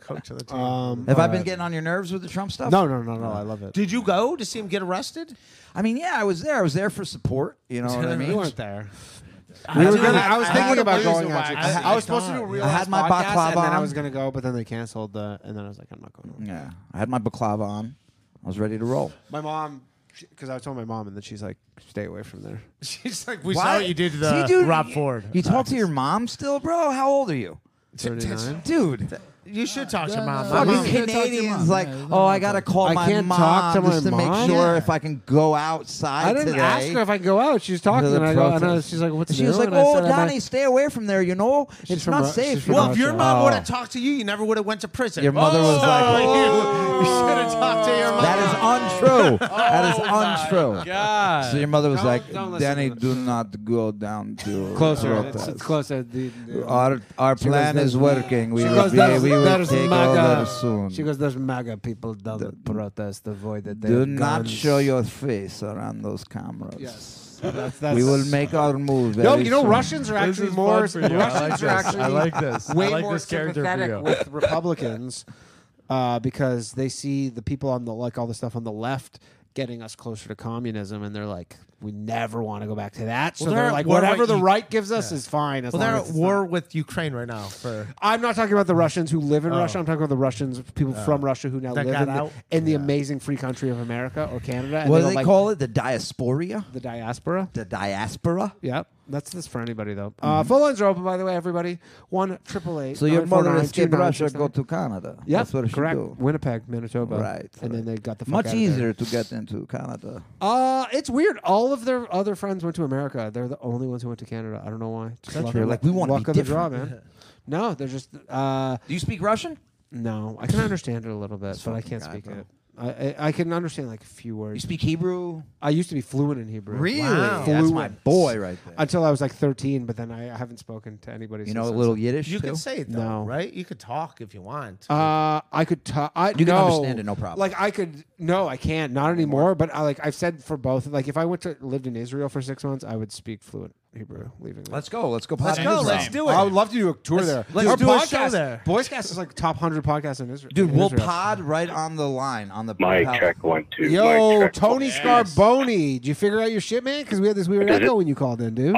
[SPEAKER 6] coach of the team.
[SPEAKER 5] Um,
[SPEAKER 7] Have I
[SPEAKER 5] all
[SPEAKER 7] been
[SPEAKER 5] right.
[SPEAKER 7] getting on your nerves with the Trump stuff?
[SPEAKER 5] No, no, no, no. I love it.
[SPEAKER 6] Did you go to see him get arrested?
[SPEAKER 7] I mean, yeah, I was there. I was there for support. You know what I
[SPEAKER 6] We
[SPEAKER 7] mean?
[SPEAKER 6] weren't there.
[SPEAKER 5] We were
[SPEAKER 6] did-
[SPEAKER 5] gonna, I was
[SPEAKER 6] I had
[SPEAKER 5] thinking
[SPEAKER 6] a
[SPEAKER 5] about
[SPEAKER 6] loser
[SPEAKER 5] going.
[SPEAKER 6] wax.
[SPEAKER 5] Actually,
[SPEAKER 6] I had
[SPEAKER 5] I, I was
[SPEAKER 6] my
[SPEAKER 5] supposed to do a
[SPEAKER 6] baklava.
[SPEAKER 5] real
[SPEAKER 7] I had my
[SPEAKER 5] podcast, and then I
[SPEAKER 7] baklava
[SPEAKER 5] was
[SPEAKER 7] on.
[SPEAKER 5] going to go, but then they canceled the. And then I was like, I'm not going.
[SPEAKER 7] Yeah, I had my baklava on. I was ready to roll.
[SPEAKER 5] My mom, because I told my mom, and then she's like, stay away from there.
[SPEAKER 6] She's like, we
[SPEAKER 7] Why-
[SPEAKER 6] saw what you did to the
[SPEAKER 7] See, dude,
[SPEAKER 6] Rob
[SPEAKER 7] you-
[SPEAKER 6] Ford.
[SPEAKER 7] You talk to your mom still, bro? How old are you,
[SPEAKER 5] 39.
[SPEAKER 7] dude?
[SPEAKER 6] You should talk to mom.
[SPEAKER 7] Fucking
[SPEAKER 6] mom.
[SPEAKER 7] Canadians, like, oh, I gotta call
[SPEAKER 5] I
[SPEAKER 7] my
[SPEAKER 5] can't
[SPEAKER 7] mom
[SPEAKER 5] talk to my
[SPEAKER 7] just to
[SPEAKER 5] mom?
[SPEAKER 7] make sure
[SPEAKER 5] Yeah.
[SPEAKER 7] if I can go outside
[SPEAKER 5] I didn't
[SPEAKER 7] today.
[SPEAKER 5] ask her if I could go out. She was Oh, talking,
[SPEAKER 7] To the
[SPEAKER 5] and I go, and I,
[SPEAKER 7] protest.
[SPEAKER 5] she's like, "What's
[SPEAKER 7] she
[SPEAKER 5] new?"
[SPEAKER 7] was like,
[SPEAKER 5] And I
[SPEAKER 7] "Oh,
[SPEAKER 5] said, "I might-
[SPEAKER 7] Donnie, stay away from there. You know, it's
[SPEAKER 5] from
[SPEAKER 7] not
[SPEAKER 5] Ru- she's
[SPEAKER 7] safe."
[SPEAKER 5] from
[SPEAKER 6] Well, if your
[SPEAKER 5] Russia.
[SPEAKER 6] mom
[SPEAKER 7] Oh.
[SPEAKER 6] would have talked to you, you never would have went to prison.
[SPEAKER 7] Your mother was like,
[SPEAKER 6] oh, you, you should have talked to your mom.
[SPEAKER 7] That is untrue.
[SPEAKER 6] Oh
[SPEAKER 7] that is untrue.
[SPEAKER 3] God.
[SPEAKER 7] So your mother was
[SPEAKER 5] Don't-
[SPEAKER 7] like,
[SPEAKER 5] don't listen
[SPEAKER 7] Danny,
[SPEAKER 5] to
[SPEAKER 7] do not go down to
[SPEAKER 5] closer.
[SPEAKER 7] Rotas.
[SPEAKER 5] It's, it's closer. The- the-
[SPEAKER 7] Our our
[SPEAKER 5] She goes,
[SPEAKER 7] plan
[SPEAKER 5] "There's-
[SPEAKER 7] is working. We
[SPEAKER 5] she
[SPEAKER 7] will,
[SPEAKER 5] goes,
[SPEAKER 7] be,
[SPEAKER 5] "There's-
[SPEAKER 7] we will
[SPEAKER 5] there's
[SPEAKER 7] take
[SPEAKER 5] MAGA."
[SPEAKER 7] over soon.
[SPEAKER 5] She goes, "There's MAGA people down the protest. Avoid that. They
[SPEAKER 7] do
[SPEAKER 5] have
[SPEAKER 7] not
[SPEAKER 5] guns."
[SPEAKER 7] show your face around those cameras.
[SPEAKER 5] Yes, that's, that's
[SPEAKER 7] we will make our move.
[SPEAKER 5] No,
[SPEAKER 7] very
[SPEAKER 5] you know
[SPEAKER 7] soon.
[SPEAKER 5] Russians are
[SPEAKER 3] This
[SPEAKER 5] actually
[SPEAKER 3] is
[SPEAKER 5] more.
[SPEAKER 3] fun for you. I like
[SPEAKER 5] Russians
[SPEAKER 3] this.
[SPEAKER 5] are actually
[SPEAKER 3] I like this. I
[SPEAKER 5] Way
[SPEAKER 3] like
[SPEAKER 5] more
[SPEAKER 3] this character for
[SPEAKER 5] sympathetic
[SPEAKER 3] you.
[SPEAKER 5] with Republicans uh, because they see the people on the like all the stuff on the left getting us closer to communism, and they're like, we never want to go back to that. So
[SPEAKER 6] Well, they're
[SPEAKER 5] they're,
[SPEAKER 6] at
[SPEAKER 5] like,
[SPEAKER 6] war
[SPEAKER 5] whatever
[SPEAKER 6] right-
[SPEAKER 3] E
[SPEAKER 5] the right gives us is fine. As
[SPEAKER 6] Well,
[SPEAKER 5] long
[SPEAKER 6] they're
[SPEAKER 5] as
[SPEAKER 6] at
[SPEAKER 5] it's
[SPEAKER 6] war
[SPEAKER 5] not-
[SPEAKER 6] with Ukraine right now. For
[SPEAKER 5] I'm not talking about the Russians who live in
[SPEAKER 6] Oh.
[SPEAKER 5] Russia. I'm talking about the Russians, people
[SPEAKER 3] Oh.
[SPEAKER 5] from Russia who now
[SPEAKER 6] That
[SPEAKER 5] live
[SPEAKER 6] got
[SPEAKER 5] in, the,
[SPEAKER 6] out?
[SPEAKER 5] in the amazing free country of America or Canada. And
[SPEAKER 7] What
[SPEAKER 5] they
[SPEAKER 7] do
[SPEAKER 5] don't
[SPEAKER 7] they
[SPEAKER 5] like
[SPEAKER 7] call it? The diaspora?
[SPEAKER 5] the diaspora.
[SPEAKER 7] The diaspora? Mm-hmm.
[SPEAKER 5] Yep, that's this for anybody though. Uh, phone lines are open, by the way, everybody. One triple eight.
[SPEAKER 7] So your mother
[SPEAKER 5] 949-2969.
[SPEAKER 7] escaped Russia, go to Canada.
[SPEAKER 5] Yep,
[SPEAKER 7] That's what she
[SPEAKER 5] correct.
[SPEAKER 7] do.
[SPEAKER 5] Winnipeg, Manitoba.
[SPEAKER 7] Right,
[SPEAKER 5] and then they got the fuck
[SPEAKER 7] Much
[SPEAKER 5] outta
[SPEAKER 7] easier to get into Canada.
[SPEAKER 5] There. Uh, it's weird. All of their other friends went to America. They're the only ones who went to Canada. I don't know why. Just
[SPEAKER 7] That's
[SPEAKER 5] luck-
[SPEAKER 7] true. Like, we wanna
[SPEAKER 5] luck
[SPEAKER 7] be
[SPEAKER 5] of the draw,
[SPEAKER 7] different.
[SPEAKER 5] man. No, they're just. Uh,
[SPEAKER 7] Do you speak Russian?
[SPEAKER 5] no, I can understand it a little bit, but I
[SPEAKER 7] fucking
[SPEAKER 5] can't
[SPEAKER 7] guy,
[SPEAKER 5] speak
[SPEAKER 7] bro.
[SPEAKER 5] it. I, I, I can understand like a few words. You
[SPEAKER 7] speak Hebrew?
[SPEAKER 5] I used to be fluent in Hebrew.
[SPEAKER 7] Really?
[SPEAKER 5] Wow.
[SPEAKER 7] That's my boy right there.
[SPEAKER 5] Until I was like 13, but then I, I haven't spoken to anybody.
[SPEAKER 7] You
[SPEAKER 5] since
[SPEAKER 7] know a
[SPEAKER 5] then.
[SPEAKER 7] little Yiddish,
[SPEAKER 6] You can say it though,
[SPEAKER 5] No.
[SPEAKER 6] right? You could talk if you want.
[SPEAKER 5] Uh, I could. T- I
[SPEAKER 6] You can
[SPEAKER 5] no.
[SPEAKER 6] understand it, no problem.
[SPEAKER 5] Like I could. No, I can't. Not anymore. But I like. I've said for both. Like if I went to lived in Israel for six months, I would speak fluent Hebrew. Leaving. there.
[SPEAKER 7] Let's go. Let's go.
[SPEAKER 5] Let's
[SPEAKER 7] pop
[SPEAKER 5] go,
[SPEAKER 7] in
[SPEAKER 5] let's
[SPEAKER 7] Israel.
[SPEAKER 5] do it. I would love to do a tour
[SPEAKER 7] Let's-
[SPEAKER 5] there.
[SPEAKER 7] Let's
[SPEAKER 5] Dude,
[SPEAKER 7] do
[SPEAKER 5] our
[SPEAKER 7] a show
[SPEAKER 5] podcast-
[SPEAKER 7] there.
[SPEAKER 5] Boys Cast is like top hundred podcast in Israel.
[SPEAKER 7] Dude,
[SPEAKER 5] in
[SPEAKER 7] we'll
[SPEAKER 5] Israel.
[SPEAKER 7] pod right on the line on the
[SPEAKER 5] Mic
[SPEAKER 7] clubhouse.
[SPEAKER 5] check,
[SPEAKER 17] one,
[SPEAKER 5] Yo, Tony Scarboni, did you figure out your shit, man? Because we had this weird
[SPEAKER 17] Is it- oh,
[SPEAKER 5] echo when you called in, dude.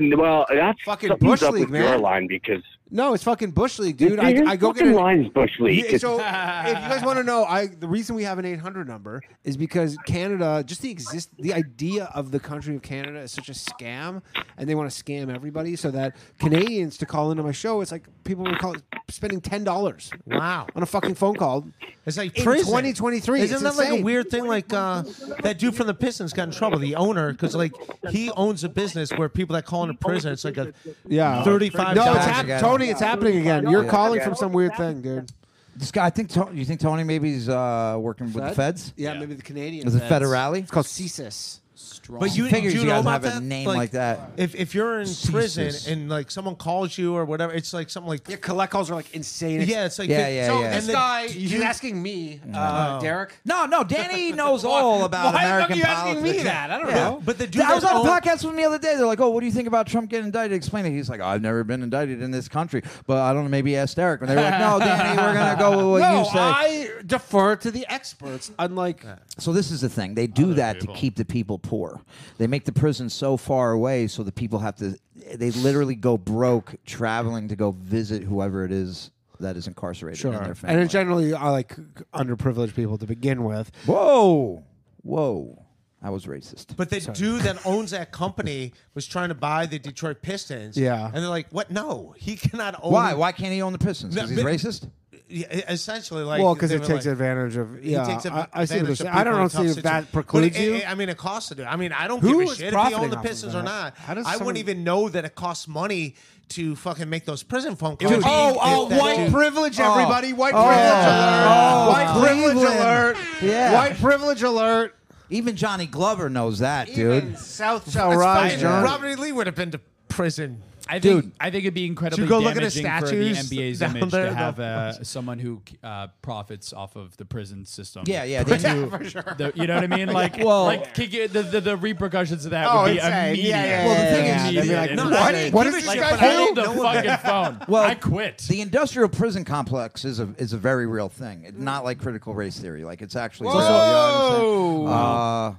[SPEAKER 17] Well, that's
[SPEAKER 5] Fucking
[SPEAKER 17] something's
[SPEAKER 5] Bush
[SPEAKER 17] up
[SPEAKER 5] League,
[SPEAKER 17] with your
[SPEAKER 5] man.
[SPEAKER 17] line because
[SPEAKER 5] No, it's fucking bush league, dude.
[SPEAKER 17] Dude, his
[SPEAKER 5] I, I go get
[SPEAKER 17] fucking
[SPEAKER 5] an-
[SPEAKER 17] line's Bush League.
[SPEAKER 5] Yeah, so if you guys want to know, I the reason we have an 800 number is because Canada, just the exist, the idea of the country of Canada is such a scam, and they want to scam everybody so that Canadians to call into my show, it's like people were call, spending ten dollars.
[SPEAKER 6] Wow.
[SPEAKER 5] on a fucking phone call.
[SPEAKER 6] It's like
[SPEAKER 5] in
[SPEAKER 6] prison.
[SPEAKER 5] 2023.
[SPEAKER 6] Isn't
[SPEAKER 5] It's
[SPEAKER 6] that like a
[SPEAKER 5] insane.
[SPEAKER 6] weird thing? Like uh, that dude from the Pistons got in trouble. The owner, because like he owns a business where people that call into prison, it's like a
[SPEAKER 5] Yeah,
[SPEAKER 6] thirty-five.
[SPEAKER 5] No, it's
[SPEAKER 6] dollars.
[SPEAKER 5] hap- Tony. It's happening again. You're
[SPEAKER 7] Yeah.
[SPEAKER 5] calling from some weird thing, dude.
[SPEAKER 7] This guy, I think. To- you think Tony maybe is uh, working with the
[SPEAKER 5] Fed?
[SPEAKER 7] feds?
[SPEAKER 5] Yeah, maybe the Canadian.
[SPEAKER 7] Is it
[SPEAKER 5] feds.
[SPEAKER 7] Federale?
[SPEAKER 5] It's called CSIS. Strong.
[SPEAKER 6] But you,
[SPEAKER 7] Figures
[SPEAKER 6] do you
[SPEAKER 7] you
[SPEAKER 6] know
[SPEAKER 7] guys
[SPEAKER 6] about
[SPEAKER 7] have a
[SPEAKER 6] that?
[SPEAKER 7] name like that.
[SPEAKER 6] If if you're in
[SPEAKER 7] Jesus.
[SPEAKER 6] prison and like someone calls you or whatever, it's like something like
[SPEAKER 5] yeah, collect calls are like insane.
[SPEAKER 6] Yeah, it's like
[SPEAKER 7] Yeah, yeah,
[SPEAKER 5] so
[SPEAKER 7] yeah.
[SPEAKER 5] this
[SPEAKER 7] And then-
[SPEAKER 5] guy,
[SPEAKER 7] do
[SPEAKER 5] he's
[SPEAKER 7] you-
[SPEAKER 5] asking me,
[SPEAKER 7] Oh.
[SPEAKER 5] uh, Derek.
[SPEAKER 7] No, no, Danny knows all about
[SPEAKER 5] why
[SPEAKER 7] American
[SPEAKER 5] the fuck are you asking
[SPEAKER 7] politics.
[SPEAKER 5] me that? I don't
[SPEAKER 7] Yeah.
[SPEAKER 5] know.
[SPEAKER 6] But the
[SPEAKER 7] Dude, I was on a podcast with him the other day. They're like, "Oh, what do you think about Trump getting indicted?" Explaining, he's like, "I've never been indicted in this country, but I don't know. Maybe ask Derek." And they were like, "No, Danny, we're gonna go with what
[SPEAKER 5] no,
[SPEAKER 7] you say."
[SPEAKER 5] I defer to the experts. Unlike
[SPEAKER 7] So this is the thing. They do that to keep the people poor. They make the prison so far away so the people have to they literally go broke traveling to go visit whoever it is that is incarcerated
[SPEAKER 5] sure,
[SPEAKER 7] and their
[SPEAKER 5] and,
[SPEAKER 7] family.
[SPEAKER 5] it generally are like underprivileged people to begin with.
[SPEAKER 7] Whoa. Whoa. I was racist.
[SPEAKER 6] But the dude that owns that company was trying to buy the Detroit Pistons.
[SPEAKER 7] Yeah.
[SPEAKER 6] And they're like, what? No, he cannot own.
[SPEAKER 7] Why? Why can't he own the Pistons? Because
[SPEAKER 6] No,
[SPEAKER 7] he's
[SPEAKER 6] but-
[SPEAKER 7] racist?
[SPEAKER 6] Yeah, essentially, like
[SPEAKER 5] Well, 'cause
[SPEAKER 6] they
[SPEAKER 5] it
[SPEAKER 6] were
[SPEAKER 5] takes
[SPEAKER 6] like-
[SPEAKER 5] advantage of-
[SPEAKER 6] he
[SPEAKER 5] yeah,
[SPEAKER 6] takes
[SPEAKER 5] I- I see what
[SPEAKER 6] advantage
[SPEAKER 5] you're
[SPEAKER 6] of
[SPEAKER 5] saying. I
[SPEAKER 6] people
[SPEAKER 5] don't
[SPEAKER 6] in
[SPEAKER 5] know
[SPEAKER 6] tough
[SPEAKER 5] if that
[SPEAKER 6] situations. But
[SPEAKER 5] precludes
[SPEAKER 6] it-
[SPEAKER 5] you.
[SPEAKER 6] it- I mean, it costs to do. I mean, I don't
[SPEAKER 5] Who
[SPEAKER 6] give a
[SPEAKER 5] is
[SPEAKER 6] shit if he
[SPEAKER 5] profiting
[SPEAKER 6] owned the
[SPEAKER 5] off of
[SPEAKER 6] Pistons or
[SPEAKER 5] that?
[SPEAKER 6] not.
[SPEAKER 5] How does
[SPEAKER 6] I
[SPEAKER 5] someone-
[SPEAKER 6] wouldn't even know that it costs money to fucking make those prison phone
[SPEAKER 5] Dude,
[SPEAKER 6] calls.
[SPEAKER 5] oh,
[SPEAKER 6] If
[SPEAKER 5] oh,
[SPEAKER 6] that
[SPEAKER 5] white
[SPEAKER 6] dude-
[SPEAKER 5] privilege, everybody. White
[SPEAKER 6] Oh.
[SPEAKER 5] privilege
[SPEAKER 7] Oh,
[SPEAKER 5] alert. white privilege
[SPEAKER 7] Cleveland.
[SPEAKER 5] alert.
[SPEAKER 7] Yeah.
[SPEAKER 5] White privilege alert.
[SPEAKER 7] Even Johnny Glover knows that, dude.
[SPEAKER 5] South
[SPEAKER 6] That's fucking- Robert E. Lee would have been to prison.
[SPEAKER 3] I think,
[SPEAKER 6] Dude.
[SPEAKER 3] I think it'd be incredibly
[SPEAKER 6] Should go look at his
[SPEAKER 3] damaging for the
[SPEAKER 6] statues
[SPEAKER 3] NBA's
[SPEAKER 6] down
[SPEAKER 3] image
[SPEAKER 6] there,
[SPEAKER 3] to have
[SPEAKER 6] though.
[SPEAKER 3] uh, someone who uh, profits off of the prison system.
[SPEAKER 7] Yeah, yeah, they
[SPEAKER 3] To-
[SPEAKER 7] do. for sure.
[SPEAKER 3] the- you know what I mean? Like,
[SPEAKER 7] Well-
[SPEAKER 3] like kick it- the, the, the repercussions of that
[SPEAKER 7] Oh,
[SPEAKER 3] would be
[SPEAKER 7] insane. Yeah,
[SPEAKER 3] immediate.
[SPEAKER 7] yeah, Well, the yeah, thing yeah. is- They'd be
[SPEAKER 3] Immediate.
[SPEAKER 7] like,
[SPEAKER 3] And
[SPEAKER 7] no,
[SPEAKER 3] it's
[SPEAKER 7] I
[SPEAKER 3] like,
[SPEAKER 7] didn't
[SPEAKER 3] what
[SPEAKER 7] give
[SPEAKER 3] is
[SPEAKER 7] a
[SPEAKER 3] this
[SPEAKER 7] shit,
[SPEAKER 3] guy
[SPEAKER 7] but I
[SPEAKER 3] Hold the
[SPEAKER 7] know
[SPEAKER 3] fucking
[SPEAKER 7] that.
[SPEAKER 3] phone.
[SPEAKER 7] Well,
[SPEAKER 3] I quit.
[SPEAKER 7] The industrial prison complex is a is a very real thing. It's not like critical race theory. Like it's actually real, you know what I'm saying? Uh,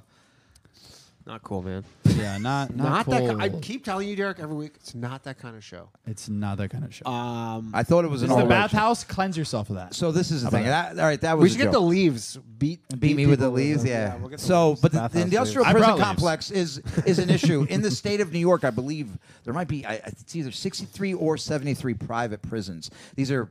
[SPEAKER 5] Not cool, man.
[SPEAKER 3] Yeah, not
[SPEAKER 5] Not,
[SPEAKER 3] not,
[SPEAKER 5] that.
[SPEAKER 3] cool.
[SPEAKER 5] ki- I keep telling you, Derek, every week. It's not that kind of show.
[SPEAKER 3] It's not that kind of show.
[SPEAKER 5] Um,
[SPEAKER 7] I thought it was an
[SPEAKER 3] This is the
[SPEAKER 7] all-white show.
[SPEAKER 3] bathhouse. Cleanse yourself of that.
[SPEAKER 7] So this is the
[SPEAKER 3] How
[SPEAKER 7] thing.
[SPEAKER 3] about
[SPEAKER 7] That, all right, that was.
[SPEAKER 5] We
[SPEAKER 7] a
[SPEAKER 5] should get
[SPEAKER 7] joke.
[SPEAKER 5] the leaves. Beat
[SPEAKER 7] beat, me with the leaves.
[SPEAKER 5] them.
[SPEAKER 7] Yeah.
[SPEAKER 5] we'll get the
[SPEAKER 7] so,
[SPEAKER 5] leaves.
[SPEAKER 7] but the,
[SPEAKER 5] Bathhouse
[SPEAKER 7] the industrial
[SPEAKER 5] leaves. I
[SPEAKER 7] prison
[SPEAKER 5] brought leaves.
[SPEAKER 7] complex is is an issue in the state of New York. I believe there might be I, it's either sixty three or seventy three private prisons. These are.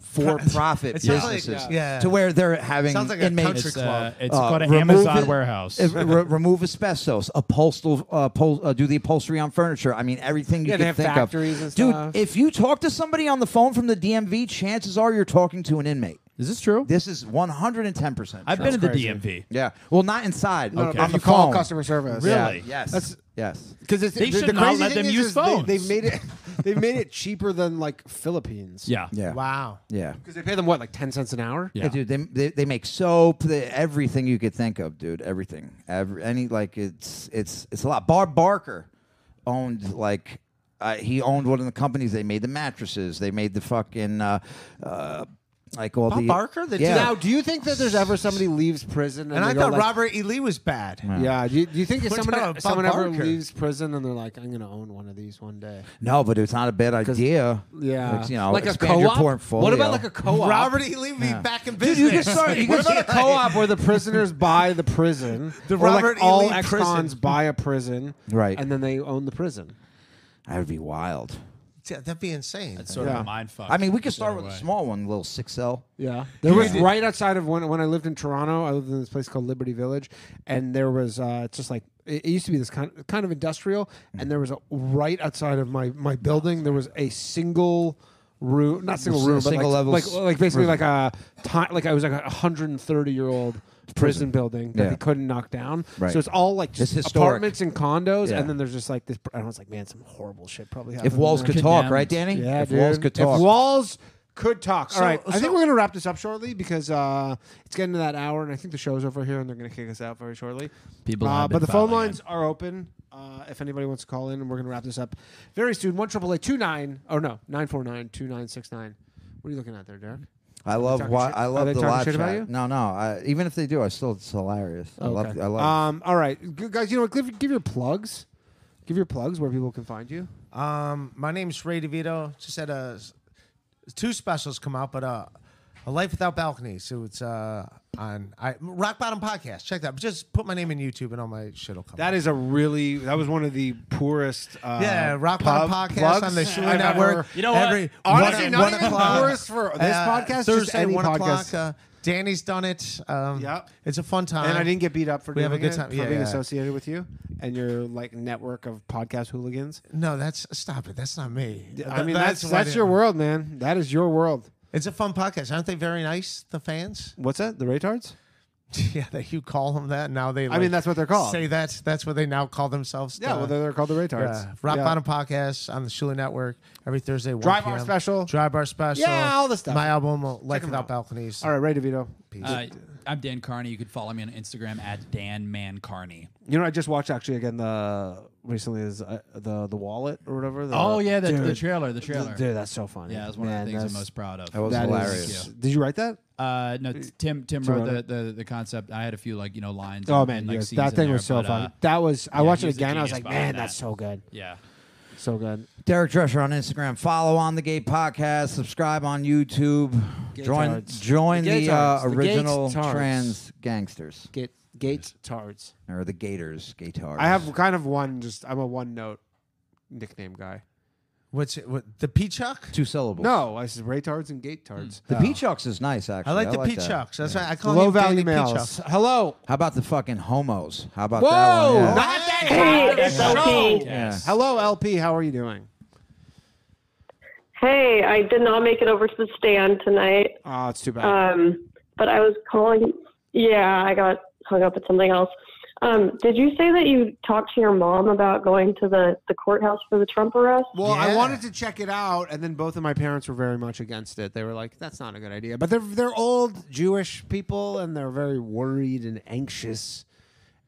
[SPEAKER 7] For profit
[SPEAKER 6] It sounds like, uh,
[SPEAKER 7] businesses
[SPEAKER 6] yeah.
[SPEAKER 7] to where they're having
[SPEAKER 6] Sounds like a
[SPEAKER 7] inmates.
[SPEAKER 6] country It's, uh, club.
[SPEAKER 3] it's called an
[SPEAKER 7] remove
[SPEAKER 3] Amazon warehouse.
[SPEAKER 7] uh, re- remove asbestos, upholster, uh, pol- uh, do the upholstery on furniture. I mean, everything you
[SPEAKER 5] Yeah,
[SPEAKER 7] can
[SPEAKER 5] they have
[SPEAKER 7] think
[SPEAKER 5] factories
[SPEAKER 7] of.
[SPEAKER 5] and
[SPEAKER 7] Dude,
[SPEAKER 5] stuff.
[SPEAKER 7] if you talk to somebody on the phone from the DMV, chances are you're talking to an inmate.
[SPEAKER 3] Is this true?
[SPEAKER 7] This is 110%.
[SPEAKER 3] I've
[SPEAKER 7] true.
[SPEAKER 3] been to the DMV.
[SPEAKER 7] Yeah. Well, not inside.
[SPEAKER 5] No, no,
[SPEAKER 7] okay.
[SPEAKER 5] but
[SPEAKER 7] On
[SPEAKER 5] if
[SPEAKER 7] the
[SPEAKER 5] you call
[SPEAKER 7] phone.
[SPEAKER 5] customer service.
[SPEAKER 7] Yeah.
[SPEAKER 5] Really?
[SPEAKER 7] Yes.
[SPEAKER 5] That's-
[SPEAKER 7] yes.
[SPEAKER 5] Because it's
[SPEAKER 3] They
[SPEAKER 5] the,
[SPEAKER 3] should
[SPEAKER 5] the
[SPEAKER 3] not
[SPEAKER 5] crazy
[SPEAKER 3] let them
[SPEAKER 5] thing is,
[SPEAKER 3] use
[SPEAKER 5] is they,
[SPEAKER 3] phones.
[SPEAKER 5] they've made it. They've made it cheaper than like Philippines.
[SPEAKER 3] Yeah.
[SPEAKER 7] Yeah.
[SPEAKER 5] Wow.
[SPEAKER 7] Yeah.
[SPEAKER 5] Because they pay them what, like ten cents an hour?
[SPEAKER 7] Yeah. dude, they, they, they make soap, they, everything you could think of, dude, everything, every any like it's it's it's a lot. Barb Barker owned like uh, he owned one of the companies. They made the mattresses. They made the fucking uh, uh, like all the yeah.
[SPEAKER 5] Now, do you think that there's ever somebody leaves prison? And,
[SPEAKER 6] And I
[SPEAKER 5] they go
[SPEAKER 6] thought
[SPEAKER 5] like-
[SPEAKER 6] Robert E. Lee was bad.
[SPEAKER 5] Yeah. Do you, do you think if
[SPEAKER 6] We're talking
[SPEAKER 5] someone e-,
[SPEAKER 6] about
[SPEAKER 5] someone ever
[SPEAKER 6] Barker.
[SPEAKER 5] leaves prison and they're like, I'm gonna own one of these one day?
[SPEAKER 7] No, but it's not a bad idea.
[SPEAKER 5] Yeah.
[SPEAKER 7] Like, you know,
[SPEAKER 5] Like a
[SPEAKER 7] expand your
[SPEAKER 5] co-op?
[SPEAKER 7] portfolio.
[SPEAKER 5] What about like a co-op?
[SPEAKER 6] Robert E. Lee would be
[SPEAKER 7] Yeah.
[SPEAKER 6] back in
[SPEAKER 5] Dude,
[SPEAKER 6] business.
[SPEAKER 5] you can start. You
[SPEAKER 6] What
[SPEAKER 5] can see a
[SPEAKER 6] about, like-
[SPEAKER 5] co-op where the prisoners buy the prison.
[SPEAKER 6] The
[SPEAKER 5] or, like,
[SPEAKER 6] Robert E.
[SPEAKER 5] all
[SPEAKER 6] Lee
[SPEAKER 5] ex-cons
[SPEAKER 6] prison.
[SPEAKER 5] buy a prison,
[SPEAKER 7] Right.
[SPEAKER 5] And then they own the prison.
[SPEAKER 7] That would be wild.
[SPEAKER 6] Yeah, that'd be insane.
[SPEAKER 3] That's
[SPEAKER 5] sort of Yeah. a mind fuck.
[SPEAKER 7] I mean, we could start
[SPEAKER 5] Either
[SPEAKER 7] with a
[SPEAKER 5] way.
[SPEAKER 7] small one, little six cell.
[SPEAKER 5] Yeah, there was right outside of when when I lived in Toronto. I lived in this place called Liberty Village, and there was uh, it's just like it, it used to be this kind kind of industrial, and there was a right outside of my my building. There was a single room, not single room, but
[SPEAKER 7] Single
[SPEAKER 5] like,
[SPEAKER 7] level
[SPEAKER 5] like,
[SPEAKER 7] s-
[SPEAKER 5] like basically
[SPEAKER 7] prison.
[SPEAKER 5] like a ti like I was like a 130 year old
[SPEAKER 7] Prison.
[SPEAKER 5] prison, building that
[SPEAKER 7] Yeah.
[SPEAKER 5] they couldn't knock down.
[SPEAKER 7] Right.
[SPEAKER 5] So it's all like
[SPEAKER 7] It's
[SPEAKER 5] just
[SPEAKER 7] historic.
[SPEAKER 5] apartments and condos,
[SPEAKER 7] Yeah.
[SPEAKER 5] and then there's just like this. And I was like, man, some horrible shit probably
[SPEAKER 7] If
[SPEAKER 5] happened. in
[SPEAKER 7] walls
[SPEAKER 5] there.
[SPEAKER 7] could talk, right, Danny?
[SPEAKER 5] Yeah,
[SPEAKER 7] If walls
[SPEAKER 5] dude.
[SPEAKER 7] could talk.
[SPEAKER 5] If walls could talk.
[SPEAKER 7] So-
[SPEAKER 5] all right, I
[SPEAKER 7] so-
[SPEAKER 5] think we're gonna wrap this up shortly because uh, it's getting to that hour, and I think the show's over here, and they're gonna kick us out very shortly.
[SPEAKER 3] People
[SPEAKER 5] uh,
[SPEAKER 3] have
[SPEAKER 5] but
[SPEAKER 3] been
[SPEAKER 5] the phone
[SPEAKER 3] filing in.
[SPEAKER 5] lines are open. Uh, if anybody wants to call in, and we're gonna wrap this up very soon. One triple eight two nine. Oh no, nine four nine two nine six nine. What are you looking at there, Derek?
[SPEAKER 7] I
[SPEAKER 5] Are they
[SPEAKER 7] love
[SPEAKER 5] talking
[SPEAKER 7] why
[SPEAKER 5] shit-
[SPEAKER 7] I
[SPEAKER 5] are
[SPEAKER 7] love
[SPEAKER 5] they
[SPEAKER 7] the
[SPEAKER 5] talking
[SPEAKER 7] live
[SPEAKER 5] shit about
[SPEAKER 7] chat.
[SPEAKER 5] you?
[SPEAKER 7] No, no. I, even if they do, I still it's hilarious. I love. I love.
[SPEAKER 5] Um, all right, G- guys. You know, what? give, give your plugs. Give your plugs where people can find you.
[SPEAKER 6] Um, my name's Ray DeVito. Just had a s- two specials come out, but uh, a life without balcony. So it's uh on I, Rock Bottom Podcast. Check that. Just put my name in YouTube, and all my shit will come.
[SPEAKER 5] That is a really that was one of the poorest. Uh,
[SPEAKER 6] Yeah, Rock
[SPEAKER 5] pub-
[SPEAKER 6] Bottom Podcast
[SPEAKER 5] plugs
[SPEAKER 6] on the Shoe
[SPEAKER 5] I've ever-
[SPEAKER 6] Network. Every
[SPEAKER 5] Honestly,
[SPEAKER 6] one,
[SPEAKER 5] not
[SPEAKER 6] one
[SPEAKER 5] even
[SPEAKER 6] o'clock.
[SPEAKER 5] poorest for this
[SPEAKER 6] Uh,
[SPEAKER 5] podcast.
[SPEAKER 6] Thursday,
[SPEAKER 5] just any
[SPEAKER 6] one
[SPEAKER 5] podcast.
[SPEAKER 6] o'clock. Uh, Danny's done it. Um,
[SPEAKER 5] Yep.
[SPEAKER 6] it's a fun time.
[SPEAKER 5] and I didn't get beat up for
[SPEAKER 6] we have a
[SPEAKER 5] doing
[SPEAKER 6] good
[SPEAKER 5] it,
[SPEAKER 6] time.
[SPEAKER 5] for
[SPEAKER 6] yeah,
[SPEAKER 5] being
[SPEAKER 6] yeah.
[SPEAKER 5] associated with you and your like network of podcast hooligans.
[SPEAKER 6] No, that's stop it. That's not me.
[SPEAKER 5] I mean,
[SPEAKER 6] Th-
[SPEAKER 5] that's that's,
[SPEAKER 6] what it-
[SPEAKER 5] your world, man. That is your world.
[SPEAKER 6] It's a fun podcast. Aren't they very nice? The fans.
[SPEAKER 5] What's that? The retards?
[SPEAKER 6] Yeah, that you call them that. Now they.
[SPEAKER 5] I
[SPEAKER 6] like,
[SPEAKER 5] mean, that's what they're called.
[SPEAKER 6] Say that's that's what they now call themselves.
[SPEAKER 5] Yeah,
[SPEAKER 6] the-
[SPEAKER 5] well, they're, they're called the retards.
[SPEAKER 6] Yeah. Rock
[SPEAKER 5] Yeah.
[SPEAKER 6] Bottom Podcast on the Shula Network every Thursday. 1
[SPEAKER 5] Drive Bar
[SPEAKER 6] PM.
[SPEAKER 5] Special.
[SPEAKER 6] Drive Bar Special.
[SPEAKER 5] Yeah, all this stuff.
[SPEAKER 6] My album, uh, Life
[SPEAKER 5] 'em
[SPEAKER 6] Without
[SPEAKER 5] out.
[SPEAKER 6] Balconies.
[SPEAKER 5] All right, Ray DeVito.
[SPEAKER 3] Uh, I'm Dan Carney. You can follow me on Instagram at Dan Man Carney.
[SPEAKER 5] You know, I just watched actually again the recently is uh, the the wallet or whatever. the-
[SPEAKER 3] Oh, yeah, the- the
[SPEAKER 5] Dude.
[SPEAKER 3] trailer, the trailer.
[SPEAKER 5] Dude, that's so funny.
[SPEAKER 3] Yeah, that's one of the
[SPEAKER 5] Man,
[SPEAKER 3] things I'm
[SPEAKER 5] that's-
[SPEAKER 3] most proud of.
[SPEAKER 7] That was
[SPEAKER 5] is-
[SPEAKER 7] hilarious.
[SPEAKER 5] Did you write that?
[SPEAKER 3] Uh, no, t- Tim Tim
[SPEAKER 5] Tim
[SPEAKER 3] wrote
[SPEAKER 5] wrote
[SPEAKER 3] the, the the concept. I had a few like you know lines.
[SPEAKER 5] Oh
[SPEAKER 3] and-
[SPEAKER 5] man,
[SPEAKER 3] and, like,
[SPEAKER 5] yes,
[SPEAKER 3] scenes
[SPEAKER 5] that
[SPEAKER 3] in
[SPEAKER 5] thing
[SPEAKER 3] there,
[SPEAKER 5] was so
[SPEAKER 3] but,
[SPEAKER 5] funny.
[SPEAKER 3] uh,
[SPEAKER 5] that was. I
[SPEAKER 3] yeah,
[SPEAKER 5] watched
[SPEAKER 3] he
[SPEAKER 5] it
[SPEAKER 3] was the
[SPEAKER 5] again. I was
[SPEAKER 3] genius
[SPEAKER 5] like,
[SPEAKER 3] behind
[SPEAKER 5] man,
[SPEAKER 3] that.
[SPEAKER 5] that's so good.
[SPEAKER 3] Yeah.
[SPEAKER 5] So good.
[SPEAKER 7] Derek Drescher on Instagram. Follow on the Gay Podcast. Subscribe on YouTube. Join
[SPEAKER 5] Gaytards.
[SPEAKER 7] join the, uh,
[SPEAKER 5] Gaytards. The
[SPEAKER 7] original
[SPEAKER 5] Gaytards.
[SPEAKER 7] trans gangsters
[SPEAKER 5] Get Gates Tards.
[SPEAKER 7] or the Gators. Gatards.
[SPEAKER 5] I have kind of one. Just I'm a one note nickname guy.
[SPEAKER 6] What's it, what, the Peachuck?
[SPEAKER 7] two syllables.
[SPEAKER 5] No, Oh. I said Raytards and Gate Tards.
[SPEAKER 3] Oh.
[SPEAKER 7] The Peachucks is nice, actually.
[SPEAKER 6] I like the
[SPEAKER 7] that.
[SPEAKER 6] Peachucks. That's right. I call
[SPEAKER 7] Low
[SPEAKER 6] him
[SPEAKER 7] value
[SPEAKER 6] Danny
[SPEAKER 7] males.
[SPEAKER 6] Peachucks.
[SPEAKER 5] Hello.
[SPEAKER 7] How about the fucking homos? How about
[SPEAKER 5] Whoa!
[SPEAKER 7] that one? Yeah.
[SPEAKER 5] Not that
[SPEAKER 7] Hey,
[SPEAKER 5] kind of
[SPEAKER 7] it's
[SPEAKER 5] show.
[SPEAKER 7] LP. Yes.
[SPEAKER 5] Hello, LP. How are you doing?
[SPEAKER 18] Hey, I did not make it over to the stand tonight.
[SPEAKER 5] Oh, it's too bad.
[SPEAKER 18] Um, but I was calling. Yeah, I got hung up with something else. Um, did you say that you talked to your mom about going to the, the courthouse for the Trump arrest?
[SPEAKER 5] Well, I wanted to check it out, and then both of my parents were very much against it. They were like, "That's not a good idea." But they're they're old Jewish people, and they're very worried and anxious,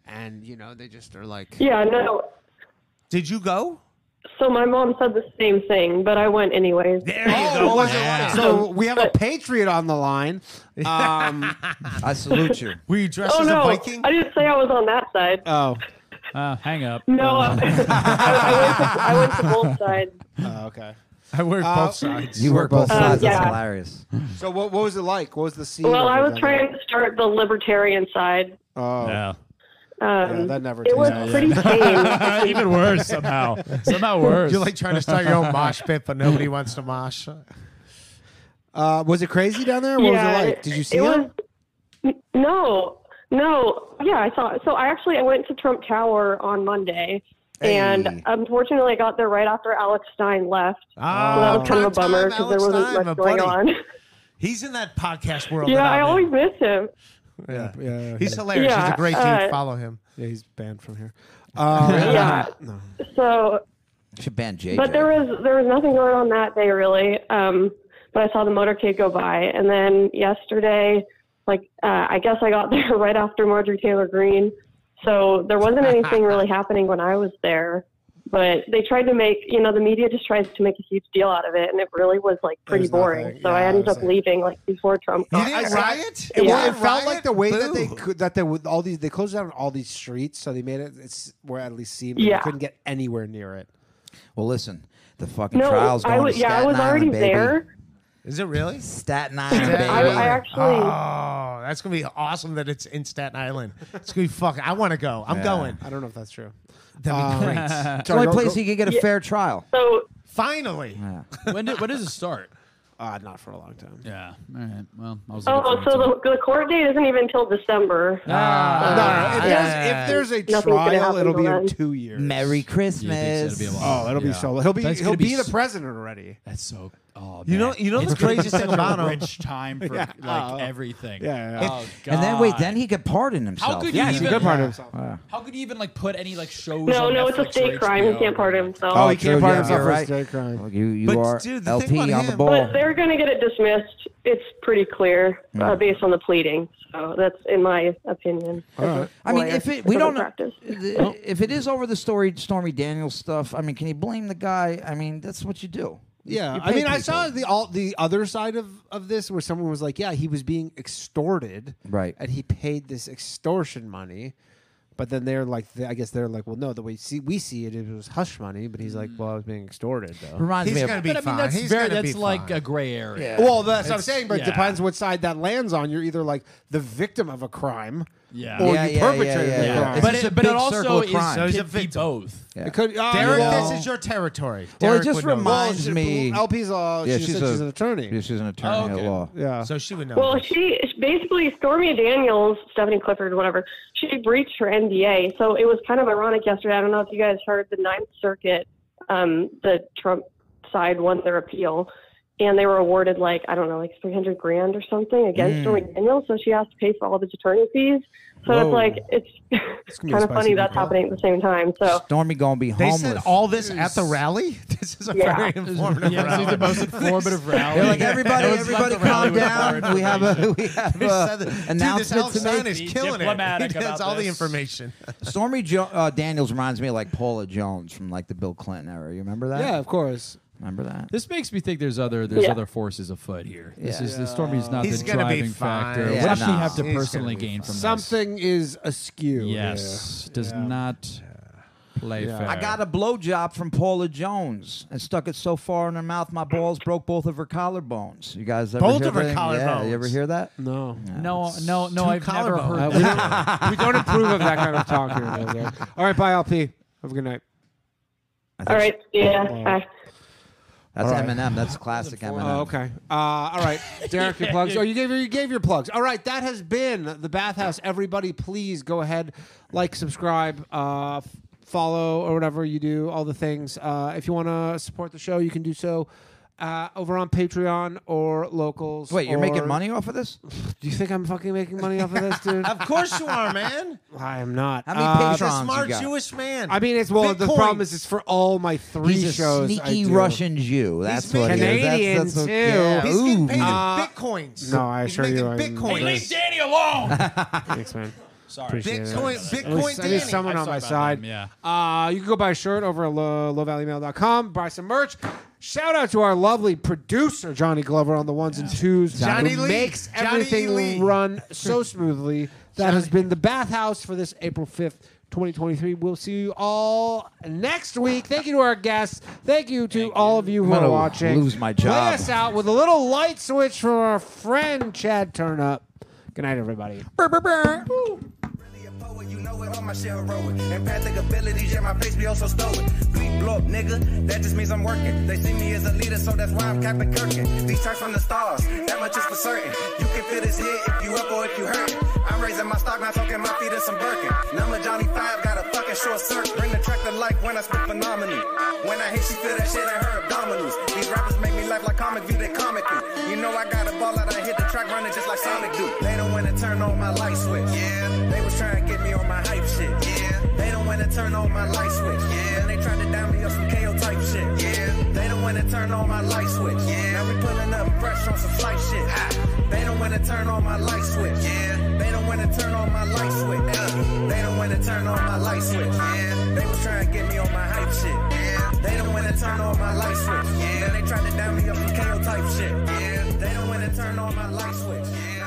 [SPEAKER 5] and you know they just are like,
[SPEAKER 18] Yeah, no.
[SPEAKER 6] Did you go?
[SPEAKER 18] So my mom said the same thing, but I went anyways. There you
[SPEAKER 5] Oh, was it like- So we have a patriot on the line. Um,
[SPEAKER 7] I salute you.
[SPEAKER 6] Were you dressed
[SPEAKER 18] oh no! I didn't say I was on that side.
[SPEAKER 5] Oh,
[SPEAKER 3] uh, hang up.
[SPEAKER 18] No, I, I, went to, I went to both sides.
[SPEAKER 5] Oh, okay.
[SPEAKER 6] I work
[SPEAKER 5] Uh,
[SPEAKER 6] both sides.
[SPEAKER 7] You work both
[SPEAKER 18] Uh,
[SPEAKER 7] sides. That's
[SPEAKER 18] yeah.
[SPEAKER 7] hilarious.
[SPEAKER 5] So what what was it like? What was the scene?
[SPEAKER 18] Well, I
[SPEAKER 5] over
[SPEAKER 18] was
[SPEAKER 5] there?
[SPEAKER 18] trying to start the libertarian side.
[SPEAKER 5] Oh,
[SPEAKER 18] Um,
[SPEAKER 5] Yeah, that never
[SPEAKER 18] It was
[SPEAKER 5] turns
[SPEAKER 18] pretty
[SPEAKER 5] out.
[SPEAKER 18] tame.
[SPEAKER 3] Even worse somehow. Somehow worse.
[SPEAKER 6] You're like trying to start your own mosh pit, but nobody wants to mosh.
[SPEAKER 5] Uh, was it crazy down there? What
[SPEAKER 18] Yeah,
[SPEAKER 5] was it like? Did you see
[SPEAKER 18] it
[SPEAKER 5] him?
[SPEAKER 18] was- N- No, no. Yeah, I saw. So I actually I went to Trump Tower on Monday, and unfortunately I got there right after Alex Stein left. so
[SPEAKER 3] Ah,
[SPEAKER 5] Ah.
[SPEAKER 18] that was kind of a bummer because there wasn't much going on.
[SPEAKER 6] He's in that podcast world. that
[SPEAKER 18] yeah,
[SPEAKER 6] I'm
[SPEAKER 18] I
[SPEAKER 6] in.
[SPEAKER 18] always miss him.
[SPEAKER 5] Yeah, yeah,
[SPEAKER 6] He's
[SPEAKER 5] yeah.
[SPEAKER 6] hilarious. He's
[SPEAKER 18] Yeah,
[SPEAKER 6] a great dude.
[SPEAKER 18] uh,
[SPEAKER 6] Follow him.
[SPEAKER 5] Yeah, he's banned from here. Um,
[SPEAKER 18] Yeah. So,
[SPEAKER 7] Should ban JJ.
[SPEAKER 18] but there was there was nothing going on that day really. Um, but I saw the motorcade go by, and then yesterday, like uh, I guess I got there right after Marjorie Taylor Greene, so there wasn't anything really happening when I was there. But they tried to make you know the media just tries to make a huge deal out of it, and it really was like pretty boring. So I ended up leaving like before Trump. got
[SPEAKER 5] I-
[SPEAKER 18] there.
[SPEAKER 5] I- It,
[SPEAKER 18] Yeah.
[SPEAKER 5] it felt like the way that they could, that they would all these they closed down all these streets, so they made it it's where at least seemed like
[SPEAKER 18] Yeah.
[SPEAKER 5] you couldn't get anywhere near it.
[SPEAKER 7] Well, listen, the fucking
[SPEAKER 18] No,
[SPEAKER 7] trial's going
[SPEAKER 18] I was
[SPEAKER 7] to
[SPEAKER 18] yeah, I
[SPEAKER 7] Staten
[SPEAKER 18] was
[SPEAKER 7] Island,
[SPEAKER 18] already
[SPEAKER 7] baby.
[SPEAKER 18] there.
[SPEAKER 6] Is it really?
[SPEAKER 7] Staten Island,
[SPEAKER 6] Staten
[SPEAKER 7] baby.
[SPEAKER 6] Island.
[SPEAKER 18] I actually-
[SPEAKER 6] Oh, that's gonna be awesome that it's in Staten Island. It's gonna be fucking. I want to go. I'm
[SPEAKER 7] Yeah.
[SPEAKER 6] going.
[SPEAKER 5] I don't know if that's true.
[SPEAKER 6] That'd be
[SPEAKER 5] Um,
[SPEAKER 6] great.
[SPEAKER 7] It's the only place you can get a fair trial.
[SPEAKER 18] So
[SPEAKER 6] Finally.
[SPEAKER 3] when did, when does it start?
[SPEAKER 5] Uh, not for a long time.
[SPEAKER 3] Yeah. All right. Well, I was.
[SPEAKER 18] Oh, so the, the court date isn't even till December.
[SPEAKER 5] No, Ah. no, if,
[SPEAKER 7] yeah.
[SPEAKER 5] there's, if there's a
[SPEAKER 18] Nothing's gonna
[SPEAKER 5] trial,
[SPEAKER 18] happen
[SPEAKER 5] it'll be
[SPEAKER 18] till
[SPEAKER 5] in
[SPEAKER 18] then.
[SPEAKER 5] two years.
[SPEAKER 7] Merry Christmas.
[SPEAKER 5] Oh, that'll be so. He'll be
[SPEAKER 3] That's
[SPEAKER 5] he'll
[SPEAKER 3] gonna
[SPEAKER 5] be,
[SPEAKER 3] be
[SPEAKER 5] the
[SPEAKER 3] s-
[SPEAKER 5] president already.
[SPEAKER 3] That's so Oh,
[SPEAKER 6] You know-
[SPEAKER 3] man.
[SPEAKER 6] you know the
[SPEAKER 3] It's gonna be
[SPEAKER 6] craziest thing
[SPEAKER 3] such a
[SPEAKER 6] about 'em-
[SPEAKER 3] rich time for
[SPEAKER 6] Yeah.
[SPEAKER 3] like
[SPEAKER 6] Oh.
[SPEAKER 3] everything.
[SPEAKER 6] Yeah, yeah.
[SPEAKER 3] Oh, God.
[SPEAKER 7] and then wait, then he could pardon himself.
[SPEAKER 3] could you Yes, he even- could pardon himself.
[SPEAKER 7] Wow.
[SPEAKER 3] How could you even like put any like shows?
[SPEAKER 18] No,
[SPEAKER 3] on
[SPEAKER 18] no, it's
[SPEAKER 3] Netflix
[SPEAKER 18] a
[SPEAKER 3] or
[SPEAKER 18] state crime. He
[SPEAKER 3] HBO?
[SPEAKER 18] can't pardon himself.
[SPEAKER 7] Oh, he can't pardon himself
[SPEAKER 18] you're
[SPEAKER 7] for
[SPEAKER 18] right.
[SPEAKER 7] a state crime. You, you are LP on the ball.
[SPEAKER 18] But they're going to get it dismissed. It's pretty clear uh,
[SPEAKER 7] Mm.
[SPEAKER 18] based on the pleading. So that's in my opinion.
[SPEAKER 7] I mean,
[SPEAKER 18] Lawyer.
[SPEAKER 7] if it, we
[SPEAKER 18] Civil
[SPEAKER 7] don't know,
[SPEAKER 18] practice.
[SPEAKER 7] if it is over the story Stormy Daniels stuff, I mean, can you blame the guy? I mean, that's what you do. You-
[SPEAKER 5] Yeah,
[SPEAKER 7] you
[SPEAKER 5] I mean,
[SPEAKER 7] pay
[SPEAKER 5] I
[SPEAKER 7] people.
[SPEAKER 5] saw the all the other side of of this where someone was like, "Yeah, he was being extorted,
[SPEAKER 7] Right.
[SPEAKER 5] And he paid this extortion money, but then they're like, they, I guess they're like, well, no, the way see we see it, it was hush money, but he's like, well, I was being extorted though.
[SPEAKER 7] Reminds
[SPEAKER 3] Mm. He's me of- gonna be
[SPEAKER 5] But
[SPEAKER 3] fine. He's gonna be fine. Yeah.
[SPEAKER 5] Well, that's what I'm
[SPEAKER 3] It's-
[SPEAKER 5] saying, but
[SPEAKER 3] yeah.
[SPEAKER 5] it depends what side that lands on. You're either like the victim of a crime,
[SPEAKER 3] Yeah.
[SPEAKER 5] or
[SPEAKER 3] Yeah,
[SPEAKER 5] you
[SPEAKER 3] yeah, yeah,
[SPEAKER 5] perpetrated
[SPEAKER 3] yeah,
[SPEAKER 5] the
[SPEAKER 3] yeah.
[SPEAKER 5] crime.
[SPEAKER 3] It's But just it- a but it big also circle of is- crime.
[SPEAKER 6] So he's a
[SPEAKER 3] could be
[SPEAKER 6] victim.
[SPEAKER 3] both.
[SPEAKER 7] Yeah.
[SPEAKER 5] It could- oh,
[SPEAKER 6] Derek,
[SPEAKER 5] well-
[SPEAKER 6] this is your territory.
[SPEAKER 7] Well,
[SPEAKER 6] Derek
[SPEAKER 7] it just
[SPEAKER 6] would know.
[SPEAKER 7] reminds me.
[SPEAKER 5] LP's uh,
[SPEAKER 7] yeah,
[SPEAKER 5] she said she's an attorney.
[SPEAKER 7] Yeah, she's an attorney at law.
[SPEAKER 5] Yeah.
[SPEAKER 6] So she would know.
[SPEAKER 18] Well, she basically Stormy Daniels, Stephanie Clifford, whatever. She breached her NDA, so it was kind of ironic yesterday. I don't know if you guys heard the Ninth Circuit, um, the Trump side won their appeal, and they were awarded like I don't know, like three hundred grand or something against
[SPEAKER 19] Mm.
[SPEAKER 18] Stormy Daniels. So she has to pay for all of his attorney fees. So
[SPEAKER 7] Whoa.
[SPEAKER 18] it's like it's
[SPEAKER 7] gonna be a
[SPEAKER 18] kind of
[SPEAKER 7] spicy
[SPEAKER 18] funny that's
[SPEAKER 7] people.
[SPEAKER 18] happening at the same time. So
[SPEAKER 7] Stormy gonna be
[SPEAKER 6] They
[SPEAKER 7] homeless.
[SPEAKER 6] said all this at the rally. This is a
[SPEAKER 18] Yeah.
[SPEAKER 6] very informative.
[SPEAKER 7] Yeah, this
[SPEAKER 6] rally.
[SPEAKER 7] is the most
[SPEAKER 3] informative rally.
[SPEAKER 7] They're like everybody,
[SPEAKER 6] Yeah.
[SPEAKER 7] everybody, calm down. We have a we have
[SPEAKER 6] They said that-
[SPEAKER 7] a announcement
[SPEAKER 6] Dude, this
[SPEAKER 7] to
[SPEAKER 6] Elf
[SPEAKER 7] make.
[SPEAKER 6] is killing it. He has all the information.
[SPEAKER 7] Stormy jo- uh, Daniels reminds me of like Paula Jones from like the Bill Clinton era. You remember that?
[SPEAKER 3] Yeah, of
[SPEAKER 5] course.
[SPEAKER 7] Remember that?
[SPEAKER 3] This makes me think there's other there's
[SPEAKER 7] Yeah.
[SPEAKER 3] other forces afoot here. This
[SPEAKER 7] Yeah.
[SPEAKER 3] is the Stormy's not
[SPEAKER 7] He's
[SPEAKER 3] the
[SPEAKER 7] gonna be
[SPEAKER 3] driving
[SPEAKER 7] fine.
[SPEAKER 3] factor.
[SPEAKER 7] Yeah,
[SPEAKER 3] what does she
[SPEAKER 7] no.
[SPEAKER 3] have to
[SPEAKER 7] He's gonna
[SPEAKER 3] personally
[SPEAKER 7] be
[SPEAKER 3] gain from this?
[SPEAKER 5] Something is askew.
[SPEAKER 3] Yes,
[SPEAKER 5] Yeah.
[SPEAKER 3] does
[SPEAKER 5] Yeah.
[SPEAKER 3] not play fair.
[SPEAKER 7] I got a blowjob from Paula Jones and stuck it so far in her mouth, my balls broke both of her collarbones. You guys ever
[SPEAKER 3] Both
[SPEAKER 7] hear
[SPEAKER 3] of her
[SPEAKER 7] that? Yeah, you ever
[SPEAKER 3] collarbones.
[SPEAKER 7] hear that?
[SPEAKER 5] No.
[SPEAKER 3] No, no, no. I've never heard
[SPEAKER 5] Uh,
[SPEAKER 3] that.
[SPEAKER 5] we, don't, we don't approve of that kind of talk here. Jose. All right, bye, LP. Have a good night.
[SPEAKER 18] all right, yeah,
[SPEAKER 5] Wow.
[SPEAKER 18] bye.
[SPEAKER 7] That's
[SPEAKER 5] All right.
[SPEAKER 7] Eminem. That's classic Eminem.
[SPEAKER 5] Oh, okay. Uh, all right, Derek, your plugs. Oh, you gave your, you gave your plugs. All right, that has been the bathhouse. Everybody, please go ahead, like, subscribe, uh, f- follow, or whatever you do, all the things. Uh, if you want to support the show, you can do so uh, over on Patreon or locals.
[SPEAKER 7] Wait, you're
[SPEAKER 5] or-
[SPEAKER 7] making money off of this?
[SPEAKER 5] Do you think I'm fucking making money off of this, dude?
[SPEAKER 6] Of course you are, man.
[SPEAKER 5] I am not.
[SPEAKER 6] How many
[SPEAKER 5] Uh,
[SPEAKER 6] He's a smart Jewish man.
[SPEAKER 5] I mean, it's well. The
[SPEAKER 6] Bitcoin.
[SPEAKER 5] problem is, it's for all my three
[SPEAKER 7] He's a
[SPEAKER 5] shows.
[SPEAKER 7] sneaky
[SPEAKER 5] I do.
[SPEAKER 7] Russian Jew. That's
[SPEAKER 5] He's
[SPEAKER 7] what he is. That's-
[SPEAKER 5] Canadian
[SPEAKER 7] that's what-
[SPEAKER 5] too.
[SPEAKER 7] yeah, He's getting ooh. paid in
[SPEAKER 5] Uh,
[SPEAKER 6] bitcoins.
[SPEAKER 5] No, I assure you, I'm
[SPEAKER 6] bitcoins. Hey, leave
[SPEAKER 3] Danny alone.
[SPEAKER 5] Thanks, man.
[SPEAKER 3] Sorry.
[SPEAKER 5] Appreciate
[SPEAKER 6] Bitcoin-
[SPEAKER 5] it.
[SPEAKER 6] Bitcoin
[SPEAKER 5] I need, I need
[SPEAKER 6] Danny.
[SPEAKER 5] someone
[SPEAKER 6] I
[SPEAKER 5] on
[SPEAKER 6] saw
[SPEAKER 5] my
[SPEAKER 6] about
[SPEAKER 5] side.
[SPEAKER 3] them,
[SPEAKER 5] yeah. Uh, you can go buy a shirt over at low, lowvalleymail.com. Buy some merch. Shout out to our lovely producer Johnny Glover on the ones and twos.
[SPEAKER 6] Johnny
[SPEAKER 5] who
[SPEAKER 6] Lee.
[SPEAKER 5] makes
[SPEAKER 6] Johnny
[SPEAKER 5] everything
[SPEAKER 6] Lee.
[SPEAKER 5] run so smoothly. That has been the bathhouse for this April fifth. 2023. We'll see you all next week. Thank you to our guests. Thank you to all of you who
[SPEAKER 7] I'm
[SPEAKER 5] are
[SPEAKER 7] gonna
[SPEAKER 5] watching.
[SPEAKER 7] lose my
[SPEAKER 5] Play
[SPEAKER 7] job.
[SPEAKER 5] us out with a little light switch from our friend Chad Turnup. Good night, everybody.
[SPEAKER 4] all my shit heroic. Empathic abilities, yeah, my face be also stoic. Bleep, blow up, nigga. That just means I'm working. They see me as a leader, so that's why I'm Captain Kirkin. These tracks from the stars, that much is for certain. You can feel this hit if you up or if you hurt. I'm raising my stock, not talking my feet in some Birkin. Number Johnny Five got a fucking short circuit. Bring the track to life when I spit phenomenon. When I hit, she feel that shit in her abdominals. These rappers make me laugh like comic view, they comic through. You know I got a ball out, I hit the track running just like Sonic do. They don't wanna turn on my light switch. Yeah, they was trying to get me on my hype shit. Yeah, they don't wanna turn on my light switch. Yeah, they tried to down me up some KO type shit. Yeah, they don't wanna turn on my light switch. Yeah, now we pulling up pressure on some flight shit. Ah, They don't wanna turn on my light switch. Yeah, they don't wanna turn on my light switch. Uh, They don't wanna turn on my light switch. Yeah, they was trying to get me on my hype shit. Yeah, they don't wanna turn on my light switch. Yeah, they tried to down me up some KO type shit. Yeah, they don't wanna turn on my light switch. Yeah.